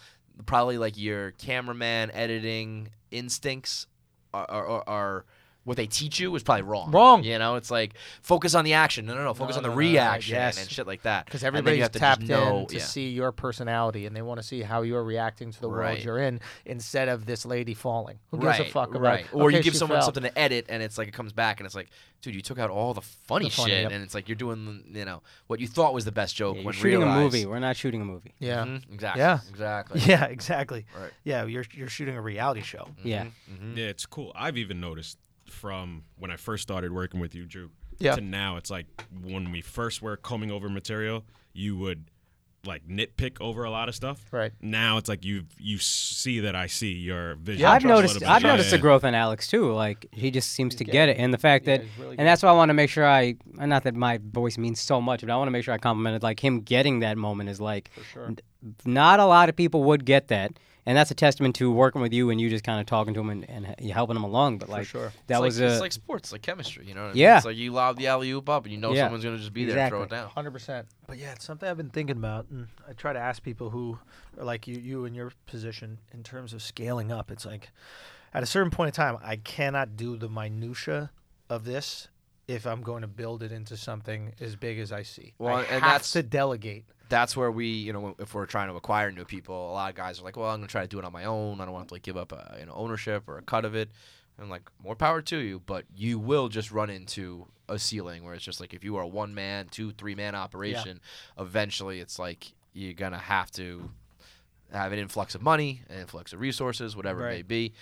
S4: probably like your cameraman editing instincts are. are, are, are what they teach you is probably wrong.
S1: Wrong.
S4: You know, it's like focus on the action. No, no, no. Focus
S1: No,
S4: on the
S1: no, no, no, no,
S4: reaction
S1: yes.
S4: and shit like that.
S1: because
S4: And then
S1: everybody's
S4: you have to just
S1: tapped
S4: know-
S1: in to
S4: yeah.
S1: see your personality and they want to see how you're reacting to the world
S4: Right.
S1: you're in instead of this lady falling who gives
S4: right,
S1: a fuck about
S4: right. Or you
S1: okay,
S4: give
S1: she
S4: someone
S1: fell.
S4: something to edit, and it's like it comes back, and it's like, dude, you took out all the
S1: The
S4: funny,
S1: funny,
S4: shit,
S1: yep.
S4: and it's like you're doing, you know, what you thought was the best joke.
S3: Yeah,
S4: when
S3: We're shooting
S4: realized-
S3: a movie. We're not shooting a movie.
S1: yeah
S4: Mhm, exactly.
S1: Yeah.
S4: Exactly.
S1: yeah exactly
S4: Right.
S1: yeah you're, you're shooting a reality show
S3: Yeah.
S4: Mm-hmm,
S3: Mm-hmm.
S5: Yeah, it's cool. I've even noticed from when I first started working with you, Drew,
S1: Yeah.
S5: to now it's like when we first were combing over material, you would like nitpick over a lot of stuff.
S1: Right.
S5: Now it's like you you see that I see your vision.
S1: Yeah,
S5: a
S1: I
S3: I've
S1: trust
S5: little
S3: noticed
S5: bit
S3: I've
S5: better.
S3: noticed
S5: Yeah.
S3: a growth in Alex too. Like he just seems to get it, and the fact that,
S1: he's really
S3: and that's why I want to make sure I, and not that my voice means so much, but I want to make sure I complimented like him getting that moment is like, n- not a lot of people would get that, and that's a testament to working with you and you just kind of talking to him and, and he- helping him along. But like
S1: sure.
S3: that
S4: it's
S3: was
S4: like,
S3: a
S4: it's like sports, like chemistry. You know, what I mean?
S3: Yeah.
S4: It's like you lob the alley oop up, and you know
S3: Yeah.
S4: someone's gonna just be there and
S3: Exactly.
S4: throw it down.
S1: Hundred percent. But yeah, it's something I've been thinking about, and I try to ask people who are like you, you in your position in terms of scaling up. It's like, at a certain point in time, I cannot do the minutia of this if I'm going to build it into something as big as I see.
S4: Well,
S1: I
S4: and
S1: have
S4: that's-
S1: to delegate.
S4: That's where we, you know, if we're trying to acquire new people, a lot of guys are like, "Well, I'm gonna try to do it on my own. I don't want to like give up, a, you know, ownership or a cut of it." And like, more power to you, but you will just run into a ceiling where it's just like if you are a one man, two, three man operation, eventually it's like you're gonna have to have an influx of money, an influx of resources, whatever it may
S1: Right.
S4: be.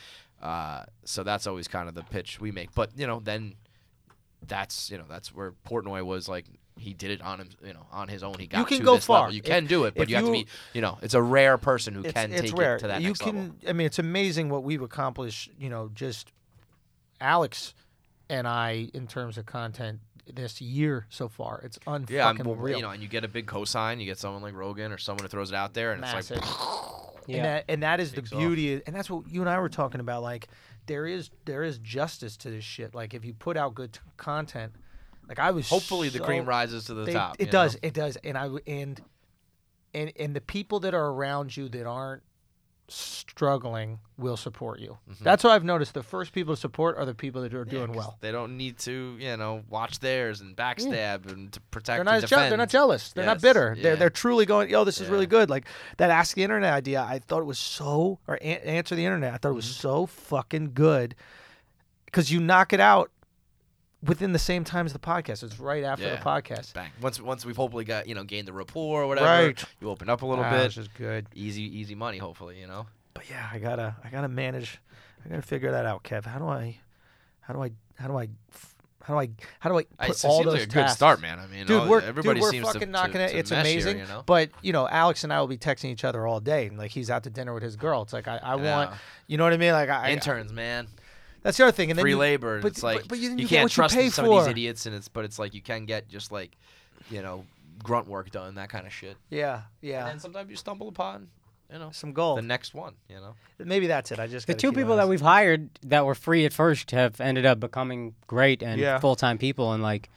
S4: Uh, so that's always kind of the pitch we make. But you know, then that's you know that's where Portnoy was like he did it on him you know on his own. He got
S1: can
S4: to
S1: go
S4: this
S1: far.
S4: level. You can
S1: If-
S4: do it, but
S1: if
S4: you have to
S1: you-
S4: be you know it's a rare person who can take it to that
S1: you
S4: next
S1: can.
S4: level.
S1: I mean, it's amazing what we've accomplished. You know, just Alex and I in terms of content this year so far. It's unfucking
S4: Yeah, I'm,
S1: real.
S4: you know, and you get a big cosign. You get someone like Rogan or someone who throws it out there, and it's
S1: massive.
S4: like
S1: And
S3: yeah.
S1: that, and that is the
S4: Takes off.
S1: beauty, and that's what you and I were talking about. Like, there is there is justice to this shit. Like, if you put out good t- content, like I was.
S4: hopefully the
S1: so-
S4: cream rises to the
S1: they-
S4: top.
S1: It
S4: you
S1: does,
S4: know?
S1: it does, and I w- and and and the people that are around you that aren't struggling will support you. That's what I've noticed. The first people to support are the people that are doing
S4: Mm-hmm. 'Cause
S1: well. Mm.
S4: They don't need to you know watch theirs and backstab and to protect.
S1: They're
S4: and
S1: not, jealous. they're
S4: defend.
S1: not jealous. They're
S4: Yes,
S1: not bitter.
S4: yeah.
S1: They're, they're truly going, yo, this is really
S4: Yeah.
S1: good. Like that Ask the Internet idea, I thought it was so, or an- Answer the Internet, I thought it was
S4: Mm-hmm.
S1: so fucking good because you knock it out within the same time as the podcast. It's right after
S4: Yeah.
S1: the podcast.
S4: Bang. Once once we've hopefully got you know gained the rapport or whatever,
S1: Right.
S4: you open up a little
S1: Ah,
S4: bit.
S1: It's just good.
S4: easy easy money hopefully you know
S1: But yeah, I gotta, I gotta manage, I gotta figure that out, Kev. How do I, how do I, how do I, f- how do I, how do I put
S4: I, it seems
S1: all those
S4: like a good
S1: tasks?
S4: start man i mean
S1: dude,
S4: all-
S1: we're
S4: everybody
S1: dude, we're
S4: seems
S1: fucking
S4: to,
S1: knocking
S4: to,
S1: it.
S4: to
S1: it's
S4: mesh
S1: amazing.
S4: here, you know?
S1: But you know, Alex and I will be texting each other all day, and like he's out to dinner with his girl. It's like I, I want,
S4: Yeah.
S1: you know what I mean? Like I, I
S4: interns man
S1: that's the other thing. And then
S4: free
S1: you,
S4: labor and
S1: but,
S4: it's like
S1: but, but you, you get
S4: can't
S1: what
S4: trust
S1: you pay
S4: some
S1: for.
S4: of these idiots and it's but it's like you can get just like you know grunt work done that kind of shit
S1: Yeah,
S4: and
S1: yeah,
S4: then sometimes you stumble upon you know
S1: some
S4: the
S1: gold.
S4: next one you know
S1: Maybe that's it. I just
S3: The
S1: gotta
S3: two
S1: keep
S3: people
S1: honest.
S3: that we've hired that were free at first have ended up becoming great and
S1: Yeah.
S3: full time people, and like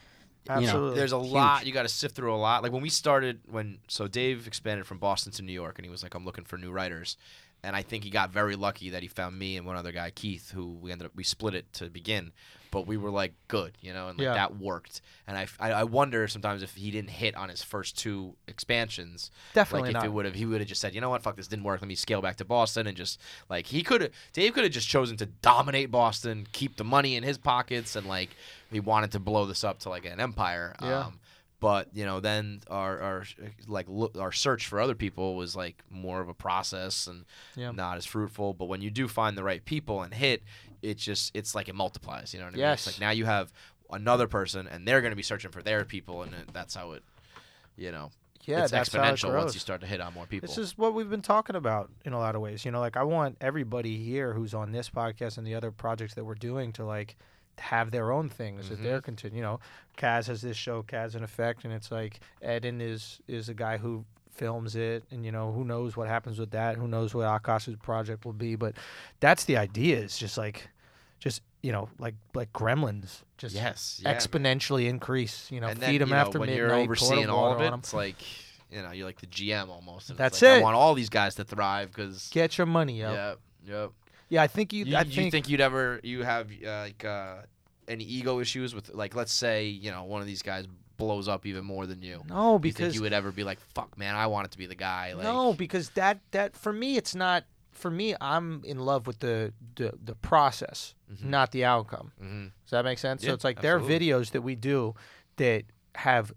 S3: you know
S1: Absolutely.
S4: there's a
S3: Huge.
S4: lot you got to sift through a lot like when we started when so dave expanded from boston to new york and he was like i'm looking for new writers and i think he got very lucky that he found me and one other guy keith who we ended up we split it to begin but we were like good you know and like
S1: Yeah.
S4: that worked and I, I i wonder sometimes if he didn't hit on his first two expansions
S1: Definitely
S4: like if
S1: not.
S4: it would have he would have just said you know what fuck this didn't work let me scale back to boston and just like he could have dave could have just chosen to dominate boston keep the money in his pockets and like he wanted to blow this up to like an empire
S1: Yeah.
S4: um, but you know, then our our like look, our search for other people was like more of a process and
S1: Yeah.
S4: not as fruitful. But when you do find the right people and hit, it just it's like it multiplies. You know what I mean? It's
S1: Yes.
S4: like now you have another person, and they're going to be searching for their people, and it, that's how it, you know,
S1: yeah,
S4: it's
S1: that's
S4: exponential
S1: how it
S4: once
S1: grows.
S4: you start to hit on more people.
S1: This is what we've been talking about in a lot of ways. You know, like I want everybody here who's on this podcast and the other projects that we're doing to like have their own things that they're
S4: Mm-hmm.
S1: continuing. You know, Kaz has this show, Kaz in Effect, and it's like Eden is is the guy who films it, and you know who knows what happens with that, who knows what Akash's project will be, but that's the idea. Is just like, just you know, like like Gremlins, just
S4: Yes, yeah, man.
S1: exponentially increase. You know,
S4: and
S1: feed them
S4: you know,
S1: after
S4: when
S1: midnight,
S4: you're
S1: pour the
S4: overseeing all
S1: water
S4: of
S1: on
S4: it,
S1: 'em.
S4: it's like you know, you're like the GM almost. and it's
S1: That's
S4: like, I
S1: it.
S4: want all these guys to thrive because
S1: Get your money up. Yeah,
S4: yeah, yeah.
S1: I think you.
S4: You,
S1: I
S4: you think, you'd ever you have uh, like uh, any ego issues with like let's say you know one of these guys blows up even more than you?
S1: No,
S4: you think
S1: because
S4: you would ever be like fuck man, I wanted to be the guy. Like,
S1: no, because that that for me it's not for me. I'm in love with the the, the process, not the outcome.
S4: Mhm.
S1: Does that make sense?
S4: Mm-hmm. Yeah,
S1: so it's like there
S4: absolutely.
S1: are videos that we do that have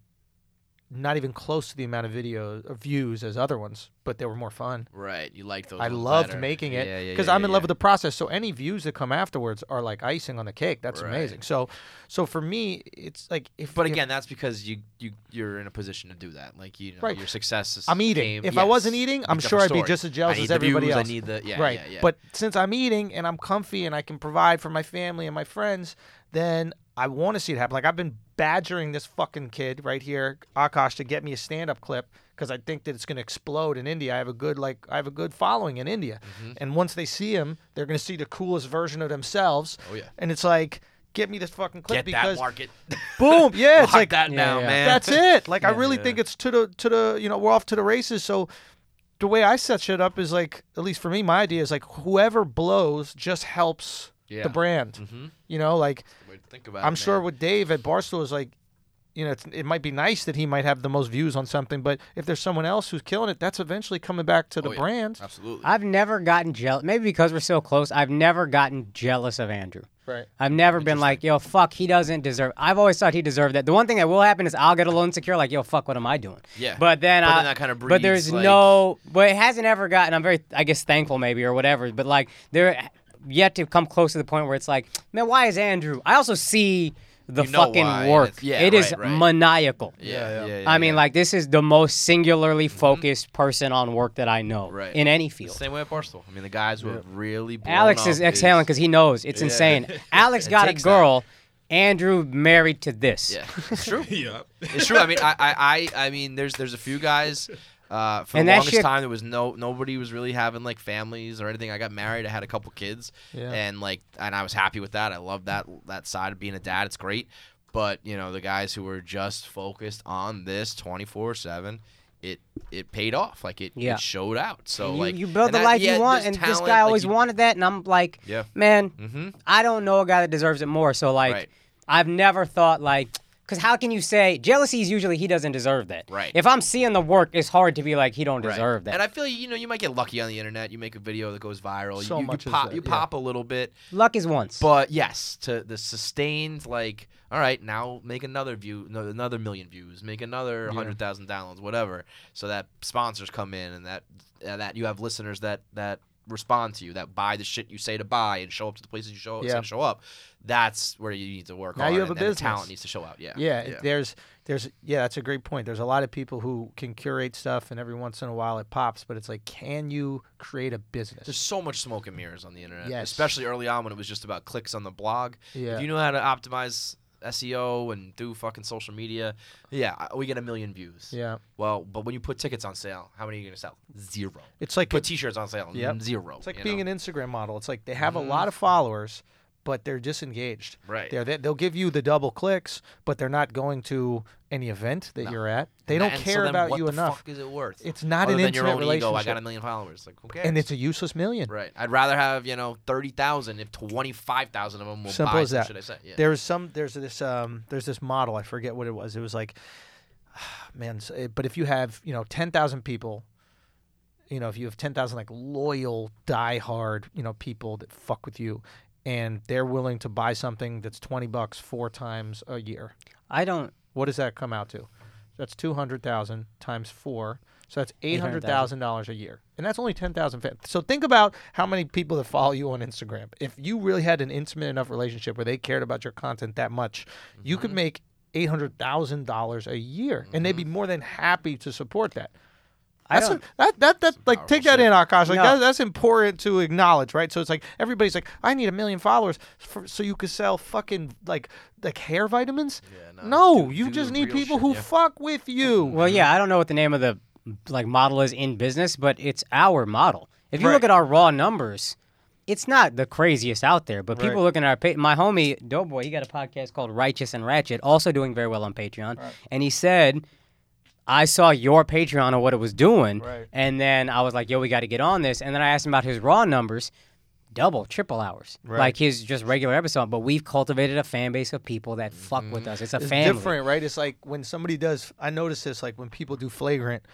S1: not even close to the amount of video uh, views as other ones, but they were more fun.
S4: Right. You like those.
S1: I
S4: ones
S1: loved
S4: better.
S1: making it
S4: Yeah,
S1: because
S4: yeah,
S1: I'm
S4: yeah,
S1: in
S4: yeah.
S1: love with the process. So any views that come afterwards are like icing on the cake. That's
S4: Right.
S1: amazing. So, so for me, it's like if
S4: But
S1: if-
S4: again, that's because you you you're in a position to do that. Like you know,
S1: Right.
S4: your success is.
S1: I'm eating.
S4: came-
S1: If I wasn't
S4: yes.
S1: eating, I'm
S4: Different
S1: sure I'd be
S4: story.
S1: just as jealous
S4: I need
S1: as
S4: the
S1: everybody
S4: views,
S1: else.
S4: I need the yeah,
S1: right.
S4: Yeah, yeah.
S1: But since I'm eating and I'm comfy and I can provide for my family and my friends, then I want to see it happen. Like I've been badgering this fucking kid right here, Akash, to get me a stand-up clip because I think that it's going to explode in India. I have a good like I have a good following in India,
S4: Mm-hmm.
S1: and once they see him, they're going to see the coolest version of themselves.
S4: Oh, yeah.
S1: And it's like. Get me this fucking clip
S4: get
S1: because
S4: that market.
S1: boom, yeah, it's
S4: Lock
S1: like
S4: that now,
S3: yeah.
S4: man.
S1: that's it. Like I
S4: Yeah.
S1: really
S4: Yeah.
S1: think it's to the to the you know we're off to the races. So the way I set shit up is like at least for me, my idea is like whoever blows just helps
S4: Yeah.
S1: the brand. You know, like
S4: Wait, Think about it,
S1: I'm sure
S4: man.
S1: with Dave at Barstool is like. You know, it's, it might be nice that he might have the most views on something, but if there's someone else who's killing it, that's eventually coming back to the
S4: Oh, yeah.
S1: brand.
S4: Absolutely.
S3: I've never gotten jealous. Maybe because we're so close, I've never gotten jealous of Andrew.
S1: Right.
S3: I've never been like, yo, fuck, he doesn't deserve. I've always thought he deserved that. The one thing that will happen is I'll get a little insecure, like, yo, fuck, what am I doing?
S4: Yeah.
S3: But then
S4: But
S3: I.
S4: then that kinda
S3: But
S4: breeds,
S3: there's
S4: like-
S3: no. But it hasn't ever gotten. I'm very, I guess, thankful maybe or whatever. But like, there, yet to come close to the point where it's like, man, why is Andrew? I also see the
S4: You know
S3: fucking
S4: why, and
S3: work.
S4: it's- yeah,
S3: it is
S4: right, right.
S3: maniacal.
S4: Yeah, yeah, yeah.
S3: I mean,
S4: yeah. Mm-hmm.
S3: like this is the most singularly focused person on work that I know
S4: Right.
S3: in any
S4: The
S3: field.
S4: same way at Barstool. I mean, the guys who have really. blown
S3: Alex
S4: up
S3: is exhaling because he knows it's
S4: Yeah.
S3: insane. Alex
S4: It
S3: got a
S4: takes that.
S3: girl. Andrew married to this.
S4: Yeah, it's true.
S5: yeah.
S4: It's true. I mean, I, I, I, I mean, there's, there's a few guys. Uh, for
S3: And
S4: the
S3: that
S4: longest
S3: shit-
S4: time, there was no nobody was really having like families or anything. I got married. I had a couple kids,
S1: Yeah.
S4: and like, and I was happy with that. I love that that side of being a dad. It's great. But you know, the guys who were just focused on this 24 seven, it it paid off. Like it,
S3: Yeah.
S4: it showed out. So
S3: You,
S4: like
S3: you build
S4: and
S3: the
S4: that-
S3: life
S4: yeah,
S3: you want,
S4: there's
S3: and this
S4: talent,
S3: guy
S4: like,
S3: always
S4: you-
S3: wanted that, and I'm like,
S4: Yeah.
S3: man,
S4: Mhm.
S3: I don't know a guy that deserves it more. So like,
S4: Right.
S3: I've never thought like, because how can you say jealousy is usually he doesn't deserve that?
S4: Right.
S3: If I'm seeing the work, it's hard to be like he don't
S4: Right.
S3: deserve that.
S4: And I feel you know you might get lucky on the internet. You make a video that goes viral.
S1: So
S4: you, you
S1: much is
S4: pop
S1: that,
S4: you
S1: yeah.
S4: pop a little bit,
S3: Luck is once.
S4: but yes, to the sustained like all right now make another view no, another million views, make another hundred thousand downloads, whatever. So that sponsors come in and that uh, that you have listeners that that respond to you that buy the shit you say to buy and show up to the places you show
S1: Yeah.
S4: say to show up. That's where you need to work.
S1: Now
S4: on
S1: you have
S4: and,
S1: a
S4: and the
S1: business.
S4: talent needs to show out. Yeah.
S1: Yeah, it- there's there's yeah, that's a great point. There's a lot of people who can curate stuff and every once in a while it pops, but it's like can you create a business?
S4: There's so much smoke and mirrors on the internet,
S1: Yes.
S4: especially early on when it was just about clicks on the blog.
S1: Yeah.
S4: If you know how to optimize SEO and do fucking social media, yeah, I- we get a million views.
S1: Yeah.
S4: Well, but when you put tickets on sale, how many are you gonna sell? Zero.
S1: It's like
S4: Put
S1: it-
S4: T-shirts on sale.
S1: Yep.
S4: Zero.
S1: It's like
S4: you
S1: being
S4: know? Mm-hmm.
S1: an Instagram model. It's like they have a lot of followers, but they're disengaged.
S4: Right.
S1: They're, they, they'll give you the double clicks, but they're not going to any event that you're at. They don't
S4: And so
S1: care
S4: then
S1: about
S4: what
S1: you
S4: the
S1: enough.
S4: Fuck is it worth?
S1: It's not
S4: Other
S1: an
S4: than your own
S1: intimate
S4: ego. I
S1: relationship.
S4: got a million followers. Like okay.
S1: and it's a useless million.
S4: right. I'd rather have you know thirty thousand if twenty five thousand of them will
S1: Simple
S4: buy.
S1: as
S4: some
S1: that.
S4: shit I said. Yeah.
S1: There was some. There's this. Um. There's this model. I forget what it was. It was like, man. s- eh, But if you have, you know, ten thousand people, you know, if you have ten thousand like loyal, diehard, you know, people that fuck with you, and they're willing to buy something that's twenty bucks four times a year,
S3: I don't.
S1: what does that come out to? That's two hundred thousand times four. So that's eight hundred thousand dollars a year, and that's only ten thousand fans. So think about how many people that follow you on Instagram. If you really had an intimate enough relationship where they cared about your content that much, you could make eight hundred thousand dollars a year, and they'd be more than happy to support that. That's a-
S3: don't-
S1: that that that like take that in, Akash. Like
S3: No.
S1: that, that's important to acknowledge, right? So it's like everybody's like, I need a million followers for, so you could sell fucking like like hair vitamins. no,
S4: do-
S1: you
S4: do the
S1: just need
S4: real
S1: people
S4: shit,
S1: who
S4: yeah.
S1: fuck with you.
S3: Well, yeah, I don't know what the name of the like model is in business, but it's our model. If you look
S1: Right.
S3: at our raw numbers, it's not the craziest out there. But people
S1: Right.
S3: looking at our pa- my homie Doughboy, he got a podcast called Righteous and Ratchet, also doing very well on Patreon, and he said. I saw your Patreon and what it was doing,
S1: Right.
S3: and then I was like, "Yo, we got to get on this." And then I asked him about his raw numbers, double, triple hours, like his just regular episode. But we've cultivated a fan base of people that fuck with us. It's a
S1: Mm. it's
S3: family.
S1: different, right? It's like when somebody does. I notice this, like when people do flagrant.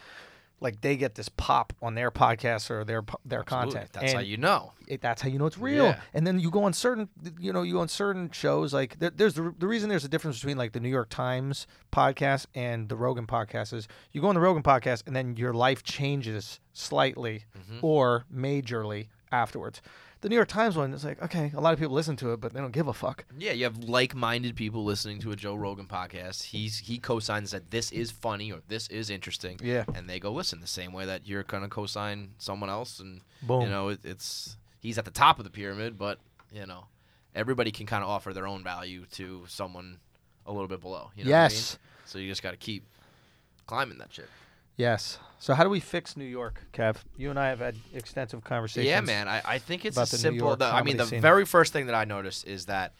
S1: like they get this pop on their podcast or their po- their content.
S4: That's how
S1: And
S4: you know.
S1: it, that's how you know it's real.
S4: Yeah.
S1: And then you go on certain, you know, you go on certain shows. Like there, there's the, the reason there's a difference between like the New York Times podcast and the Rogan podcast is you go on the Rogan podcast and then your life changes slightly
S4: Mm-hmm.
S1: or majorly afterwards. The New York Times one is like okay, a lot of people listen to it, but they don't give a fuck.
S4: Yeah, you have like-minded people listening to a Joe Rogan podcast. He's he co-signs that this is funny or this is interesting.
S1: Yeah.
S4: and they go listen the same way that you're gonna co-sign someone else, and you
S1: Boom.
S4: know it, it's he's at the top of the pyramid, but you know everybody can kind of offer their own value to someone a little bit below. You know what I mean?
S1: Yes.
S4: So you just got to keep climbing that shit.
S1: Yes. So how do we fix New York, Kev? You and I have had extensive conversations.
S4: Yeah, man. I, I think it's a
S1: about the New
S4: simple.
S1: York
S4: The, I mean,
S1: comedy
S4: the
S1: scene.
S4: very first thing that I noticed is that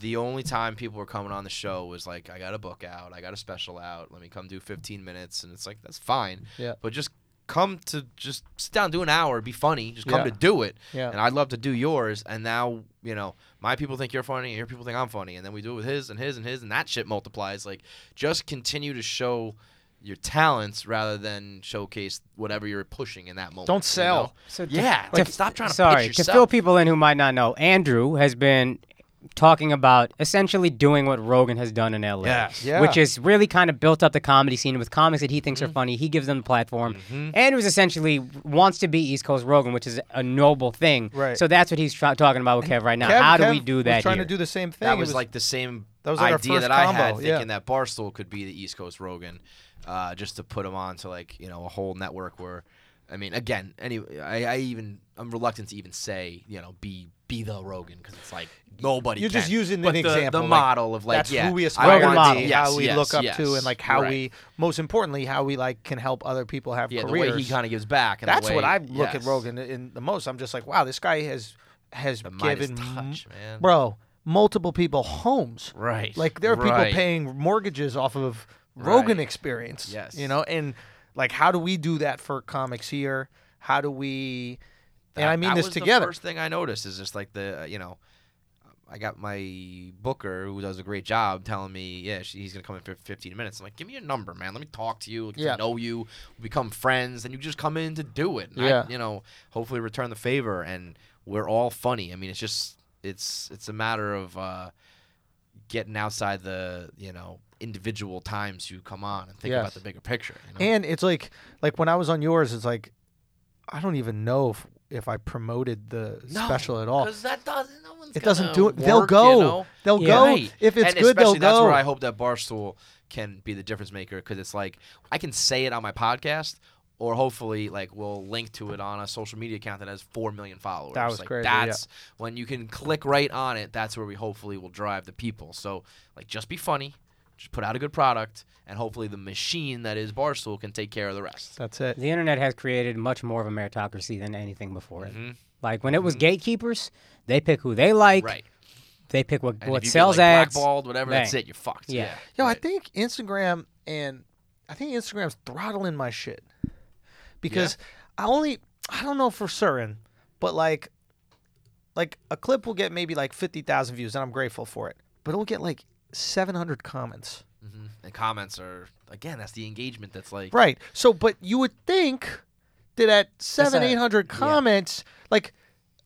S4: the only time people were coming on the show was like, I got a book out, I got a special out, let me come do 15 minutes. And it's like, that's fine.
S1: Yeah.
S4: But just come to just sit down, do an hour, be funny, just come
S1: Yeah.
S4: to do it.
S1: Yeah.
S4: And I'd love to do yours. And now, you know, my people think you're funny, and your people think I'm funny. And then we do it with his and his and his, and that shit multiplies. Like, just continue to show. Your talents rather than showcase whatever you're pushing in that moment.
S1: Don't sell.
S4: You know?
S3: So to-
S4: yeah,
S3: to
S4: like,
S3: f-
S4: stop trying to
S3: sorry,
S4: pitch yourself.
S3: to fill people in who might not know, Andrew has been talking about essentially doing what Rogan has done in LA,
S4: Yes.
S1: Yeah.
S3: which is really kind of built up the comedy scene with comics that he thinks
S4: Mm-hmm.
S3: are funny. He gives them the platform. Andrew's essentially wants to be East Coast Rogan, which is a noble thing.
S1: Right.
S3: So that's what he's tra- talking about with Kev right now.
S1: Kev-
S3: How do we
S1: Kev
S3: do
S1: was
S3: that
S1: Trying
S3: here?
S1: to do the same thing.
S4: that
S1: It
S4: was, like the same
S1: That was, like, our
S4: idea
S1: first
S4: that I had,
S1: combo, yeah.
S4: thinking that Barstool could be the East Coast Rogan, uh, just to put him on to like you know a whole network where, I mean, again, anyway, I, I even I'm reluctant to even say you know be be the Rogan because it's like nobody.
S1: You're just
S4: can.
S1: using
S4: But
S1: an
S4: the,
S1: example,
S4: The
S1: like,
S4: model of like
S1: that's
S4: yeah,
S1: who we
S4: I
S1: aspire
S3: Role
S1: to
S4: want
S1: be,
S3: model.
S4: yes,
S1: how we
S4: yes,
S1: look up
S4: yes,
S1: to, and like how
S4: right.
S1: we, most importantly, how we like can help other people have
S4: yeah
S1: careers.
S4: the way he kind of gives back. And the
S1: That's
S4: way-
S1: what I look at
S4: yes.
S1: Rogan in the most. I'm just like, wow, this guy has has
S4: Midas
S1: given
S4: touch,
S1: m-
S4: man.
S1: bro multiple people homes.
S4: Right,
S1: Like there are
S4: right.
S1: people paying mortgages off of Rogan
S4: Right.
S1: experience.
S4: Yes.
S1: You know, and like how do we do that for comics here? How do we? and
S4: That-
S1: I mean
S4: that
S1: this
S4: was
S1: together.
S4: The first thing I noticed is just like the uh, you know, I got my booker who does a great job telling me, yeah, she, he's gonna come in for 15 minutes. I'm like, give me your number, man. Let me talk to you. Get
S1: Yeah.
S4: to know you. We become friends, and you just come in to do it. And I,
S1: Yeah.
S4: you know, hopefully return the favor, and we're all funny. I mean, it's just it's it's a matter of. uh Getting outside the you know individual times you come on and think
S1: Yes.
S4: about the bigger picture. You know?
S1: And it's like like when I was on yours, it's like I don't even know if if I promoted the
S4: No,
S1: special at all.
S4: 'cause that doesn't. No one's
S1: It doesn't
S4: gonna
S1: do it. They'll
S4: work,
S1: go.
S4: you know?
S1: They'll
S3: Yeah.
S1: go.
S4: Right.
S1: If it's
S4: and
S1: good, they'll
S4: especially
S1: go.
S4: That's where I hope that Barstool can be the difference maker because it's like I can say it on my podcast, or hopefully like we'll link to it on a social media account that has four million followers.
S1: That was
S4: like,
S1: crazy, yeah.
S4: That's when you can click right on it. That's where we hopefully will drive the people. So like, just be funny, just put out a good product, and hopefully the machine that is Barstool can take care of the rest.
S1: That's it.
S3: The internet has created much more of a meritocracy than anything before it.
S4: Mm-hmm.
S3: Like when it was gatekeepers, they pick who they like.
S4: right.
S3: They pick what,
S4: And
S3: what
S4: if you
S3: sells
S4: get, like,
S3: ads.
S4: blackballed, whatever. That's
S3: bang.
S4: it. You're fucked.
S3: Yeah.
S4: Yeah.
S1: Yo,
S4: Right.
S1: I think Instagram and I think Instagram's throttling my shit because I only I don't know for certain, but like like a clip will get maybe like fifty thousand views, and I'm grateful for it. But it'll get like seven hundred comments.
S4: Mhm. And comments are again. That's the engagement. That's like
S1: Right. So, but you would think that at seven,
S3: a-
S1: eight hundred comments, like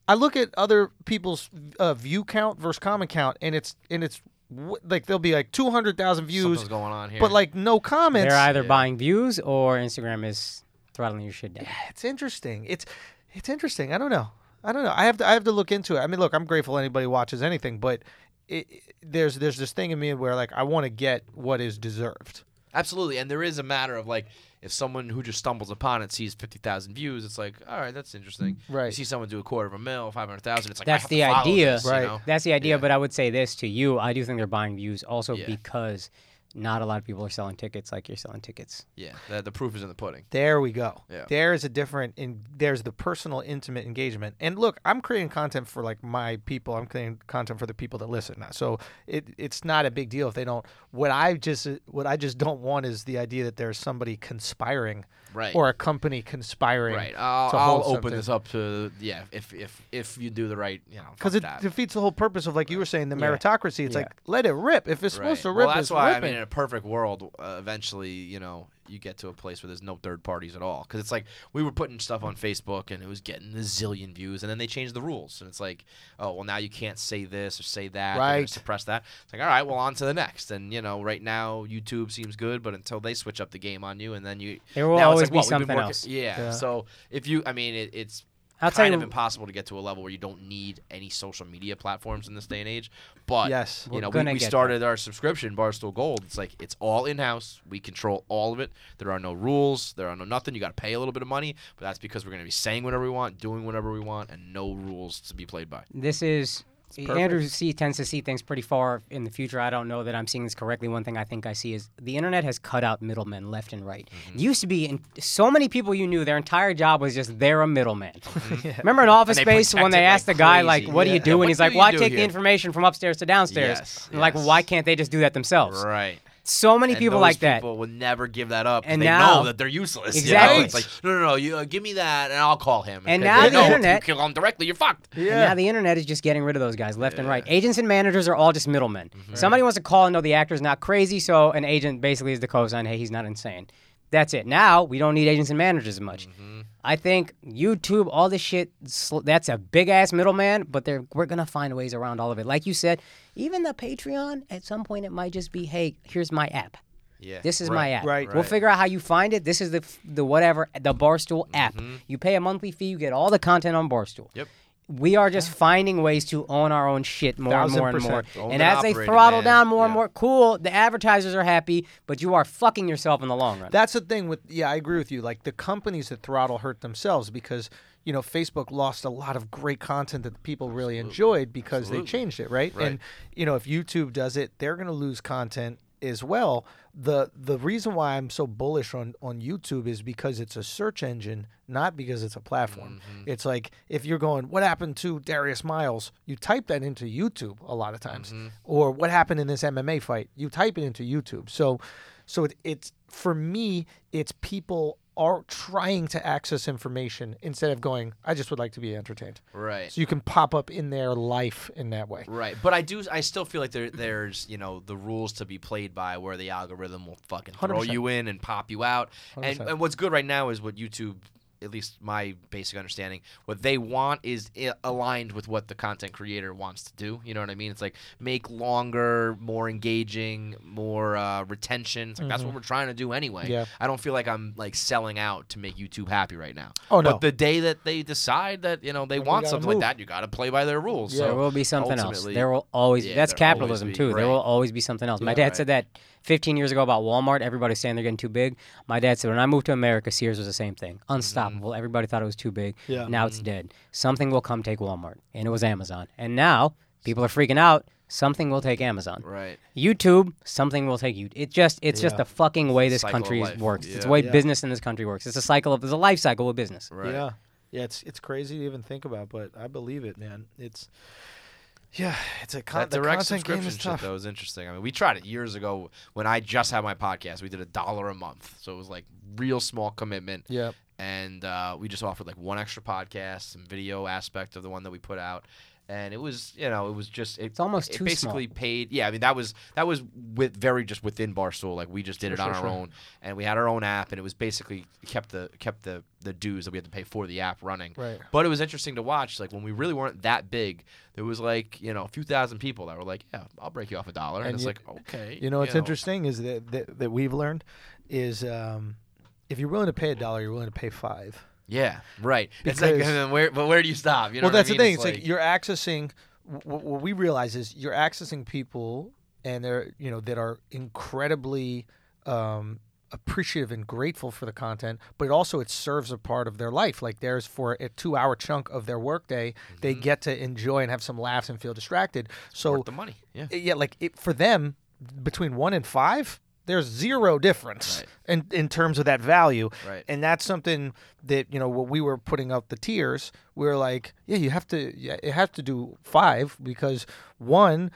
S1: I look at other people's uh, view count versus comment count, and it's and it's w- like there'll be like two hundred thousand views,
S4: something's going on here.
S1: but like no comments.
S3: They're either buying views or Instagram is throttling your shit down.
S1: It's interesting. It's it's interesting. I don't know. I don't know. I have to I have to look into it. I mean, look, I'm grateful anybody watches anything, but it, it- there's there's this thing in me where like I want to get what is deserved.
S4: Absolutely, and there is a matter of like if someone who just stumbles upon it sees fifty thousand views, it's like, all right, that's interesting.
S1: Mm, Right.
S4: You see someone do a quarter of a mil, five hundred thousand. It's like I
S3: That's
S4: have
S3: the
S4: to follow
S3: idea.
S4: this, you
S1: Right.
S4: know?
S3: That's the idea,
S4: Yeah.
S3: but I would say this to you. I do think they're buying views also
S4: Yeah.
S3: because not a lot of people are selling tickets like you're selling tickets.
S4: Yeah. The, the proof is in the pudding.
S1: There we go.
S4: Yeah.
S1: There is a different in there's the personal intimate engagement. And look, I'm creating content for like my people. I'm creating content for the people that listen. So it it's not a big deal if they don't what I just what I just don't want is the idea that there's somebody conspiring
S4: Right.
S1: or a company conspiring.
S4: Right. I'll,
S1: to
S4: I'll
S1: hold
S4: open
S1: something.
S4: this up to yeah. If if if you do the right, you know,
S1: because
S4: fuck
S1: it
S4: that.
S1: defeats the whole purpose of like you were saying the meritocracy. It's like let it rip. If it's supposed
S4: Right.
S1: to rip,
S4: well, that's
S1: it's
S4: why
S1: ripping.
S4: I mean a perfect world, uh, eventually, you know, you get to a place where there's no third parties at all. Because it's like we were putting stuff on Facebook and it was getting a zillion views, and then they changed the rules, and it's like, oh, well, now you can't say this or say that, they're gonna
S1: Right.
S4: Suppress that. It's like, all right, well, on to the next. And you know, right now YouTube seems good, but until they switch up the game on you, and then you,
S3: There will
S4: now
S3: always
S4: it's
S3: be
S4: like, what, we've been
S3: something
S4: working-
S3: else.
S4: Yeah.
S1: Yeah.
S4: So if you, I mean, it, it's
S3: I'll tell
S4: kind
S3: you-
S4: of impossible to get to a level where you don't need any social media platforms in this day and age. But
S1: Yes.
S4: you know, we,
S3: gonna
S4: we
S3: get
S4: started our subscription, Barstool Gold. It's like it's all in house. We control all of it. There are no rules. There are no nothing. You got to pay a little bit of money, but that's because we're gonna be saying whatever we want, doing whatever we want, and no rules to be played by.
S3: This is eh, Andrew C tends to see things pretty far in the future. I don't know that I'm seeing this correctly. One thing I think I see is the internet has cut out middlemen left and right.
S4: Mm-hmm.
S3: It used to be in, so many people you knew, their entire job was just they're a middleman. Remember in Office
S4: And they
S3: Space when
S4: protect
S3: they
S4: it like
S3: asked the guy
S4: crazy.
S3: like, "What do
S4: Yeah.
S3: you do?"
S4: What
S3: and he's
S4: do
S3: like,
S4: you
S3: "Well, I
S4: do
S3: take the
S4: here?"
S3: information from upstairs to downstairs."
S4: Yes,
S3: And Like,
S4: yes.
S3: why can't they just do that themselves?
S4: Right.
S3: So many
S4: And
S3: people
S4: those
S3: like that.
S4: People will never give that up. 'cause
S3: And
S4: they
S3: now-
S4: know that they're useless. you know?
S3: Exactly.
S4: It's like no, no, no. You uh, give me that, and I'll call him.
S3: And
S4: 'Cause
S3: now
S4: they
S3: the
S4: know
S3: internet-
S4: If you kill him directly, you're fucked.
S3: And now the internet is just getting rid of those guys left and right. Agents and managers are all just middlemen. Somebody wants to call and know the actor's not crazy, so an agent basically is the cosign. Hey, he's not insane. That's it. Now we don't need agents and managers as much. I think YouTube, all this shit, sl- that's a big ass middleman, but they're, we're gonna find ways around all of it. Like you said, even the Patreon, at some point it might just be, hey, here's my app.
S4: Yeah.
S3: This is my app.
S1: right.
S3: We'll figure out how you find it. This is the the whatever the Barstool app. You pay a monthly fee, you get all the content on Barstool.
S4: Mm-hmm. Yep.
S3: We are just finding ways to own our own shit more and
S1: Thousand
S3: more and more.
S1: percent.
S4: Own
S3: and
S4: and
S3: as they
S4: operate it,
S3: throttle
S4: man.
S3: down more and
S4: Yeah.
S3: more, cool. The advertisers are happy, but you are fucking yourself in the long run.
S1: That's the thing with yeah, I agree with you. Like the companies that throttle hurt themselves because you know Facebook lost a lot of great content that people really enjoyed because they changed it, right? And you know if YouTube does it, they're going to lose content as well. The the reason why I'm so bullish on on YouTube is because it's a search engine, not because it's a platform. It's like if you're going, what happened to Darius Miles? You type that into YouTube a lot of times, or what happened in this MMA fight? You type it into YouTube. So so it, it's for me, it's people are trying to access information instead of going, I just would like to be entertained.
S4: Right.
S1: So you can pop up in their life in that way.
S4: Right, but I do. I still feel like there, there's you know the rules to be played by, where the algorithm will fucking throw
S1: 100%.
S4: you in and pop you out. And,
S1: 100%.
S4: and what's good right now is what YouTube, at least my basic understanding, what they want is i- aligned with what the content creator wants to do. You know what I mean? It's like make longer, more engaging, more uh, retention. It's like that's what we're trying to do anyway.
S1: Mm-hmm. Yeah.
S4: I don't feel like I'm like selling out to make YouTube happy right now.
S1: Oh, no.
S4: But the day that they decide that you know they
S1: Then we
S4: want
S1: gotta
S4: something
S1: move.
S4: like that, you got to play by their rules.
S1: Yeah.
S4: so
S3: there will be something else.
S4: ultimately-
S3: There will always
S4: yeah,
S3: that's
S4: there'll always
S3: capitalism
S4: be-
S3: too. There
S4: right.
S3: will always be something else. My dad said that 15 years ago about Walmart. Everybody was saying they're getting too big. My dad said when I moved to America, Sears was the same thing,
S4: Mm-hmm.
S3: unstoppable. Everybody thought it was too big.
S1: Yeah.
S3: Now it's dead. Something will come take Walmart, and it was Amazon. And now people are freaking out. Something will take Amazon.
S4: Right.
S3: YouTube, something will take you. It just it's just the fucking way this
S4: Cycle of
S3: country
S4: life.
S3: works. It's the
S4: Yeah.
S3: way business in this country works. It's a cycle of there's a life cycle of business.
S4: Right.
S1: Yeah. Yeah, it's it's crazy to even think about, but I believe it, man. It's yeah, it's a con-
S4: That
S1: the
S4: direct
S1: content game
S4: subscription
S1: is
S4: shit
S1: tough.
S4: though is interesting. I mean, we tried it years ago when I just had my podcast. We did a dollar a month, so it was like real small commitment.
S1: Yep.
S4: And uh, we just offered like one extra podcast, some video aspect of the one that we put out, and it was you know it was just it, it's
S3: almost too small.
S4: basically paid. Yeah, I mean that was that was with very just within Barstool. Like we just did it on
S1: sure,
S4: our
S1: sure.
S4: own, and we had our own app, and it was basically kept the kept the the dues that we had to pay for the app running.
S1: Right.
S4: But it was interesting to watch. Like when we really weren't that big, there was like you know a few thousand people that were like, "Yeah, I'll break you off a dollar," and,
S1: And
S4: it's
S1: you-
S4: like, okay.
S1: You know what's interesting is that, that that we've learned is um, if you're willing to pay a dollar, you're willing to pay five.
S4: Yeah, right. It's like,
S1: Because-
S4: and where, but where do you stop? You know
S1: well,
S4: what I
S1: that's
S4: mean?
S1: the thing. It's like, you're accessing. wh- wh- What we realize is you're accessing people, and they're you know that are incredibly um, appreciative and grateful for the content, but also it serves a part of their life. Like there's for a two-hour chunk of their workday, they
S4: Mm-hmm.
S1: get to enjoy and have some laughs and feel distracted. So
S4: worth the money. Yeah.
S1: yeah, like it, for them, between one and five, there's zero difference in, in terms of that value.
S4: Right.
S1: And that's something that, you know, when we were putting out the tiers, we were like, yeah, you have to, yeah, you have to do five because one,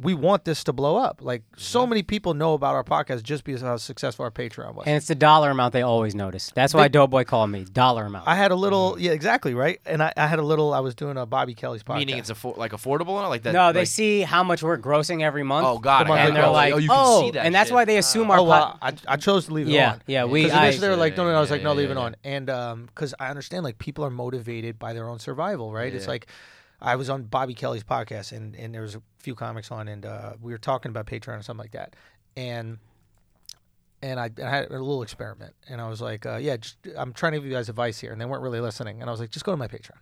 S1: we want this to blow up. Like so many people know about our podcast just because of how successful our Patreon was.
S3: And it's the dollar amount they always notice. That's why Doughboy called me dollar amount.
S1: I had a little, yeah, exactly, right. And I, I had a little. I was doing a Bobby Kelly's podcast.
S4: Meaning it's affo- like affordable and like that.
S3: no, they
S4: like-
S3: see how much we're grossing every month.
S4: Oh, God,
S1: I
S3: and
S1: got
S3: they're
S1: that.
S3: like,
S4: Oh,
S3: oh,
S4: you can see that
S3: and that's
S4: shit.
S3: why they assume our.
S1: oh well,
S3: pod-
S1: I, I chose to leave it
S3: yeah,
S1: on.
S3: yeah, we.
S1: Because initially
S3: I-
S1: they were like, no, no, no. I was like,
S4: Yeah,
S1: no,
S4: yeah,
S1: leave it
S4: yeah.
S1: on. And because I understand, like, people are motivated by their own survival, right? It's like, I was on Bobby Kelly's podcast, and and there was a few comics on, and uh, we were talking about Patreon or something like that, and. And I, and I had a little experiment, and I was like, uh, "Yeah, just, I'm trying to give you guys advice here," and they weren't really listening. And I was like, "Just go to my Patreon,"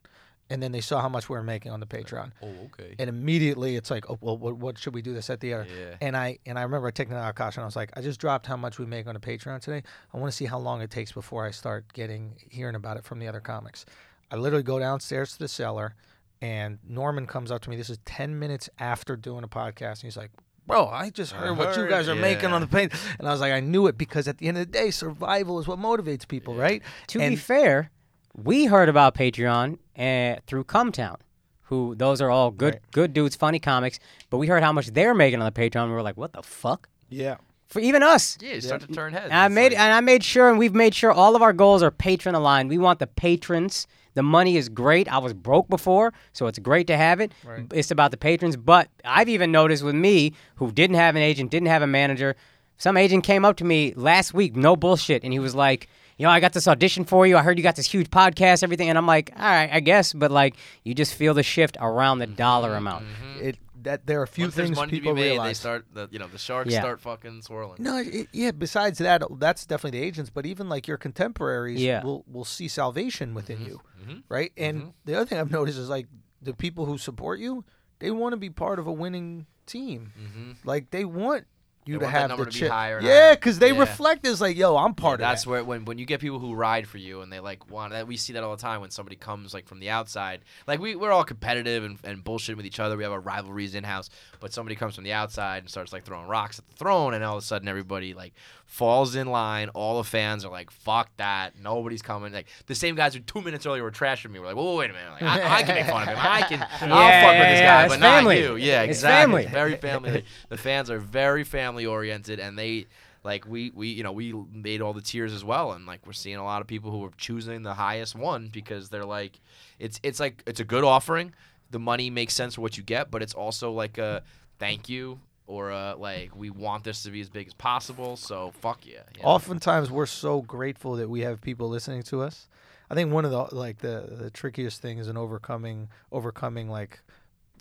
S1: and then they saw how much we were making on the Patreon,
S4: Oh, okay.
S1: and immediately it's like, oh, well, what, what should we do this at the other?
S4: Yeah.
S1: And I and I remember taking out Akash and I was like, I just dropped how much we make on a Patreon today. I want to see how long it takes before I start getting hearing about it from the other comics. I literally go downstairs to the cellar, and Norman comes up to me. This is ten minutes after doing a podcast, and he's like. Bro, I just heard, what you
S4: heard-
S1: guys are making
S4: yeah."
S1: on the page, and I was like, I knew it because at the end of the day, survival is what motivates people, right?
S3: To be
S1: and
S3: fair, we heard about Patreon uh, through Cumtown, who those are all good good dudes, funny comics. But we heard how much they're making on the Patreon. We were like, what the fuck?
S1: yeah,
S3: For even us.
S4: Yeah, you start to turn heads.
S3: And I
S4: It's
S3: made
S4: like-
S3: and I made sure, and we've made sure all of our goals are patron aligned. We want the patrons. The money is great. I was broke before, so it's great to have it. It's about the patrons. But I've even noticed with me, who didn't have an agent, didn't have a manager, some agent came up to me last week, no bullshit, and he was like, "You know, I got this audition for you. I heard you got this huge podcast, everything." And I'm like, "All right, I guess," but like, you just feel the shift around the dollar amount.
S4: Mm-hmm.
S1: it that there are a few
S4: Once there's
S1: things
S4: money to
S1: people
S4: be made, they
S1: realize.
S4: start the you know the sharks
S3: Yeah.
S4: start fucking swirling.
S1: No, it, yeah. Besides that, that's definitely the agents. But even like your contemporaries,
S3: Yeah.
S1: will will see salvation within
S4: Mm-hmm.
S1: you, right? And the other thing I've noticed is like the people who support you, they want to be part of a winning team. Like they want you
S4: Mm-hmm. They
S1: to
S4: want that
S1: have
S4: number
S1: the
S4: to be
S1: chip.
S4: higher and
S1: yeah,
S4: higher.
S1: because they
S4: Yeah.
S1: reflect as like, yo, I'm part
S4: That's
S1: of that.
S4: where when when you get people who ride for you and they like want that we see that all the time when somebody comes like from the outside. Like we we're all competitive and, and bullshitting with each other. We have our rivalries in house, but somebody comes from the outside and starts like throwing rocks at the throne, and all of a sudden everybody like falls in line. All the fans are like, "Fuck that! Nobody's coming." Like the same guys who two minutes earlier were trashing me were like, "Well, wait a minute! Like, I, I can make fun of him. I can. I'll
S3: Yeah,
S4: fuck with
S3: yeah,
S4: this
S3: yeah.
S4: guy,
S3: It's
S4: but not
S3: family.
S4: you." Yeah,
S3: It's
S4: exactly.
S3: family.
S4: very family. the fans are very family oriented, and they like we we you know we made all the tiers as well, and like we're seeing a lot of people who are choosing the highest one because they're like, it's it's like it's a good offering. The money makes sense for what you get, but it's also like a thank you or a like we want this to be as big as possible. So fuck yeah. you know?
S1: Oftentimes, we're so grateful that we have people listening to us. I think one of the like the the trickiest things in overcoming overcoming like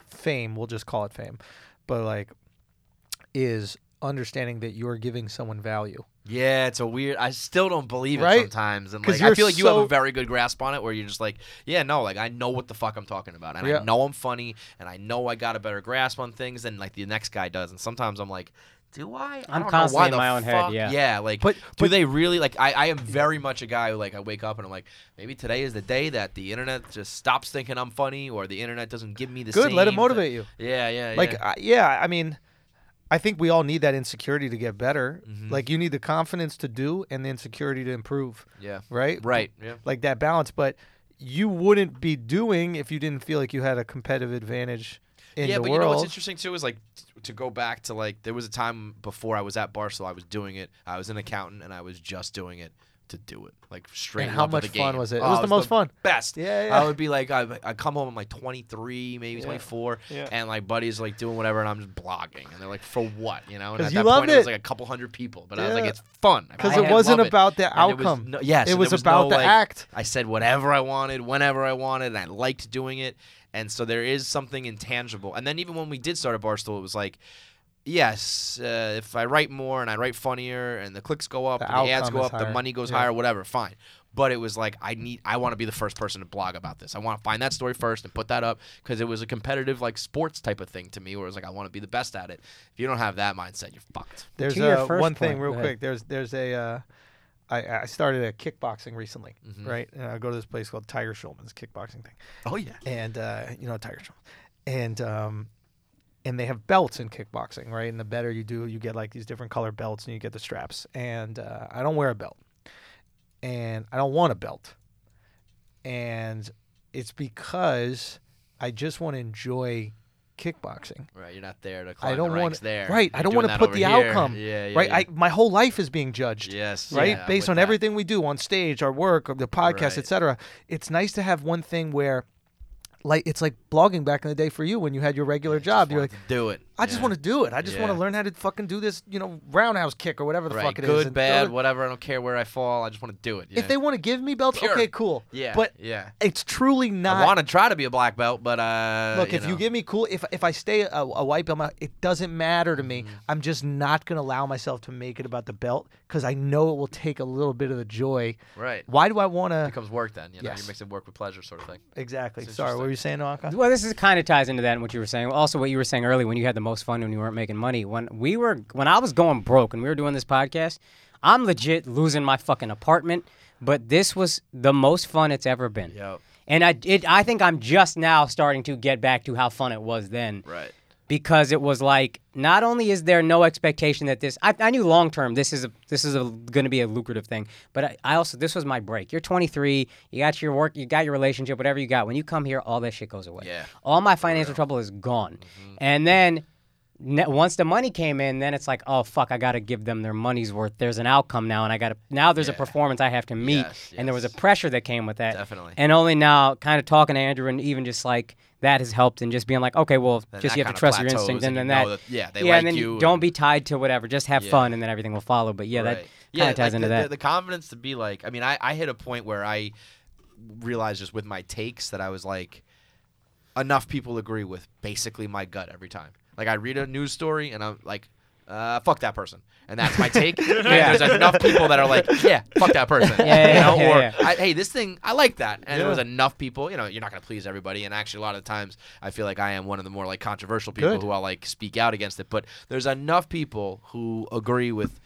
S1: fame, we'll just call it fame, but like is understanding that you're giving someone value.
S4: Yeah, it's a weird. I still don't believe it
S1: Right?
S4: sometimes, and
S1: 'Cause
S4: like I
S1: you're
S4: feel like you have
S1: so-
S4: a very good grasp on it, where you're just like, yeah, no, like I know what the fuck I'm talking about, and
S1: Yeah.
S4: I know I'm funny, and I know I got a better grasp on things than like the next guy does, and sometimes I'm like. Do I? I
S3: I'm
S4: don't know
S3: constantly
S4: why
S3: in
S4: the
S3: my own head,
S4: fuck-
S3: yeah.
S4: yeah. Like,
S1: But-
S4: do
S1: but-
S4: they really like? I, I am very much a guy who like I wake up and I'm like, maybe today is the day that the internet just stops thinking I'm funny, or the internet doesn't give me the
S1: Good, let it
S4: same-
S1: motivate you.
S4: Yeah, yeah,
S1: Like,
S4: yeah.
S1: I, yeah, I mean, I think we all need that insecurity to get better.
S4: Mm-hmm.
S1: Like, you need the confidence to do and the insecurity to improve.
S4: Yeah.
S1: Right.
S4: Right, yeah.
S1: Like that balance, but you wouldn't be doing if you didn't feel like you had a competitive advantage in
S4: yeah,
S1: the
S4: but
S1: world.
S4: you know what's interesting too is like t- to go back to like there was a time before I was at Barstool, I was doing it. I was an accountant, and I was just doing it to do it, like straight.
S1: And how
S4: love of the
S1: much fun
S4: game.
S1: was it? It
S4: Oh,
S1: was the most fun.
S4: best.
S1: Yeah, yeah.
S4: I would be like, I I come home, I'm like 23, maybe 24, and like buddies like doing whatever, and I'm just blogging, and they're like, for what, you know? And
S1: 'Cause
S4: at
S1: you
S4: that
S1: loved
S4: point, it. was
S1: it.
S4: like a couple hundred people, but I was like,
S1: Yeah.
S4: it's fun I
S1: because
S4: fucking
S1: it
S4: love
S1: wasn't about the
S4: And it was
S1: outcome.
S4: no- yes,
S1: it
S4: and
S1: was,
S4: there was
S1: about
S4: no,
S1: the
S4: like,
S1: act.
S4: I said whatever I wanted, whenever I wanted, and I liked doing it. And so there is something intangible. And then even when we did start at Barstool, it was like, yes, uh, if I write more and I write funnier and the clicks go up,
S1: The
S4: and the ads
S1: outcome
S4: go
S1: is
S4: up,
S1: higher.
S4: the money goes
S1: Yeah.
S4: higher, whatever, fine. But it was like I need, I want to be the first person to blog about this. I want to find that story first and put that up because it was a competitive like sports type of thing to me, where it was like I want to be the best at it. If you don't have that mindset, you're fucked.
S1: There's
S3: To your
S1: uh,
S3: first
S1: one thing
S3: point,
S1: real
S3: go ahead.
S1: quick. There's there's a uh, I, I started a kickboxing recently,
S4: Mm-hmm.
S1: right? And I go to this place called Tiger Schulman's kickboxing thing,
S4: Oh yeah.
S1: and uh, you know Tiger Schulman, and um, and they have belts in kickboxing, right? And the better you do, you get like these different color belts, and you get the straps. And uh, I don't wear a belt, and I don't want a belt, and it's because I just want to enjoy kickboxing.
S4: Right, you're not there to climb
S1: I don't
S4: the
S1: want
S4: ranks there.
S1: right.
S4: You're
S1: I don't
S4: doing
S1: want to
S4: that
S1: put
S4: over
S1: the
S4: here.
S1: outcome.
S4: Yeah, yeah,
S1: right.
S4: yeah.
S1: I, my whole life is being judged.
S4: Yes,
S1: Right.
S4: yeah, I'm
S1: Based
S4: with
S1: on
S4: that.
S1: everything we do on stage, our work, or the podcast,
S4: Right.
S1: etc. It's nice to have one thing where, like, it's like blogging back in the day for you when you had your regular job. You're like,
S4: do it.
S1: I just want to do it. I just want to
S4: Yeah.
S1: learn how to fucking do this. You know, roundhouse kick or whatever the
S4: Right,
S1: fuck it is.
S4: good,
S1: and throw
S4: bad,
S1: it-
S4: whatever. I don't care where I fall. I just want to do it. Yeah.
S1: If they want to give me belts,
S4: Pure.
S1: okay, cool.
S4: yeah,
S1: But
S4: yeah,
S1: it's truly not.
S4: I want to try to be a black belt, but uh,
S1: Look, if you
S4: know.
S1: give me cool, if if I stay a, a white belt, my- it doesn't matter to
S4: Mm-hmm.
S1: me. I'm just not gonna allow myself to make it about the belt because I know it will take a little bit of the joy.
S4: right,
S1: Why do I want to?
S4: becomes work then. You know,
S1: Yes.
S4: you're mixing work with pleasure, sort of thing.
S1: Exactly.
S4: It's
S1: Sorry, what were you saying, Anka?
S3: Well, this is kind of ties into that and what you were saying. Also, what you were saying earlier when you had the most fun when you weren't making money. When we were, when I was going broke and we were doing this podcast, I'm legit losing my fucking apartment. But this was the most fun it's ever been.
S4: Yep.
S3: And I, it, I think I'm just now starting to get back to how fun it was then.
S4: Right.
S3: Because it was like, not only is there no expectation that this, I, I knew long term this is a, this is going to be a lucrative thing, but I, I also this was my break. You're 23, you got your work, you got your relationship, whatever you got. When you come here, all that shit goes away.
S4: Yeah. Mm-hmm.
S3: All my financial trouble is gone. And then ne- once the money came in, then it's like, oh fuck, I got to give them their money's worth. There's an outcome now, and I got to now there's a performance I have to meet,
S4: Yes,
S3: and there was a
S4: yes.
S3: pressure that came with that.
S4: Definitely.
S3: And only now, kind of talking to Andrew, and even just like that has helped, and just being like, okay, well,
S4: Then
S3: just
S4: that
S3: you have
S4: kinda
S3: to trust your
S4: plateaus
S3: instinct,
S4: and
S3: and then that,
S4: you know that- yeah, they
S3: yeah,
S4: like
S3: and then
S4: you
S3: don't
S4: and-
S3: be tied to whatever, just have
S4: Yeah.
S3: fun, and then everything will follow. But yeah, that
S4: Right.
S3: kind of
S4: yeah,
S3: ties
S4: like
S3: into
S4: the,
S3: that.
S4: The, the confidence to be like, I mean, I, I hit a point where I realized just with my takes that I was like, enough people agree with basically my gut every time. Like I read a news story and I'm like, uh, fuck that person, and that's my take. And
S3: Yeah.
S4: There's enough people that are like, yeah, fuck that person.
S3: yeah,
S4: you know?
S3: yeah,
S4: or
S3: yeah.
S4: I, hey, this thing I like that, and there was
S1: Yeah.
S4: enough people. You know, you're not gonna please everybody, and actually a lot of the times I feel like I am one of the more like controversial people
S1: Good.
S4: who I'll like speak out against it. But there's enough people who agree with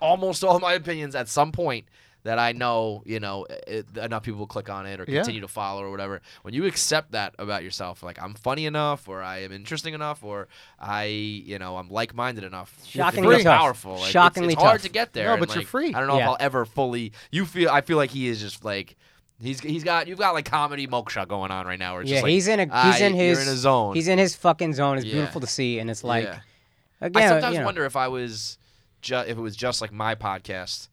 S4: almost all my opinions at some point that I know, you know, it, enough people will click on it or
S1: Yeah.
S4: continue to follow or whatever. When you accept that about yourself, like I'm funny enough, or I am interesting enough, or I, you know, I'm like-minded enough,
S3: Shockingly
S4: it's
S3: tough.
S4: powerful. Like, it's-
S3: Shockingly
S4: it's, hard
S3: tough.
S4: to get there.
S1: No,
S4: and,
S1: but you're
S4: like,
S1: free.
S4: I don't know if
S3: Yeah.
S4: I'll ever fully. You feel? I feel like he is just like. He's, he's got you've got like comedy moksha going on right now. Where it's
S3: yeah,
S4: just like,
S3: he's in a
S4: ah,
S3: he's in his
S4: you're in a zone.
S3: He's in his fucking zone. It's
S4: Yeah.
S3: beautiful to see, and it's like
S4: Yeah.
S3: again,
S4: I sometimes
S3: you know,
S4: wonder if I was, ju- if it was just like my podcast.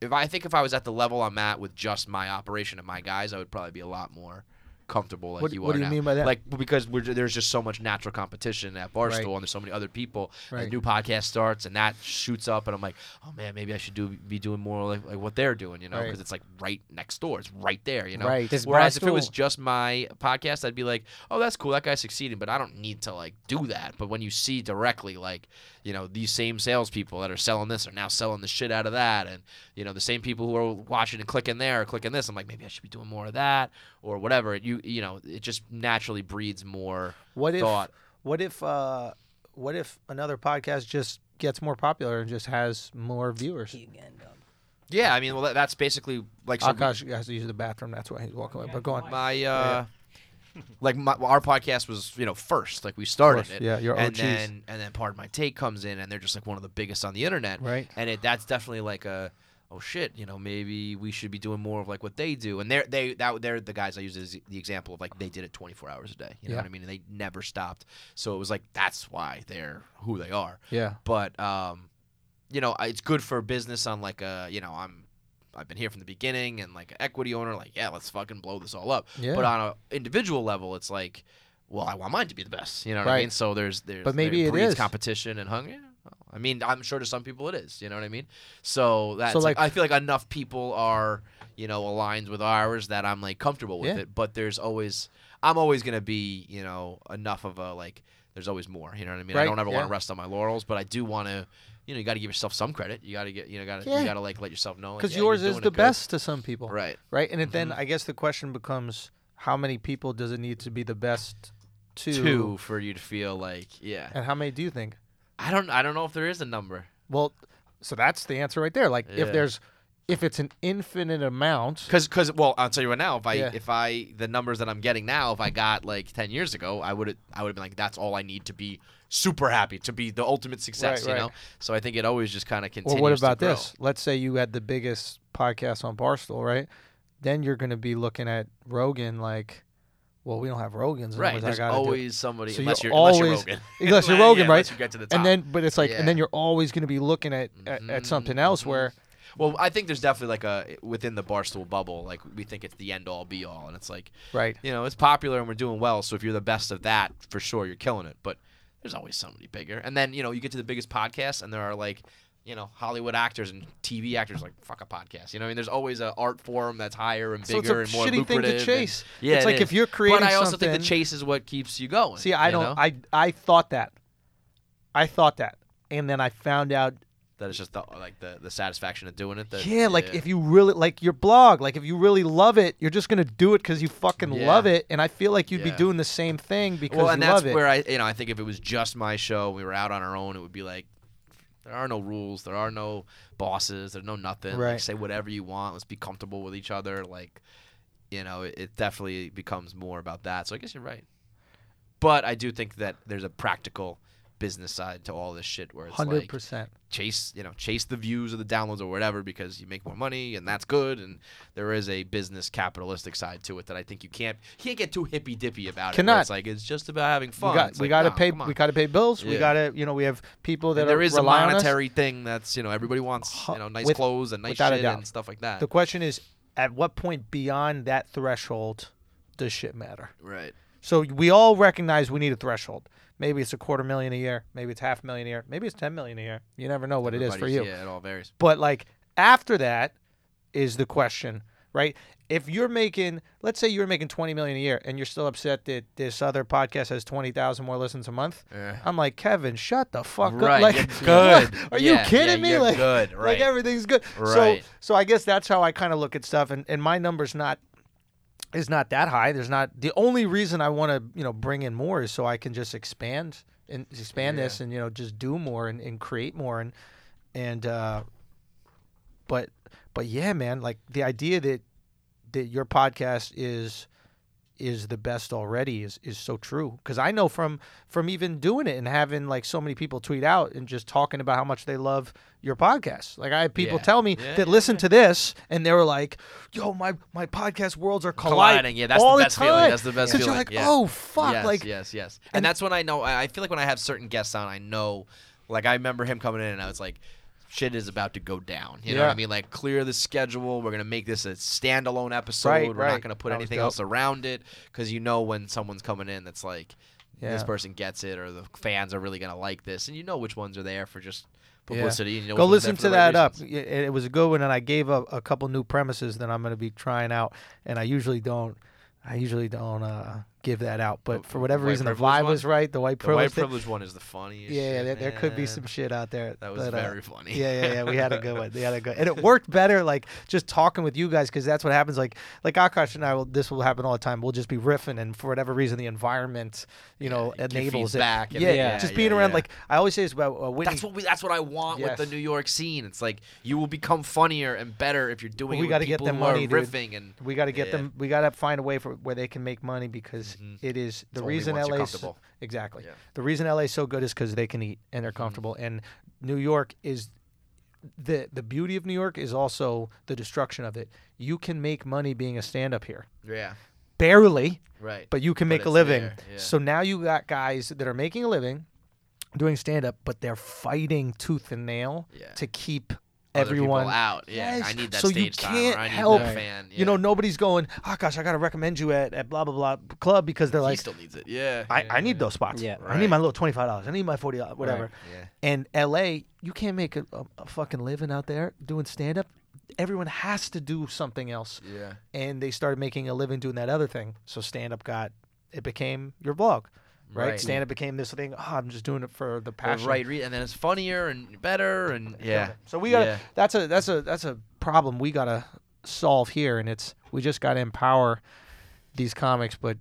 S4: If I, I think if I was at the level I'm at with just my operation and my guys, I would probably be a lot more comfortable like
S1: What-
S4: you
S1: what do
S4: are
S1: you
S4: now.
S1: mean by that?
S4: Like because we're, there's just so much natural competition at Barstool,
S1: Right.
S4: and there's so many other people.
S1: Right.
S4: A new podcast starts, and that shoots up, and I'm like, oh man, maybe I should do be doing more like, like what they're doing, you know?
S1: Right.
S4: Because it's like right next door, it's right there, you know.
S1: Right.
S3: Does
S4: Whereas if it
S3: Barstool-
S4: was just my podcast, I'd be like, oh, that's cool. That guy's succeeding, but I don't need to like do that. But when you see directly, like, you know, these same salespeople that are selling this are now selling the shit out of that, and you know, the same people who are watching and clicking there are clicking this. I'm like, maybe I should be doing more of that or whatever. You you know, it just naturally breeds more
S1: What if?
S4: thought.
S1: What if? Uh, what if another podcast just gets more popular and just has more viewers?
S4: Yeah, I mean, well, that, that's basically like so
S1: Akash has to use the bathroom. That's why he's walking away. But go on.
S4: my uh like my, our podcast was you know first like we started
S1: First,
S4: it
S1: yeah, your
S4: and
S1: OGs.
S4: then and then part of my take comes in and they're just like one of the biggest on the internet
S1: Right.
S4: and it that's definitely like a oh shit you know maybe we should be doing more of like what they do and they're they that they're the guys I use as the example of like they did it 24 hours a day you know
S1: Yeah.
S4: what I mean and they never stopped so it was like that's why they're who they are
S1: Yeah.
S4: but um, you know, I- it's good for business on like a you know I'm I've been here from the beginning and like an equity owner, like yeah, let's fucking blow this all up.
S1: Yeah.
S4: But on a individual level, it's like, well, I want mine to be the best. You know what I
S1: Right.
S4: mean? So there's there's
S1: But maybe
S4: there
S1: it
S4: breeds
S1: is.
S4: competition and hunger. I mean, I'm sure to some people it is. You know what I mean? So that's
S1: like-
S4: like, I feel like enough people are you know aligned with ours that I'm like comfortable with
S1: Yeah.
S4: it. But there's always I'm always gonna be you know enough of a like. There's always more. You know what I mean? I
S1: Right,
S4: don't ever want
S1: yeah.
S4: to rest on my laurels, but I do want to. You know, you got to give yourself some credit. You got to get. You know, got to.
S1: Yeah.
S4: You got to like let yourself know. like,
S1: Because
S4: yeah, you're
S1: yours is
S4: doing it
S1: the
S4: good.
S1: best to some people.
S4: Right. Mm-hmm.
S1: Right. And it then I guess the question becomes how many people does it need to be the best to?
S4: Two for you to feel like yeah.
S1: And how many do you think?
S4: I don't. I don't know if there is a number.
S1: Well, so that's the answer right there. Like
S4: Yeah.
S1: if there's if it's an infinite amount,
S4: Cause, cause, well, I'll tell you right now. If I,
S1: Yeah.
S4: if I, the numbers that I'm getting now, if I got like ten years ago, I would, I would have been like, that's all I need to be super happy to be the ultimate success.
S1: right.
S4: You know. So I think it always just kind of
S1: or
S4: continues.
S1: what
S4: to
S1: about
S4: grow.
S1: this? Let's say you had the biggest podcast on Barstool, right? Then you're going to be looking at Rogan like well, we don't have Rogans. and
S4: Right.
S1: what
S4: There's
S1: I gotta do?
S4: always somebody
S1: So
S4: unless
S1: you're
S4: you're, unless you're
S1: always-
S4: Rogan.
S1: Unless you're Rogan,
S4: Yeah,
S1: right?
S4: Unless you get to the top.
S1: And then, but it's like,
S4: Yeah. Mm-hmm,
S1: and then you're always going to be looking at at, at something else where
S4: well, I think there's definitely like a within the barstool bubble, like we think it's the end all be all, and it's like
S1: Right.
S4: you know, it's popular and we're doing well. So if you're the best of that, for sure, you're killing it. But there's always somebody bigger. And then you know, you get to the biggest podcast, and there are like, you know, Hollywood actors and TV actors like fuck a podcast. You know, what I mean, there's always an art form that's higher and
S1: So
S4: bigger
S1: it's a
S4: and more
S1: shitty thing to
S4: lucrative. and-
S1: chase.
S4: yeah,
S1: It's
S4: it
S1: like
S4: is.
S1: if you're creating
S4: But I also think
S1: something-
S4: the chase is what keeps you going.
S1: See, I
S4: you
S1: don't.
S4: know?
S1: I I thought that. I thought that, and then I found out.
S4: that it's just the, like the, the satisfaction of doing it. That,
S1: yeah, like if you really like your blog, like if you really love it, you're just gonna do it because you fucking
S4: Yeah.
S1: love it. And I feel like you'd
S4: Yeah.
S1: be doing the same thing because
S4: well, and
S1: you
S4: that's
S1: love it.
S4: where I you know I think if it was just my show, we were out on our own, it would be like there are no rules, there are no bosses, there's no nothing. Like,
S1: Right.
S4: say whatever you want. Let's be comfortable with each other. Like you know, it, it definitely becomes more about that. So I guess you're right. But I do think that there's a practical business side to all this shit where it's
S1: Hundred
S4: like
S1: percent.
S4: chase you know chase the views or the downloads or whatever because you make more money and that's good and there is a business capitalistic side to it that I think you can't you can't get too hippy dippy about it. where
S1: Cannot.
S4: It's like it's just about having
S1: We
S4: fun.
S1: got
S4: It's
S1: we
S4: like,
S1: gotta
S4: no,
S1: pay
S4: come on.
S1: we gotta pay bills. We
S4: Yeah.
S1: gotta you know we have people that
S4: And there
S1: are
S4: is a
S1: rely on us.
S4: monetary thing that's you know everybody wants you know nice
S1: With-
S4: clothes and nice
S1: without a
S4: shit
S1: doubt.
S4: and stuff like that.
S1: The question is, at what point beyond that threshold does shit matter?
S4: right.
S1: So we all recognize we need a threshold. Maybe it's a quarter million a year. Maybe it's half a million a year. Maybe it's ten million a year. You never know what it is for
S4: Everybody's-
S1: you.
S4: Yeah, it all varies.
S1: But like after that is the question, right? If you're making, let's say you're making 20 million a year and you're still upset that this other podcast has 20,000 more listens a month, I'm like, Kevin, shut the fuck
S4: Right,
S1: up. Like,
S4: you're
S1: what?
S4: good.
S1: Are
S4: Yeah,
S1: you kidding
S4: yeah,
S1: me?
S4: you're
S1: like,
S4: good,
S1: like
S4: right.
S1: everything's good.
S4: Right.
S1: So, so I guess that's how I kind of look at stuff. And, and my number's not is not that high. There's not the only reason I want to you know bring in more is so I can just expand and expand this and you know just do more and, and create more and and uh, but but yeah, man, like the idea that that your podcast is is the best already is is so true because I know from from even doing it and having like so many people tweet out and just talking about how much they love your podcast. Like I had people
S4: Yeah.
S1: tell me
S4: Yeah,
S1: that
S4: yeah,
S1: listen to this and they were like, "Yo, my my podcast worlds are colliding."
S4: colliding. Yeah, that's
S1: all
S4: the best
S1: time.
S4: feeling. That's the best
S1: 'Cause
S4: feeling.
S1: You're like,
S4: yeah.
S1: oh fuck,
S4: Yes,
S1: like
S4: yes, yes. And,
S1: and-
S4: that's when I know. I I feel like when I have certain guests on, I know. Like I remember him coming in, and I was like, "Shit is about to go down." You know what
S1: Yeah.
S4: I mean? Like clear the schedule. We're gonna make this a standalone episode.
S1: Right,
S4: We're
S1: right.
S4: not gonna put
S1: That was
S4: anything
S1: dope.
S4: else around it because you know when someone's coming in, that's like. This
S1: Yeah.
S4: person gets it, or the fans are really gonna like this, and you know which ones are there for just
S1: Yeah.
S4: publicity. And you know
S1: Go
S4: which ones are
S1: listen to
S4: there for the right
S1: that uh, up.
S4: reasons.
S1: It, it was a good one, and I gave up a couple new premises that I'm going to be trying out, and I usually don't. I usually don't uh, give that out, but
S4: The
S1: for whatever
S4: white
S1: reason, the
S4: privilege
S1: vibe
S4: one?
S1: was right. The white
S4: The
S1: privilege.
S4: white
S1: thing-
S4: privilege one is the funniest.
S1: yeah, yeah,
S4: shit,
S1: there, there could be
S4: man.
S1: some shit out there.
S4: That was
S1: but, uh,
S4: very funny.
S1: Yeah, yeah, yeah. We had a good one. We had a good, and it worked better. Like just talking with you guys, because that's what happens. Like, like Akash and I will. This will happen all the time. We'll just be riffing, and for whatever reason, the environment, you know,
S4: it feeds
S1: enables it.
S4: back and-
S1: yeah,
S4: yeah,
S1: just
S4: yeah,
S1: being around.
S4: yeah.
S1: Like I always say this about uh, Whitney.
S4: That's what we. That's what I want with
S1: Yes.
S4: the New York scene. It's like you will become funnier and better if you're doing.
S1: we
S4: got
S1: gotta
S4: to
S1: get them money, dude.
S4: riffing and
S1: We got to get
S4: Yeah. Mm-hmm.
S1: them. We got to find a way for where they can make money because it is the
S4: only
S1: reason
S4: once you're
S1: LA 's-
S4: comfortable.
S1: exactly
S4: Yeah. Mm-hmm.
S1: the reason LA is so good is because they can eat and they're comfortable. And New York is the the beauty of New York is also the destruction of it. You can make money being a stand up here,
S4: Yeah,
S1: barely,
S4: right.
S1: but you can make a
S4: it's
S1: living.
S4: there, yeah.
S1: So now you got guys that are making a living doing stand up, but they're fighting tooth and nail
S4: Yeah.
S1: to keep.
S4: Other people
S1: Everyone
S4: out. Yeah, I
S1: Yes.
S4: need that
S1: so you
S4: stage time. or
S1: can't
S4: I need
S1: help.
S4: that fan.
S1: You know,
S4: yeah.
S1: nobody's going. Oh gosh, I gotta recommend you at, at blah blah blah club because they're
S4: he
S1: like,
S4: still needs it. Yeah,
S1: I, I need those spots.
S3: Yeah.
S1: I need
S4: Right.
S1: my little twenty five dollars. I need my forty dollars, whatever.
S4: Yeah.
S1: And L.A., you can't make a, a, a fucking living out there doing stand up. Everyone has to do something else.
S4: Yeah.
S1: And they started making a living doing that other thing. So stand up got it became your blog, right?
S4: Right.
S1: Stand up became this thing. Oh, I'm just doing it for the
S4: The
S1: passion.
S4: right reason, and then it's funnier and better, and yeah.
S1: So we got
S4: Yeah.
S1: to that's a that's a that's a problem we gotta solve here, and it's we just gotta empower these comics, but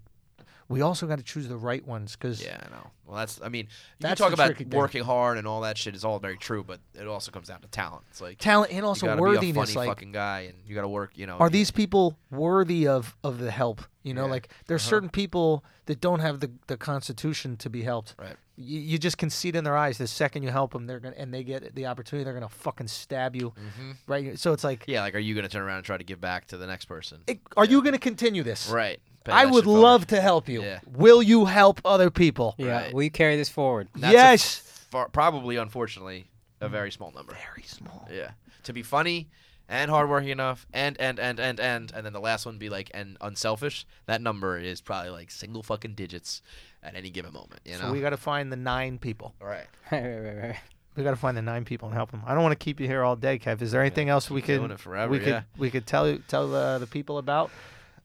S1: we also got to choose the right ones because
S4: Yeah, I know. Well, that's. I mean, you can
S1: That's
S4: talk
S1: the
S4: about
S1: tricky thing.
S4: working hard and all that shit. It's all very true, but it also comes down to talent. It's like
S1: talent and
S4: you
S1: also
S4: gotta be a funny
S1: worthiness. Like,
S4: fucking guy, and you gotta work. You know,
S1: are
S4: you-
S1: these people worthy of of the help? You know,
S4: Yeah. Uh-huh.
S1: like there's certain people that don't have the the constitution to be helped.
S4: Right.
S1: You, you just can see it in their eyes. The second you help them, they're gonna and they get the opportunity. They're gonna fucking stab you,
S4: Mm-hmm.
S1: right? So it's like,
S4: Yeah, like, are you gonna turn around and try to give back to the next person?
S1: it- are you gonna continue this?
S4: Right. pay
S1: I
S4: that
S1: would
S4: shit forward.
S1: love to help you.
S4: Yeah.
S1: Will you help other people?
S3: Yeah,
S4: Right.
S3: we carry this forward.
S4: That's a
S1: Yes.
S4: far, probably, unfortunately, a very small number.
S1: Very small.
S4: Yeah. To be funny and hardworking enough, and and and and and, and then the last one be like and unselfish. That number is probably like single fucking digits at any given moment. You know.
S1: So we got to find the nine people.
S4: All right.
S3: Right, right, right, right.
S1: We got to find the nine people and help them. I don't want to keep you here all day, Kev. Is there anything else we
S4: doing
S1: could
S4: it forever,
S1: we could
S4: yeah.
S1: we could tell tell the, the people about?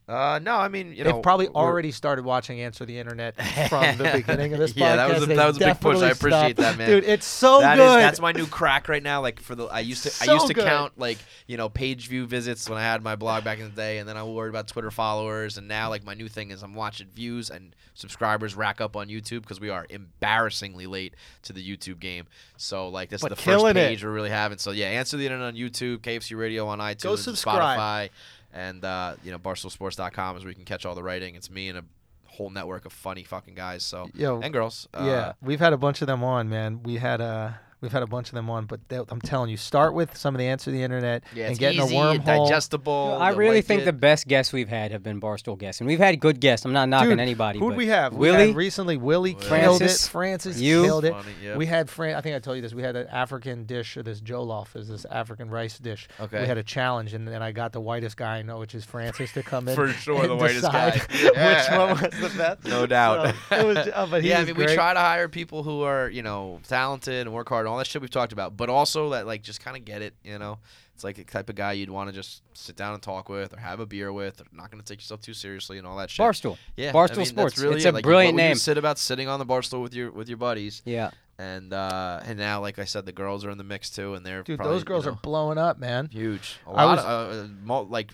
S4: Uh, no, I mean you
S1: They've
S4: know
S1: probably
S4: we're-
S1: already started watching Answer the Internet from the beginning of this podcast.
S4: Yeah, that was a-
S1: They
S4: that was a big push. I
S1: definitely
S4: appreciate
S1: stopped.
S4: that, man.
S1: Dude, it's so
S4: That is
S1: good.
S4: that's my new crack right now. Like for the I used to I
S1: So
S4: used to
S1: good.
S4: count like you know page view visits when I had my blog back in the day, and then I worried about Twitter followers, and now like my new thing is I'm watching views and subscribers rack up on YouTube because we are embarrassingly late to the YouTube game. So like this
S1: But
S4: is the first
S1: killing it.
S4: page we're really having. So yeah, answer the internet on YouTube, KFC Radio on iTunes, and
S1: subscribe.
S4: Spotify, and uh, you know BarstoolSports.com is where you can catch all the writing. It's me and a whole network of funny fucking guys. So
S1: Yo,
S4: and girls. Uh,
S1: yeah, we've had a bunch of them on, man. We had uh, we've had a bunch of them on, but they, I'm telling you, start with some of the Answer the Internet
S4: Yeah,
S1: and
S4: it's
S1: get in a
S4: easy,
S1: wormhole.
S4: digestible.
S3: I
S4: you'll
S3: really
S4: like
S3: think
S4: it.
S3: the best guests we've had have been barstool guests, and we've had good guests. I'm not knocking
S1: Dude,
S3: anybody.
S1: Who'd
S3: but
S1: we have? we
S3: Willie.
S1: had recently Willie killed it.
S3: Francis,
S1: Francis
S3: you.
S1: killed it.
S4: Funny, yep.
S1: We had Fran. I think I told you this. We had an African dish or this jollof is this African rice dish.
S4: Okay.
S1: We had a challenge, and then I got the whitest guy I know, which is Francis, to come in
S4: For sure,
S1: and
S4: the whitest guy.
S1: decide
S4: Yeah.
S1: which one was the best.
S4: No doubt.
S1: So, it was, uh, but he
S4: yeah, I
S1: was
S4: mean, we
S1: great.
S4: try to hire people who are, you know, talented and work hard and all that shit we've talked about, but also that, like, just kind of get it, you know? It's like the type of guy you'd want to just sit down and talk with or have a beer with or not going to take yourself too seriously and all that shit.
S3: Barstool.
S4: Yeah. I
S3: Barstool
S4: mean, that's
S3: Sports.
S4: really
S3: it's
S4: it.
S3: a
S4: Like,
S3: brilliant
S4: what would
S3: name.
S4: You sit about sitting on the barstool with your with your buddies.
S3: yeah.
S4: And uh, and now, like I said, the girls are in the mix too, and they're
S1: Dude,
S4: probably,
S1: those girls
S4: you know,
S1: are blowing up, man.
S4: Huge. A
S1: I
S4: lot of uh, mul- like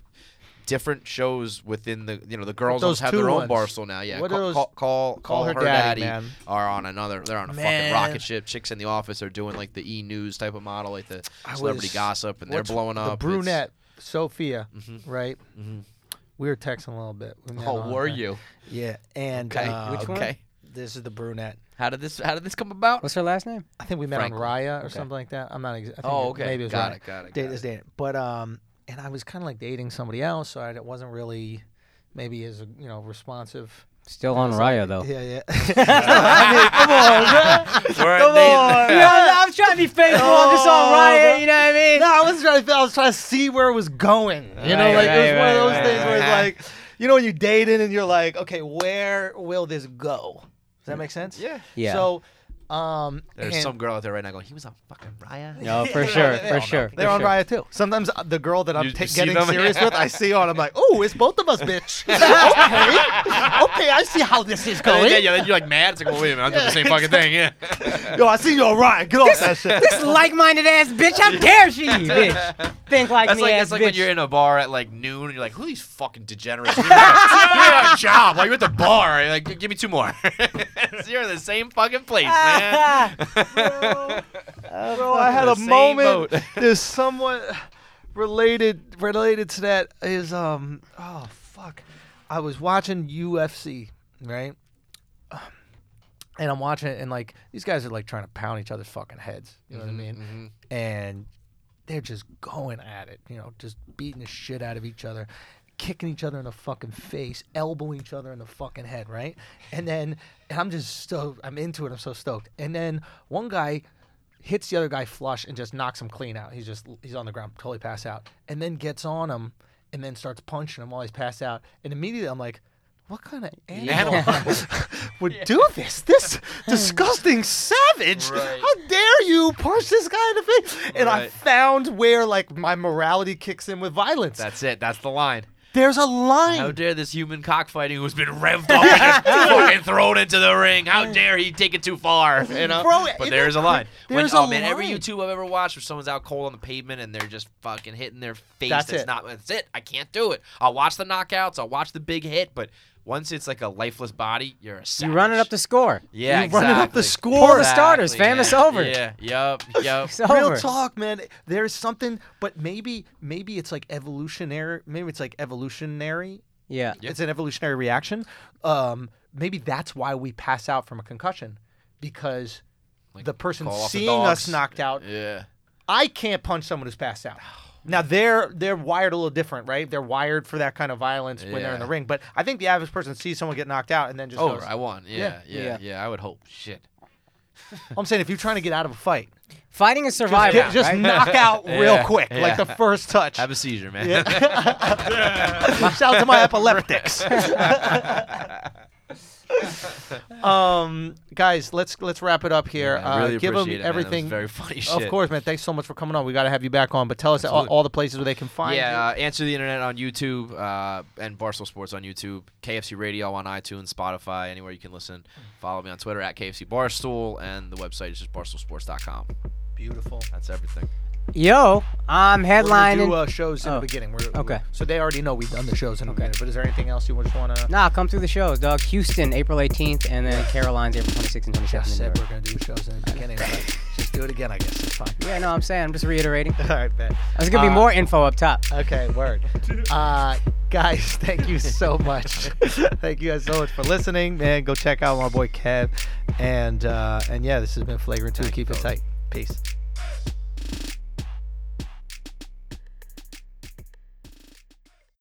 S4: different shows within the you know the girls
S1: Those
S4: have
S1: two
S4: their own
S1: ones.
S4: barstool now. Yeah,
S1: What
S4: call,
S1: are those-
S4: call call
S1: Call
S4: her,
S1: Her
S4: daddy,
S1: Daddy, man.
S4: are on another. They're on a
S1: Man.
S4: fucking rocket ship. Chicks in the office are doing like the E News type of model, like the celebrity
S1: was-
S4: gossip, and they're
S1: What's-
S4: blowing up. It's-
S1: The brunette, Sophia,
S4: Mhm.
S1: right?
S4: Mhm.
S1: We were texting a little bit. We met
S4: Oh,
S1: on
S4: were
S1: that.
S4: you?
S1: Yeah, and
S4: Okay.
S1: uh,
S4: Which one? Okay.
S1: This is the brunette.
S4: How did this How did this come about?
S3: What's her last name?
S1: I think we met
S4: Franklin.
S1: on Raya or
S3: Okay.
S1: something like that. I'm not. Ex- I think
S4: Oh,
S1: it-
S4: okay.
S1: Maybe it was
S4: got,
S1: Raya.
S4: it, got it.
S1: Date
S4: got
S1: is
S4: it.
S1: dating, but um, and I was kind of like dating somebody else, so I d- wasn't really maybe as you know responsive.
S3: Still on Raya though.
S1: Yeah, yeah. I mean, come on, bro.
S4: We're Oh,
S1: Come
S4: dating-
S1: on. Yeah.
S3: I'm trying to be faithful.
S1: I'm just on Raya,
S3: You know what I mean?
S1: No, I was trying. To, I was trying to see where it was going. You know,
S3: Right,
S1: like it was
S3: right,
S1: one of those
S3: right,
S1: things
S3: right,
S1: where it's
S4: right.
S1: like, you know, when you dated and you're like, okay, where will this go? Does that make sense?
S4: Mm. Yeah.
S3: Yeah.
S1: So, um,
S4: There's
S1: and-
S4: some girl out there right now going, he was on fucking Raya.
S3: No, for
S1: Yeah,
S3: sure,
S1: they- they
S3: for
S1: all
S3: sure.
S1: They're
S3: for
S1: on
S3: sure.
S1: Raya too. Sometimes uh, the girl that I'm
S4: You-
S1: ta-
S4: you see
S1: getting
S4: them?
S1: serious with, I see on. I'm like, oh, it's both of us, bitch. okay, okay, I see how this is
S4: And
S1: going.
S4: then, yeah, then you're like mad. It's like, well, wait a minute, I'm doing the same fucking thing. Yeah.
S1: Yo, I see you on Raya. Get off that shit.
S3: This like-minded ass bitch. How dare she, bitch? Think like
S4: That's
S3: me,
S4: like
S3: ass
S4: it's like
S3: bitch.
S4: when you're in a bar at like noon and you're like, who are these fucking degenerates? You had a job while you're at the bar. You're like, give me two more. So you're in the same fucking place, man.
S1: Bro, I had
S4: the
S1: a
S4: same
S1: moment.
S4: boat.
S1: There's somewhat related related to that is um oh fuck, I was watching UFC right, and I'm watching it and like these guys are like trying to pound each other's fucking heads. You know what I mean? And they're just going at it. You know, just beating the shit out of each other. Kicking each other in the fucking face, elbowing each other in the fucking head, right? And then and I'm just stoked. I'm into it. I'm so stoked. And then one guy hits the other guy flush and just knocks him clean out. He's just he's on the ground, totally passed out, and then gets on him and then starts punching him while he's passed out. And immediately I'm like, what kind of animal would do this? This disgusting savage!
S4: Right.
S1: How dare you punch this guy in the face? And I
S4: Right.
S1: found where like my morality kicks in with violence.
S4: That's it. That's the line.
S1: There's a
S4: How
S1: line.
S4: dare this human cockfighting who's been revved up and fucking thrown into the ring? How dare he take it too far? You know?
S1: Bro,
S4: but
S1: isn't
S4: there's
S1: that
S4: a line. When-
S1: there's
S4: oh
S1: a
S4: man, every
S1: line.
S4: YouTube I've ever watched where someone's out cold on the pavement and they're just fucking hitting their face.
S1: That's
S4: that's
S1: it.
S4: not. That's it. I can't do it. I'll watch the knockouts. I'll watch the big hit, but. Once it's like a lifeless body, you're a savage.
S3: You running up the score.
S4: Yeah,
S1: You running up the
S4: exactly.
S1: score. Pull the
S3: starters, fam,
S4: yeah,
S3: it's over.
S4: Yeah, yup, yup.
S3: It's
S1: Real
S3: over.
S1: talk, man. There's something, but maybe maybe it's like evolutionary. Maybe it's like evolutionary
S3: Yeah.
S1: It's an evolutionary reaction. Um, maybe that's why we pass out from a concussion because the person
S4: call off the
S1: seeing us
S4: dogs.
S1: knocked out,
S4: yeah,
S1: I can't punch someone who's passed out. Now they're they're wired a little different, right? They're wired for that kind of violence when they're in the
S4: Yeah.
S1: ring. But I think the average person sees someone get knocked out and then just
S4: Oh,
S1: goes,
S4: I won. Yeah, yeah,
S3: Yeah.
S4: yeah, I would hope. Shit.
S1: I'm saying if you're trying to get out of a fight,
S3: Fighting is survival.
S1: get- just
S3: right?
S1: knock out real
S4: Yeah,
S1: quick, like
S4: yeah.
S1: the first touch.
S4: Have a seizure, man.
S1: Shout out to my epileptics. um, guys, let's let's wrap it up here.
S4: I really
S1: uh, give them
S4: appreciate it, man. That was
S1: everything.
S4: very funny
S1: Of
S4: shit.
S1: course, man. Thanks so much for coming on. We got to have you back on. But tell us all,
S4: Absolutely.
S1: all the places where they can find you.
S4: yeah, uh, answer the internet on YouTube uh, and Barstool Sports on YouTube, KFC Radio on iTunes, Spotify, anywhere you can listen. Follow me on Twitter at KFC Barstool, and the website is just barstoolsports.com.
S1: Beautiful.
S4: That's everything.
S3: Yo, I'm
S1: We're gonna
S3: headlining.
S1: do uh, shows in the
S3: Oh.
S1: beginning. We're,
S3: Okay.
S1: So they already know we've done the shows in the beginning. But is there anything else you just want to?
S3: Nah, come through the shows, dog. Houston, April 18th, and then Caroline's April 26th and 27th.
S1: I
S3: in New
S1: said
S3: York.
S1: we're gonna do shows in the beginning. but just do it again. I guess it's fine.
S3: Yeah, no, I'm saying, I'm just reiterating.
S1: All right, man.
S3: There's gonna be
S1: Uh,
S3: more info up top.
S1: Okay, word. Uh, guys, thank you so much. thank you guys so much for listening, man. Go check out my boy Kev, and uh, and yeah, this has been Flagrant Two. Keep it tight. Peace.